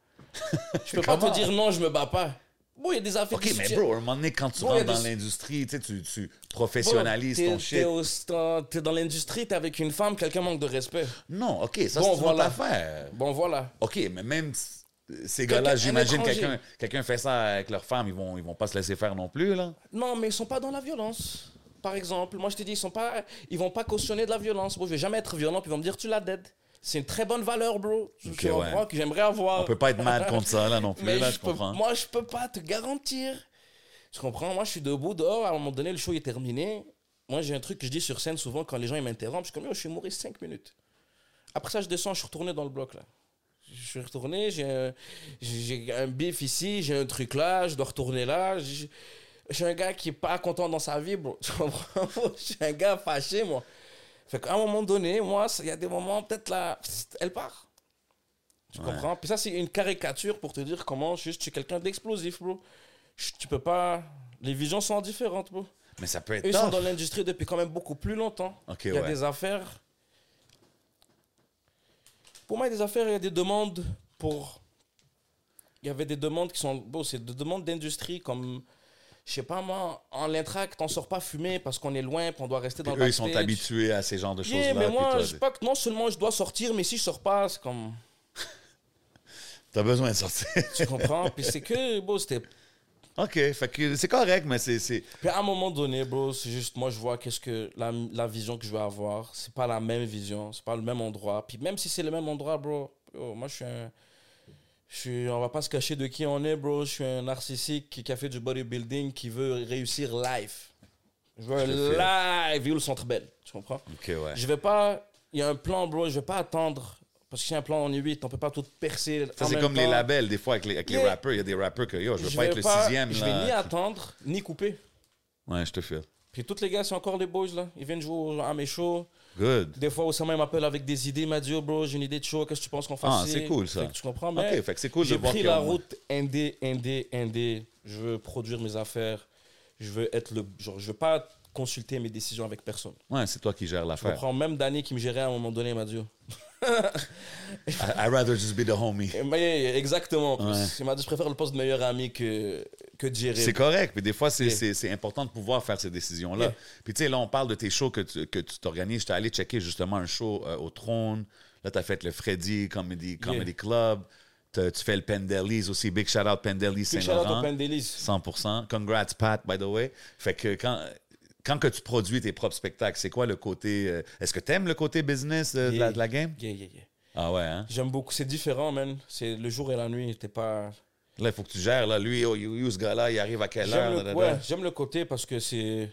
Je peux pas te Comment? dire non, je me bats pas. Bon, il y a des affaires OK, qui mais se- bro, à un moment donné, quand tu Bon, y rentres a des- dans l'industrie, tu, sais, tu, tu Bon, professionnalises t'es- ton T'es shit. au- t'en- t'es dans l'industrie, t'es avec une femme, quelqu'un manque de respect. Non, OK, ça, c'est Bon, une autre voilà. affaire. Bon, voilà. OK, mais même s- ces Quelqu'un- gars-là, un j'imagine étranger. quelqu'un quelqu'un fait ça avec leur femme, ils vont, ils vont pas se laisser faire non plus, là. Non, mais ils sont pas dans la violence. Par exemple, moi, je te dis, ils sont pas. Ils vont pas cautionner de la violence. Bon, je vais jamais être violent, puis ils vont me dire, tu l'as dead. C'est une très bonne valeur, bro. Tu Ok, tu comprends ouais. que j'aimerais avoir. On peut pas être mad contre ça, là, non plus, Ah. Mais là, je je peux- comprends. hein. moi, je peux pas te garantir. Tu comprends? Moi, je suis debout dehors. À un moment donné, le show est terminé. Moi, j'ai un truc que je dis sur scène souvent quand les gens ils m'interrompent. Je suis comme, Yo, je suis mort 5 minutes. Après ça, je descends, je suis retourné dans le bloc là. Je suis retourné, j'ai un, j'ai- j'ai un bif ici, j'ai un truc là, je dois retourner là. Je, je suis un gars qui est pas content dans sa vie, bro. Tu comprends? Je suis un gars fâché, moi. Fait qu'à un moment donné, moi, ça- il y a des moments, peut-être là, elle part. Tu Ouais. comprends? Puis ça, c'est une caricature pour te dire comment juste, je suis quelqu'un d'explosif, bro. Je- tu peux pas. Les visions sont différentes, bro. Mais ça peut être Ils sont dans tough. l'industrie depuis quand même beaucoup plus longtemps. OK, Il y a ouais. des affaires. Pour moi, il y a des affaires, il y a des demandes pour. Il y avait des demandes qui sont. Bon, c'est des demandes d'industrie comme. Je sais pas moi, en l'intract, on sort pas fumer parce qu'on est loin, puis on doit rester Puis dans le eux, ils sont backstage. habitués à ces genres de Yeah, choses-là. mais puis moi, toi, je sais pas que non seulement je dois sortir, mais si je sors pas, c'est comme. T'as besoin de sortir. Tu comprends? puis c'est que, bon, c'était OK, fait que c'est correct, mais c'est... c'est- Puis à un moment donné, bro, c'est juste moi, je vois qu'est-ce que la, la vision que je veux avoir, c'est pas la même vision, c'est pas le même endroit. Puis même si c'est le même endroit, bro, yo, moi je suis un. Je suis, on va pas se cacher de qui on est, bro. Je suis un narcissique qui, qui a fait du bodybuilding, qui veut réussir live. Je veux Je le fais. un live, il le centre belle. Tu comprends? OK, ouais. Je vais pas. Il y a un plan, bro, je vais pas attendre. Parce que si un plan, on est 8, on peut pas tout percer. Ça, en c'est même comme les temps. labels, des fois, avec les, avec les Yeah. rappeurs. Il y a des rappeurs que, yo, je veux Je pas vais être le pas- sixième, Je vais ni là. attendre, ni couper. Ouais, je te file. Puis tous les gars, c'est encore les boys, là. Ils viennent jouer au- à mes shows. Good. Des fois, Osama, il m'appelle avec des idées. Il m'a dit, oh, bro, j'ai une idée de show. Qu'est-ce que tu penses qu'on fasse Ah, c'est cool, ça. Fait que tu comprends, mais OK, fait que c'est cool de j'ai voir pris qu'il y a la au moins- route indé, indé, indé. Je veux produire mes affaires. Je veux être le. Genre, je veux pas consulter mes décisions avec personne. Ouais, c'est toi qui gères Je l'affaire. comprends même Danny qui me gérait à un moment donné, il m'a dit. I- I'd rather just be the homie. Eh, Mais exactement. Ouais. Il m'a dit, je préfère le poste de meilleur ami que, que de gérer. C'est correct, mais des fois, c'est- Yeah. c'est c'est important de pouvoir faire ces décisions-là. Yeah. Puis, tu sais, là, on parle de tes shows que tu que tu t'organises. J'étais allé checker justement un show euh, au Trône. Là, tu as fait le Freddy Comedy, Comedy Club. T'as- Tu fais le Pendelis aussi. Big shout out Pendelis Big shout-out au Saint-Laurent. Pain d'Élise. 100 Congrats, Pat, by the way. Fait que quand, quand que tu produis tes propres spectacles, c'est quoi le côté. euh, Est-ce que tu aimes le côté business euh, de, la, de la game? Yeah, yeah, yeah. Ah ouais, hein? J'aime beaucoup. C'est différent, man. C'est le jour et la nuit. T'es pas. Là, il faut que tu gères. Là. Lui, oh, you, you, ce gars-là, il arrive à quelle heure? J'aime le, dadada. ouais, j'aime le côté parce que c'est.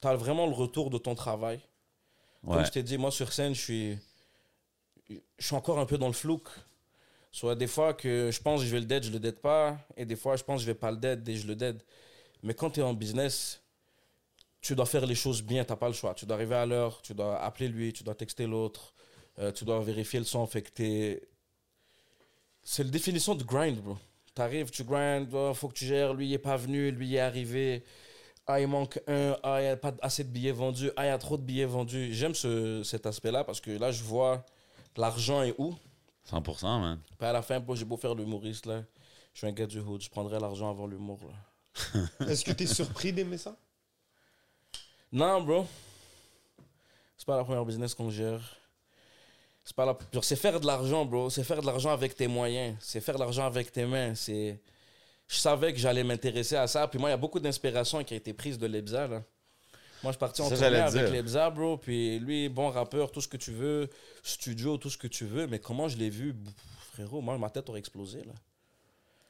T'as vraiment le retour de ton travail. Comme Ouais. je t'ai dit, moi sur scène, je suis. Je suis encore un peu dans le flouk. Soit des fois que je pense que je vais le dead, je le dead pas. Et des fois, je pense que je vais pas le dead et je le dead. Mais quand tu es en business, tu dois faire les choses bien, t'as pas le choix. Tu dois arriver à l'heure, tu dois appeler lui, tu dois texter l'autre, euh, tu dois vérifier le son. Fait que t'es- C'est la définition de grind, bro. T'arrives, tu grind, oh, faut que tu gères, lui il est pas venu, lui il est arrivé. Ah, il manque un, ah, il n'y a pas assez de billets vendus, ah, il y a trop de billets vendus. J'aime ce- cet aspect-là parce que là, je vois l'argent est où. 100 man. Puis à la fin, bon, j'ai beau faire l'humoriste, là. Je suis un gars du hood, je prendrai l'argent avant l'humour, là. Est-ce que t'es surpris d'aimer ça Non, bro. C'est pas la première business qu'on gère. C'est pas la... Genre, c'est faire de l'argent, bro. C'est faire de l'argent avec tes moyens. C'est faire de l'argent avec tes mains. C'est... Je savais que j'allais m'intéresser à ça. Puis moi, il y a beaucoup d'inspiration qui a été prise de Lebza, là. Moi, je suis parti en Ça, tournée j'allais avec dire. Lebza, bro. Puis lui, bon rappeur, tout ce que tu veux. Studio, tout ce que tu veux. Mais comment je l'ai vu, bouf, frérot, moi, ma tête aurait explosé, là.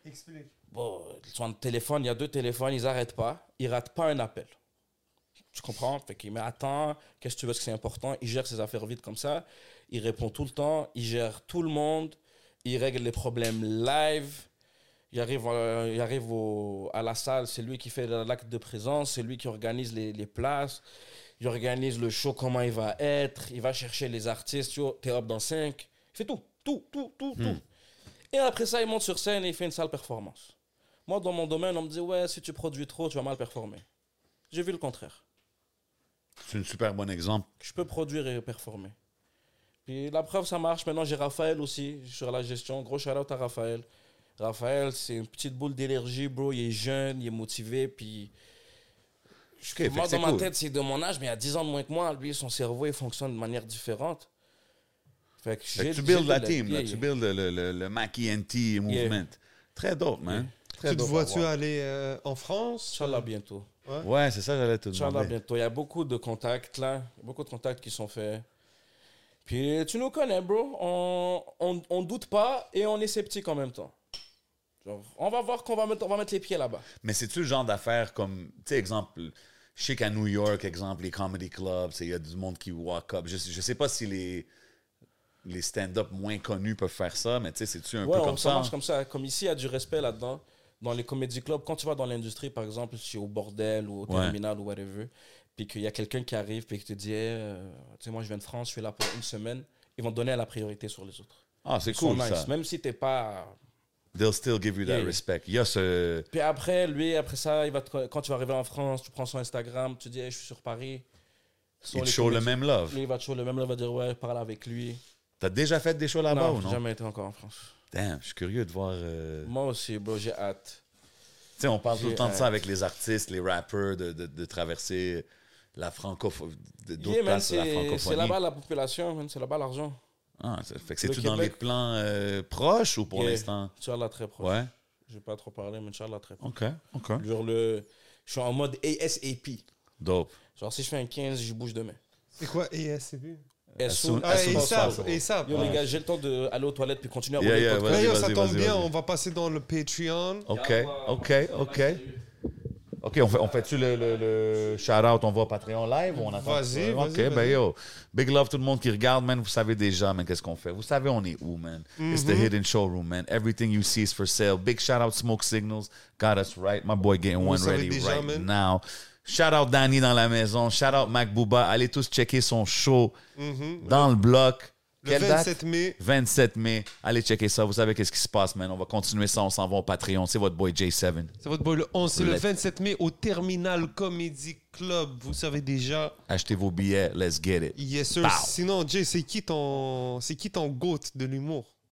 Explique. Bon, son téléphone, il y a deux téléphones, ils n'arrêtent pas. Ils ratent pas un appel. Tu comprends? Fait qu'il met attends, qu'est-ce que tu veux, est-ce que c'est important? Il gère ses affaires vite comme ça. Il répond tout le temps, il gère tout le monde. Il règle les problèmes live. Il arrive, euh, il arrive au- à la salle, c'est lui qui fait l'acte de présence, c'est lui qui organise les, les places. Il organise le show, comment il va être. Il va chercher les artistes. Yo, T'es up dans 5. Il fait tout, tout, tout, tout, tout. Et après ça, il monte sur scène et il fait une sale performance. Moi, dans mon domaine, on me dit Ouais, si tu produis trop, tu vas mal performer. J'ai vu le contraire. C'est un super bon exemple. Je peux produire et performer. Puis la preuve, ça marche. Maintenant, j'ai Raphaël aussi sur la gestion. Gros shout à Raphaël. Raphaël, c'est une petite boule d'énergie, bro. Il est jeune, il est motivé. Puis Ok, fait que moi, c'est dans ma cool. tête, c'est de mon âge, mais il y a 10 ans de moins que moi. Lui, son cerveau, il fonctionne de manière différente. Fait que, Fait j'ai- que tu j'ai builds de la team, là. yeah, tu builds le, le, le, le Mackie and T movement. Très dope, man. Très Tu te dope. vois-tu aller euh, en France Inch'Allah, bientôt. Ouais, c'est ça, j'allais te Inch'Allah, demander. bientôt. Il y a beaucoup de contacts, là. Il y a beaucoup de contacts qui sont faits. Puis tu nous connais, bro. On, on, on doute pas et on est sceptique en même temps. Genre, on va voir qu'on va mettre, on va mettre les pieds là-bas. Mais c'est-tu le genre d'affaires comme, tu sais, exemple, je sais qu'à New York, exemple, les comedy clubs, c'est- il y a du monde qui walk up. Je, je sais pas si les, les stand-up moins connus peuvent faire ça, mais tu sais, c'est-tu un Ouais, peu on- comme ça? hein. marche comme ça. Comme ici, il y a du respect là-dedans. Dans les comédie clubs, quand tu vas dans l'industrie, par exemple, si au bordel ou au Ouais. terminal ou whatever, puis qu'il y a quelqu'un qui arrive puis qui te dit, Eh, euh, tu sais, moi je viens de France, je suis là pour une semaine, ils vont te donner la priorité sur les autres. Ah, c'est Ils sont cool, nice, ça. Même si t'es pas They'll still give you that Yeah. respect. Il y a ce... Puis après, lui, après ça, il va te- quand tu vas arriver en France, tu prends son Instagram, tu dis, Hey, je suis sur Paris. Sur Il te les show le comédies- même love. Lui, il va te show le même, là, il va dire, ouais, parle avec lui. T'as déjà fait des shows là-bas ou non, j'ai non? jamais été encore en France. Damn, je suis curieux de voir... euh, Moi aussi, bro, j'ai hâte. Tu sais, on parle tout le J'ai euh, temps de ça hâte. avec les artistes, les rappers, de, de, de traverser la francophonie, d'autres Yeah, man, places de la c'est c'est francophonie. là-bas la population, man, c'est là-bas l'argent. Ah, ça fait que c'est Le tout dans les Québec. plans euh, proches ou pour Yeah. l'instant? Inch'Allah, très proche. Ouais. Je vais pas trop parler, mais Inch'Allah, très proche. OK, OK. Genre, le... je suis en mode ASAP. Dope. Genre, si je fais un 15, je bouge demain. C'est quoi E ASCP Et soon- soon- Ah, As soon as ASAP, possible. ASAP. Yo, les Ouais. gars, j'ai le temps d'aller aux toilettes puis continuer à Yeah, rouler le yeah, podcast. vas-y, D'ailleurs, vas-y, ça vas-y, tombe vas-y. bien, on va passer dans le Patreon. OK, OK, OK. OK, on fait- on fait-tu le, le, le shout-out, on va au Patreon live ou on attend? Vas-y, OK, vas-y, ben vas-y. yo. Big love tout le monde qui regarde, man. Vous savez déjà, man, qu'est-ce qu'on fait. Vous savez on est où, man. It's Mm-hmm. the hidden showroom, man. Everything you see is for sale. Big shout-out Smoke Signals. Got us right. My boy getting Vous one savez ready déjà, right man. now. Shout out Danny dans la maison. Shout out Mac Booba. Allez tous checker son show Mhm. dans le bloc. Le Quelle date? 27 mai, 27 mai. Allez checker ça. Vous savez qu'est-ce qui se passe, man. On va continuer ça. On s'en va au Patreon. C'est votre boy J7. c'est votre boy le 11, c'est le Let- 27 mai au Terminal Comedy Club. Vous savez déjà, Achetez vos billets. Let's get it. yes sir. Pow. Sinon, Jay, c'est qui ton, c'est qui ton goat de l'humour